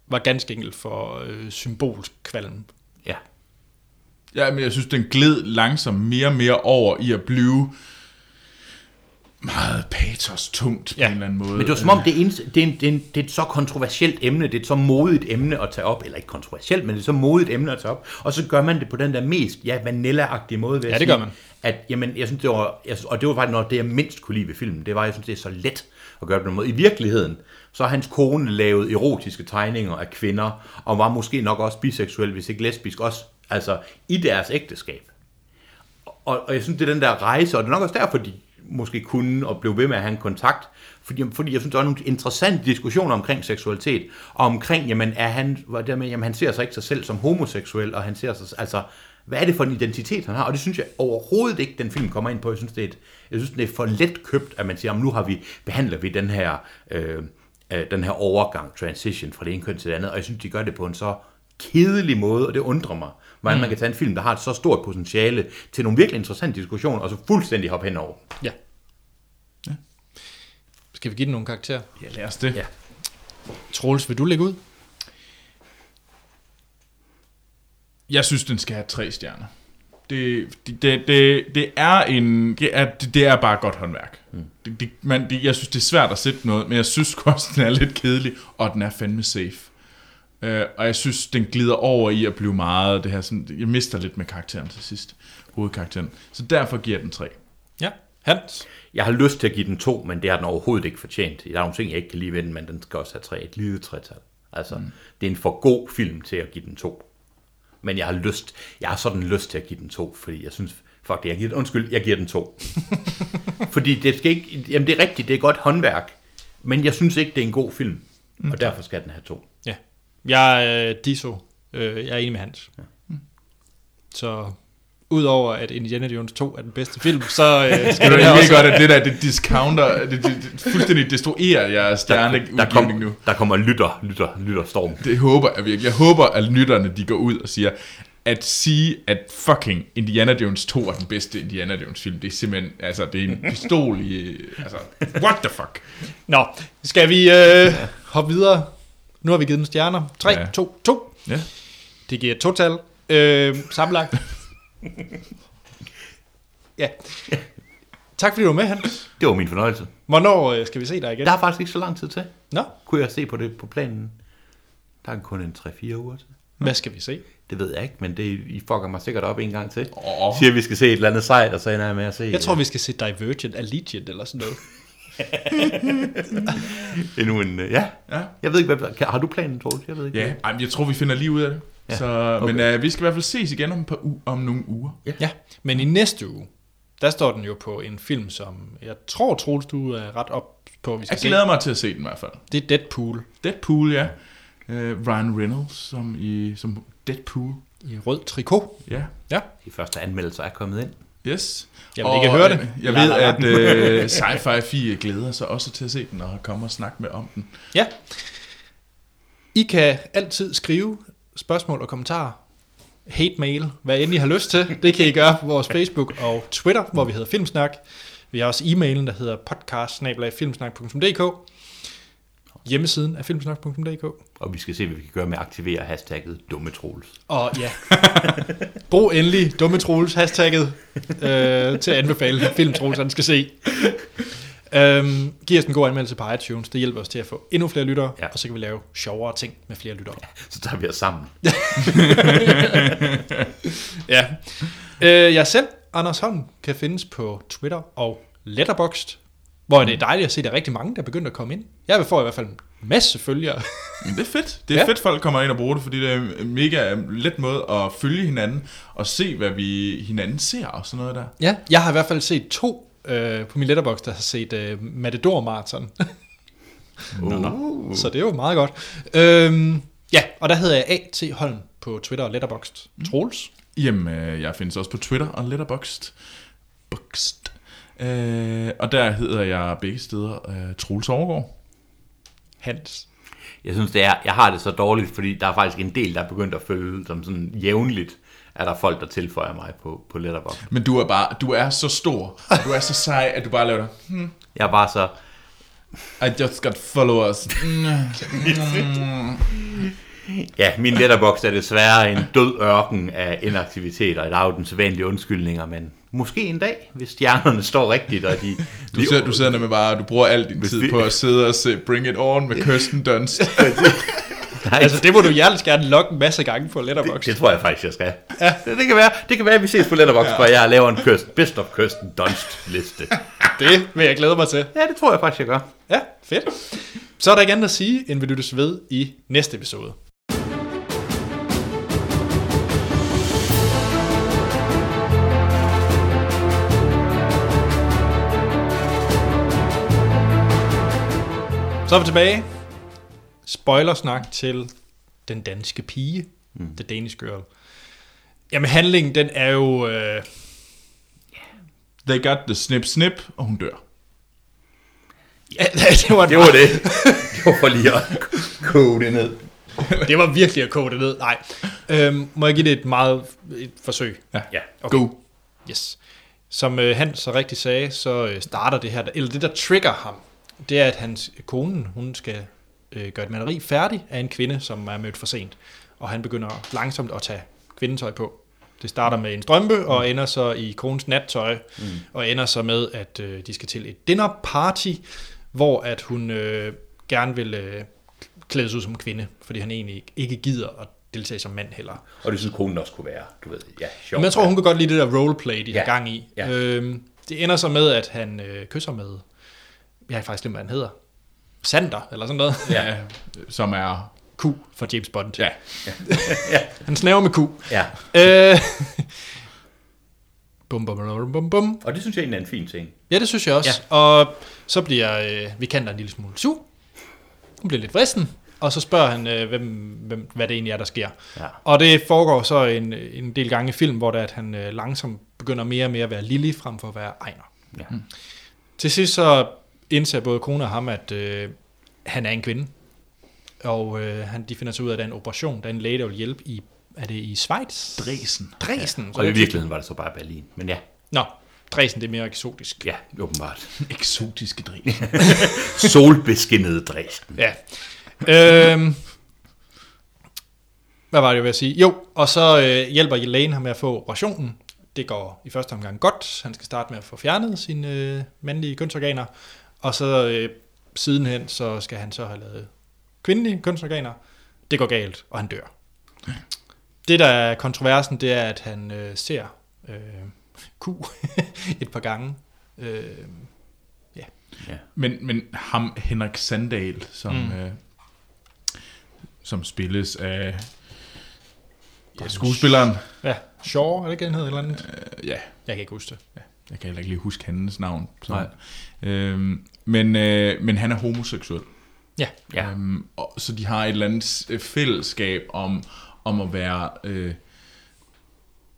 S1: var ganske enkelt for øh, symbolsk kvalm.
S3: ja.
S2: Ja, men jeg synes, den gled langsomt mere og mere over i at blive meget patos-tungt ja.
S1: Ja.
S2: på en eller anden måde. Øh,
S3: Men det var som om, det er, eneste, det, er en, det, er en, det er et så kontroversielt emne, det er et så modigt emne at tage op, eller ikke kontroversielt, men det er et så modigt emne at tage op, og så gør man det på den der mest ja, vanilla-agtige måde. Ved
S1: Ja,
S3: at
S1: det gør
S3: sige,
S1: man.
S3: At, jamen, jeg synes, det var, jeg, synes- og det var faktisk noget, af det jeg mindst kunne lide ved filmen, det var, jeg synes, det er så let at gøre det på den måde. I virkeligheden, så har hans kone lavet erotiske tegninger af kvinder, og var måske nok også biseksuel, hvis ikke lesbisk, også altså, i deres ægteskab og, og jeg synes, det er den der rejse, og det er nok også derfor, de måske kunne og blev ved med at have en kontakt, fordi, fordi jeg synes, der er nogle interessante diskussioner omkring seksualitet, og omkring, jamen, er han, hvad der med, jamen, han ser sig ikke sig selv som homoseksuel, og han ser sig, altså, hvad er det for en identitet, han har? Og det synes jeg overhovedet ikke, den film kommer ind på. Jeg synes, det er, et, jeg synes, det er for let købt, at man siger, jamen, nu har vi, behandler vi den her, øh, øh, den her overgang, transition fra det ene køn til det andet, og jeg synes, de gør det på en så kedelig måde, og det undrer mig, hvordan mm. man kan tage en film, der har et så stort potentiale til nogle virkelig interessante diskussioner, og så fuldstændig hoppe henover.
S1: Ja. ja. Skal vi give den nogle karakterer?
S2: Ja, lad os det.
S3: Ja.
S2: Ja.
S1: Troels, vil du lægge ud?
S2: Jeg synes, den skal have tre stjerner. Det, det, det, det, det er en... Det er, det, det er bare godt håndværk. Mm. Det, det, man, det, jeg synes, det er svært at sætte noget, men jeg synes sgu også, den er lidt kedelig, og den er fandme safe. Øh, og jeg synes, den glider over i at blive meget det her... Sådan, jeg mister lidt med karakteren til sidst. Hovedkarakteren. Så derfor giver jeg den tre.
S1: Ja. Hans?
S3: Jeg har lyst til at give den to, men det har den overhovedet ikke fortjent. Der er nogle ting, jeg ikke kan lide ved den, men den skal også have tre, et lille tretal. Altså, mm. det er en for god film til at give den to. Men jeg har lyst, jeg har sådan lyst til at give den to, fordi jeg synes, fuck det, jeg giver den, undskyld, jeg giver den to. fordi det skal ikke, jamen det er rigtigt, det er godt håndværk, men jeg synes ikke, det er en god film, og derfor skal den have to.
S1: Ja. Jeg er øh, Diso. Øh, jeg er enig med Hans. Ja. Så udover at Indiana Jones 2 er den bedste film, så øh, skal
S2: Det
S1: den her
S2: er virkelig
S1: også...
S2: godt, at det der, det discounter, det, det, det fuldstændig destruerer jeres
S3: der, kom,
S2: stjerneudgivning nu.
S3: der kommer lytter, lytter, lytterstorm.
S2: Det håber jeg virkelig. Jeg håber, at lytterne de går ud og siger, at sige, at fucking Indiana Jones 2 er den bedste Indiana Jones film, det er simpelthen, altså, det er en pistol i, øh, altså, what the fuck?
S1: Nå, skal vi øh, hoppe videre? Nu har vi givet den stjerner. 3, ja.
S2: Ja.
S1: 2, 2.
S2: Ja.
S1: Det giver et total øh, sammenlagt. ja. Tak fordi du var med, Hans.
S3: Det var min fornøjelse.
S1: Hvornår øh, skal vi se dig igen?
S3: Der er faktisk ikke så lang tid til.
S1: Nå,
S3: Kunne jeg se på det på planen? Der er kun en 3-4 uger til.
S1: hvad skal vi se?
S3: Det ved jeg ikke, men det, I fucker mig sikkert op en gang til.
S2: Åh.
S3: Siger, vi skal se et eller andet sejt, og så ender jeg med at se
S1: Jeg tror, vi skal se Divergent, Allegiant eller sådan noget.
S3: øh, endnu en... øh, Ja.
S2: Ja.
S3: Jeg ved ikke, hvad... Kan, har du planen, Troels? Jeg ved ikke.
S2: Ja, ej, men jeg tror, vi finder lige ud af det. Ja. Så, okay. Men øh, vi skal i hvert fald ses igen om, et par u- om nogle uger.
S1: Ja, men i næste uge, der står den jo på en film, som jeg tror, Troels, du er ret op på, vi skal
S2: Jeg
S1: se.
S2: glæder mig til at se den i hvert fald.
S1: Det er Deadpool
S2: Deadpool, ja. Øh, Ryan Reynolds som, i, som Deadpool.
S1: i rød trikot.
S2: Ja.
S1: Ja,
S3: De første anmeldelser er kommet ind.
S2: Yes.
S1: Jeg vil ikke høre det.
S2: øh, Jeg ved, at øh, Sci-Fi 4 glæder sig også til at se den og komme og snakke med om den.
S1: ja. I kan altid skrive spørgsmål og kommentarer. Hate mail, hvad end I har lyst til. Det kan I gøre på vores Facebook og Twitter, hvor vi hedder Filmsnak. Vi har også e-mailen, der hedder podcast Hjemmesiden er filmsnak.dk.
S3: Og vi skal se, hvad vi kan gøre med at aktivere hashtagget dumme Troels.
S1: Og ja, brug endelig dumme Troels hashtagget øh, til at anbefale film Troels, han skal se. Øhm, giv os en god anmeldelse på iTunes, det hjælper os til at få endnu flere lyttere, ja.
S3: Ja.
S1: og så kan vi lave sjovere ting med flere lyttere.
S3: Så tager vi os sammen.
S1: Ja. Øh, jeg selv, Anders Holm, kan findes på Twitter og Letterboxd, hvor det er dejligt at se, at der er rigtig mange, der er begyndt at komme ind. Jeg får i hvert fald en masse følgere.
S2: Men det er fedt. Det er
S1: Ja.
S2: ja. fedt, folk kommer ind og bruger det, fordi det er en mega let måde at følge hinanden og se, hvad vi hinanden ser og sådan noget der.
S1: Ja, jeg har i hvert fald set to øh, på min letterbox, der har set øh, Matador Marathon. Så det er jo meget godt. Øhm, ja, og der hedder jeg A.T. Holm på Twitter og Letterboxd. Troels.
S2: Mm. Jamen, øh, jeg findes også på Twitter og Letterboxd. Boxd. Øh, og der hedder jeg begge steder øh, Troels Overgaard.
S1: Hans.
S3: Jeg synes, det er, jeg har det så dårligt, fordi der er faktisk en del, der er begyndt at følge dem sådan jævnligt, er der folk, der tilføjer mig på, på Letterboxd.
S2: Men du er bare, du er så stor, og du er så sej, at du bare laver det. Hmm.
S3: Jeg er bare så...
S2: I just got followers.
S3: Ja, min Letterboxd er desværre en død ørken af inaktivitet, og der er jo den sædvanlige undskyldninger, men måske en dag, hvis stjernerne står rigtigt, og de...
S2: Du sidder, du sidder med bare, du bruger al din tid
S3: vi-
S2: på at sidde og se Bring It On med Kirsten Dunst.
S3: Nej,
S1: Altså, det må du hjertens gerne logge en masse gange på Letterboxd.
S3: det tror jeg faktisk, jeg skal. Ja. Det, det, kan være, det kan være, at vi ses på Letterboxd, ja. for jeg laver en Kirsten, best of Kirsten Dunst liste.
S1: Det vil jeg glæde mig til.
S3: Ja, det tror jeg faktisk, jeg gør.
S1: Ja, fedt. Så er der ikke andet at sige, end vi lyttes ved i næste episode. Så er vi tilbage. Spoilersnak til den danske pige, mm. The Danish Girl. Jamen handlingen, den er jo... Øh,
S2: They got the snip snip, og hun dør.
S1: ja, det, var en,
S3: Det var det. Det var for lige at koge det ned.
S1: det var virkelig at koge det ned. Nej. Øhm, må jeg give det et meget et forsøg?
S3: Ja.
S1: Okay.
S2: Go.
S1: Yes. Som øh, han så rigtig sagde, så øh, starter det her, eller det der trigger ham, det er, at hans kone, hun skal øh, gøre et maleri færdigt af en kvinde, som er mødt for sent. Og han begynder langsomt at tage kvindetøj på. Det starter med en strømpe, og ender så i konens nattøj, mm. og ender så med, at øh, de skal til et dinner party, hvor at hun øh, gerne vil øh, klædes ud som kvinde, fordi han egentlig ikke gider at deltage som mand heller.
S3: Og det synes konen også kunne være, du ved. Ja, sjovt.
S1: Men jeg tror, hun kan godt lide det der roleplay, de ja. har
S3: Ja.
S1: gang i. Ja.
S3: Ja.
S1: Øhm, det ender så med, at han øh, kysser med, jeg har faktisk glemt, hvad han hedder, Sander, eller sådan noget.
S2: Ja. Som er...
S1: Q for James Bond.
S2: Ja.
S1: Han snæver med Q.
S3: Ja,
S1: Øh, bum, bum, bum, bum, bum.
S3: og det synes jeg egentlig er en fin ting.
S1: Ja, det synes jeg også. Ja. Og så bliver øh, Vikander en lille smule sur. Hun bliver lidt vristen. Og så spørger han, øh, hvem, hvem, hvad det egentlig er, der sker.
S3: Ja.
S1: Og det foregår så en, en del gange i film, hvor det er, at han øh, langsomt begynder mere og mere at være Lilly, frem for at være Ejner.
S3: Ja.
S1: Til sidst så indser både kone og ham, at øh, han er en kvinde. Og øh, han, de finder så ud af, at der er en operation, der er en læge, der vil hjælpe i, er det i Schweiz?
S2: Dresden.
S1: Dresden.
S3: Og i virkeligheden var det så bare Berlin. Men ja,
S1: Nå, Dresden, det er mere eksotisk.
S3: ja, åbenbart.
S2: Eksotiske dræn.
S3: Solbeskinnede Dresden.
S1: Ja. Øhm, hvad var det, jeg ville sige? Jo, og så øh, hjælper lægen ham med at få operationen, det går i første omgang godt. Han skal starte med at få fjernet sine øh, mandlige kønsorganer, og så øh, sidenhen, så skal han så have lavet kvindelige kønsorganer. Det går galt, og han dør. Det, der er kontroversen, det er, at han øh, ser øh, Q et par gange. Øh,
S2: Men, men ham, Henrik Sandal, som, mm. øh, som spilles af ja, skuespilleren.
S1: ja, Shaw, er det ikke, han hedder et eller andet?
S2: Øh, ja,
S1: Jeg kan ikke huske det.
S2: jeg kan heller ikke lige huske hans navn. Sådan. Øhm, men, øh, men han er homoseksuel.
S1: Ja,
S3: Ja.
S2: Øhm, og, så de har et eller andet øh, fællesskab om, om at være øh,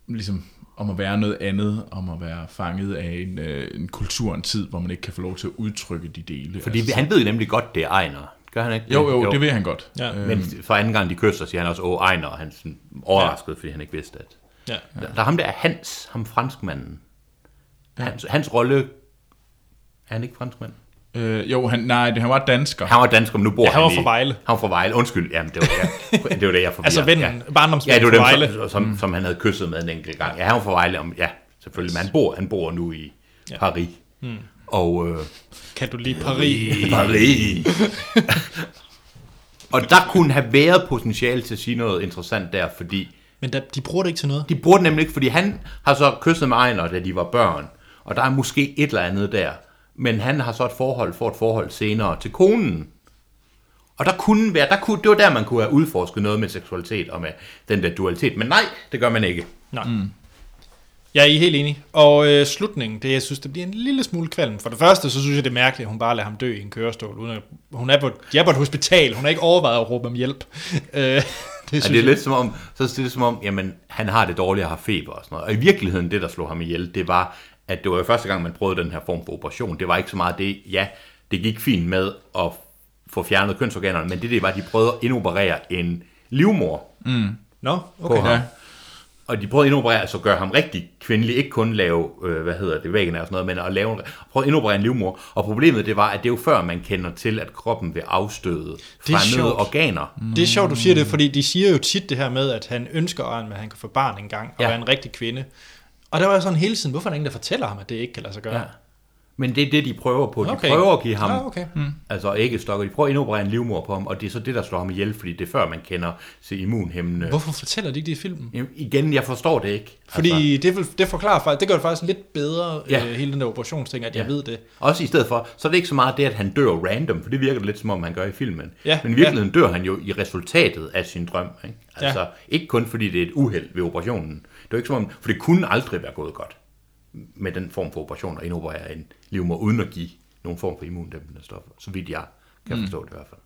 S2: ligesom om at være noget andet, om at være fanget af en, øh, en kultur, en tid, hvor man ikke kan få lov til at udtrykke de dele.
S3: Fordi
S2: altså,
S3: han ved jo nemlig godt, det er Ejner. Gør han ikke? det?
S2: jo, jo, jo, det ved han godt.
S1: Ja.
S2: Øhm,
S3: Men for anden gang, de kysser, siger han også, åh, Ejner, og han er sådan overrasket, fordi han ikke vidste, at...
S1: ja.
S3: Ja. Der er ham der, er Hans, ham franskmanden. Hans, hans rolle... Er han ikke franskmand?
S2: øh, jo, han, nej, det- han var dansker.
S3: Han var dansker, men nu bor
S1: Ja, han var
S3: i-
S1: fra Vejle.
S3: Han var fra Vejle, undskyld. Jamen, det var det, det, var det jeg forvirrede.
S1: Altså vennen, ja.
S3: Ja,
S1: barndomsvennen
S3: det
S1: fra
S3: var
S1: Vejle.
S3: dem, som, som, som han havde kysset med en enkelt gang. Ja, han var fra Vejle. Om, ja, selvfølgelig. Men han bor, han bor nu i Paris. Mm. Og øh,
S1: Kan du lide Paris?
S3: Paris. og der kunne have været potentiale til at sige noget interessant der, fordi
S1: Men da, de bruger det ikke til noget.
S3: de burde nemlig ikke, fordi han har så kysset med Ejner, da de var børn, og der er måske et eller andet der, men han har så et forhold, for et forhold senere til konen. Og der kunne være, der kunne, det var der, man kunne have udforsket noget med seksualitet og med den der dualitet, men nej, det gør man ikke.
S1: Nej. Mm. Jeg er I er helt enig. Og øh, slutningen, det jeg synes, det bliver en lille smule kvalm. For det første, så synes jeg, det er mærkeligt, at hun bare lader ham dø i en kørestol. Uden at, hun er på, de er på et hospital, hun har ikke overvejet at råbe om hjælp. Øh, det, synes
S3: Ja, det er
S1: jeg-
S3: lidt som om, så er det lidt som om, jamen, han har det dårligt og har feber og sådan noget. Og i virkeligheden, det der slog ham ihjel, det var, at det var jo første gang, man prøvede den her form for operation. Det var ikke så meget det, ja, det gik fint med at få fjernet kønsorganerne, men det, det var, at de prøvede at indoperere en livmor
S1: Mm. Nå,
S3: på
S1: okay.
S3: okay. ham.
S2: Ja.
S3: Og de prøvede at indoperere, altså gøre ham rigtig kvindelig, ikke kun lave, øh, hvad hedder det, væggen og sådan noget, men at lave en, prøve at indoperere en livmor. Og problemet, det var, at det er jo før, man kender til, at kroppen vil afstøde fremmede
S1: sjovt.
S3: organer.
S1: Det er sjovt, du siger det, fordi de siger jo tit det her med, at han ønsker, at han kan få barn engang, og
S3: Ja.
S1: ja. være en rigtig kvinde. Og der var jeg sådan hele tiden, hvorfor er der ingen, der fortæller ham, at det ikke kan lade sig gøre?
S3: Ja. Men det er det, de prøver på. De
S1: Okay.
S3: okay. prøver at give ham
S1: Ja, okay. Mm.
S3: altså æggestokker. De prøver at indoperere en livmor på ham, og det er så det, der slår ham ihjel, fordi det er før, man kender til immunhæmmende.
S1: Hvorfor fortæller de ikke det i filmen?
S3: Jamen, Igen, jeg forstår det ikke. Altså,
S1: Fordi det, vil, det forklarer faktisk, det gør det faktisk lidt bedre,
S3: Ja.
S1: ja. øh, hele den der operationsting, at ja. jeg
S3: Ja.
S1: ved det.
S3: også i stedet for, så er det ikke så meget det, at han dør random, for det virker det lidt som om, han gør i filmen.
S1: Ja,
S3: Men i virkeligheden ja. dør han jo i resultatet af sin drøm. Ikke? Altså,
S1: Ja.
S3: ja. ikke kun fordi det er et uheld ved operationen. Det er jo ikke som om, for det kunne aldrig være gået godt med den form for operation at indoperere en livmor, uden at give nogen form for immundæmpende stoffer, så vidt jeg kan mm. forstå det i hvert fald.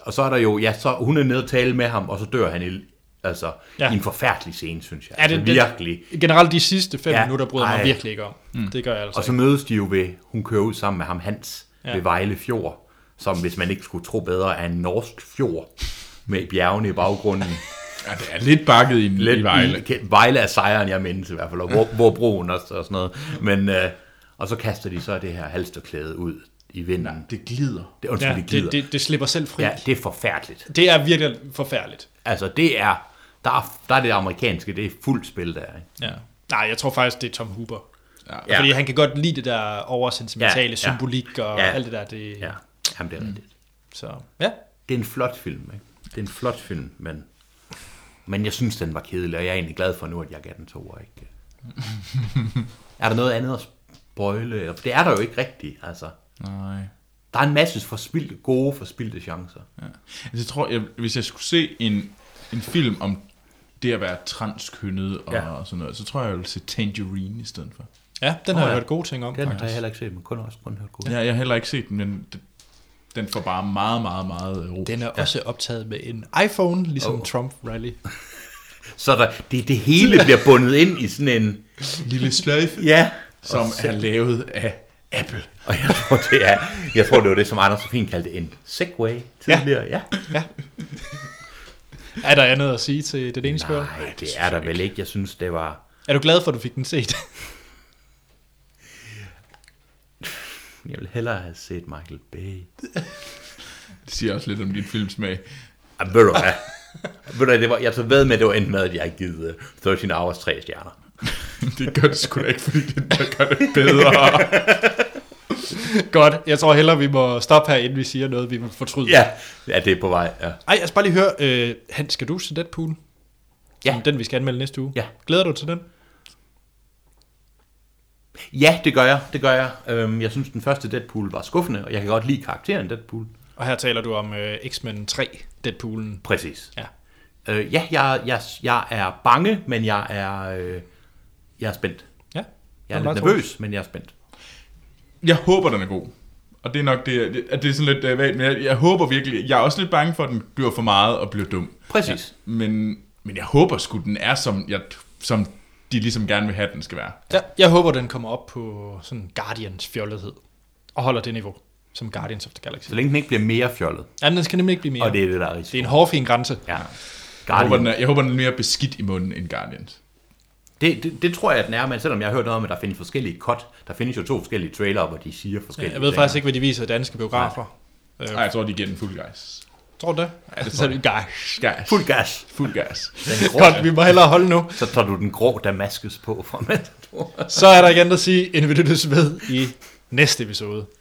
S3: Og så er der jo, ja, så hun er nede og tale med ham, og så dør han i, altså,
S1: Ja.
S3: ja. i en forfærdelig scene, synes jeg.
S1: Ja, det-
S3: altså, virkelig.
S1: Det, generelt de sidste fem ja,
S3: Ja,
S1: minutter bryder jeg mig
S3: ej.
S1: virkelig ikke om. Mm. Det gør jeg altså
S3: Og så
S1: ikke.
S3: mødes de jo ved, hun kører ud sammen med ham Hans
S1: Ja.
S3: ja. ved Vejle Fjord, som hvis man ikke skulle tro bedre er en norsk fjord med bjergene i baggrunden.
S2: Ja, det er lidt bakket i, lidt i Vejle.
S3: I, Vejle er sejren, jeg mindes i hvert fald, og hvor, hvor broen også og sådan noget. Men, øh, og så kaster de så det her halsterklæde ud i vinden.
S2: Det glider.
S3: Det, undskyld,
S1: Ja,
S3: ja, det glider.
S1: det, det, det slipper selv fri.
S3: ja,
S1: Ja.
S3: det er forfærdeligt.
S1: Det er virkelig forfærdeligt.
S3: Altså, det er, der er, der er det amerikanske, det er fuldt spil der. Ikke?
S1: Ja. Nej, jeg tror faktisk, det er Tom Hooper. Ja.
S3: Ja.
S1: Fordi han kan godt lide det der oversentimentale ja,
S3: Ja,
S1: ja.
S3: ja.
S1: symbolik og ja.
S3: Ja.
S1: alt det der. Det, ja.
S3: Ja, jamen det er rigtigt.
S1: Så, ja.
S3: det er en flot film, ikke? Det er en flot film, men, men jeg synes, den var kedelig, og jeg er egentlig glad for nu, at jeg gav den to år, ikke? er der noget andet at spoile? Eller- Det er der jo ikke rigtigt, altså.
S2: Nej.
S3: Der er en masse forspildte, gode, forspildte chancer.
S2: Altså, jeg tror, jeg, hvis jeg skulle se en, en film om det at være transkønnet og
S3: Ja.
S2: ja. sådan noget, så tror jeg, jeg ville se Tangerine i stedet for.
S1: Ja, den har
S3: Åh,
S1: jeg
S3: ja.
S1: hørt gode ting om.
S3: Den har
S1: faktisk.
S3: jeg heller ikke set, men kun også kun hørt gode.
S2: Ja, jeg har heller ikke set den, men d- den får bare meget, meget, meget øh, ro.
S1: Den er ja. også optaget med en iPhone, ligesom oh. Trump Rally.
S3: Så der, det, det hele bliver bundet ind i sådan en...
S2: lille sløjfe,
S3: Ja,
S2: som er lavet af Apple.
S3: og jeg tror, det er, jeg tror, det var det, som Anders så fint kaldte en segway tidligere. Ja. ja.
S1: Er der andet at sige til det ene spørgsmål?
S3: Nej, det er der vel ikke. Jeg synes, det var...
S1: Er du glad for, at du fik den set?
S3: Jeg ville hellere have set Michael Bay.
S2: Det siger også lidt om din filmsmag.
S3: Ej, Ved du hvad? Ved du, hvad, det var, jeg tog ved med, at det var endt med, at jeg havde givet øh, 13 Hours 3 stjerner.
S2: det gør det sgu da ikke, fordi det der gør det bedre.
S1: Godt, jeg tror hellere, vi må stoppe her, inden vi siger noget, vi må fortryde.
S3: Ja, ja det er på vej. Ja.
S1: Ej, jeg skal bare lige høre, øh, Hans, skal du til Deadpool?
S3: Ja.
S1: Som Den, vi skal anmelde næste uge.
S3: Ja.
S1: Glæder du dig til den?
S3: ja, det gør jeg. Det gør jeg. Øhm, jeg synes, den første Deadpool var skuffende, og jeg kan godt lide karakteren Deadpool.
S1: Og her taler du om øh, X-Men 3, Deadpoolen.
S3: Præcis.
S1: Ja.
S3: Øh, ja, jeg, jeg, jeg er bange, men jeg er, øh, jeg er spændt.
S1: Ja.
S3: Jeg er
S1: Hvad
S3: lidt
S1: tror du?
S3: nervøs, men jeg er spændt.
S2: Jeg håber, den er god. Og det er nok det, at det er sådan lidt øh, vagt, men jeg, jeg håber virkelig, jeg er også lidt bange for, at den bliver for meget og bliver dum.
S3: Præcis.
S2: Men, men jeg håber sgu, den er, som, jeg, som de ligesom gerne vil have, den skal være.
S1: Ja, jeg håber, den kommer op på sådan Guardians fjollethed. Og holder det niveau, som Guardians of the Galaxy.
S3: Så længe den ikke bliver mere fjollet.
S1: Ja, men den skal nemlig ikke blive mere.
S3: Og det er det, der er
S1: det er
S3: risiko.
S1: en hård, fin grænse.
S3: Ja.
S2: Jeg håber, den
S3: Guardian.
S2: er, jeg håber, den er mere beskidt i munden end Guardians.
S3: Det, det, det, tror jeg, den er, men selvom jeg har hørt noget om, at der findes forskellige cut, der findes jo to forskellige trailere, hvor de siger forskellige
S1: Jeg ved
S3: ting.
S1: faktisk ikke, hvad de viser i danske biografer.
S2: Nej, jeg tror, de giver den fuld gas.
S1: Tror du det? Ja, det tror jeg. Gosh.
S2: Gas.
S3: Fuld gas.
S2: fuld gas.
S3: Den grå,
S1: Godt, vi må hellere holde nu.
S3: Så tager du den grå damaskes på fra Matador.
S1: Så er der igen at sige, inden vi lyttes ved i næste episode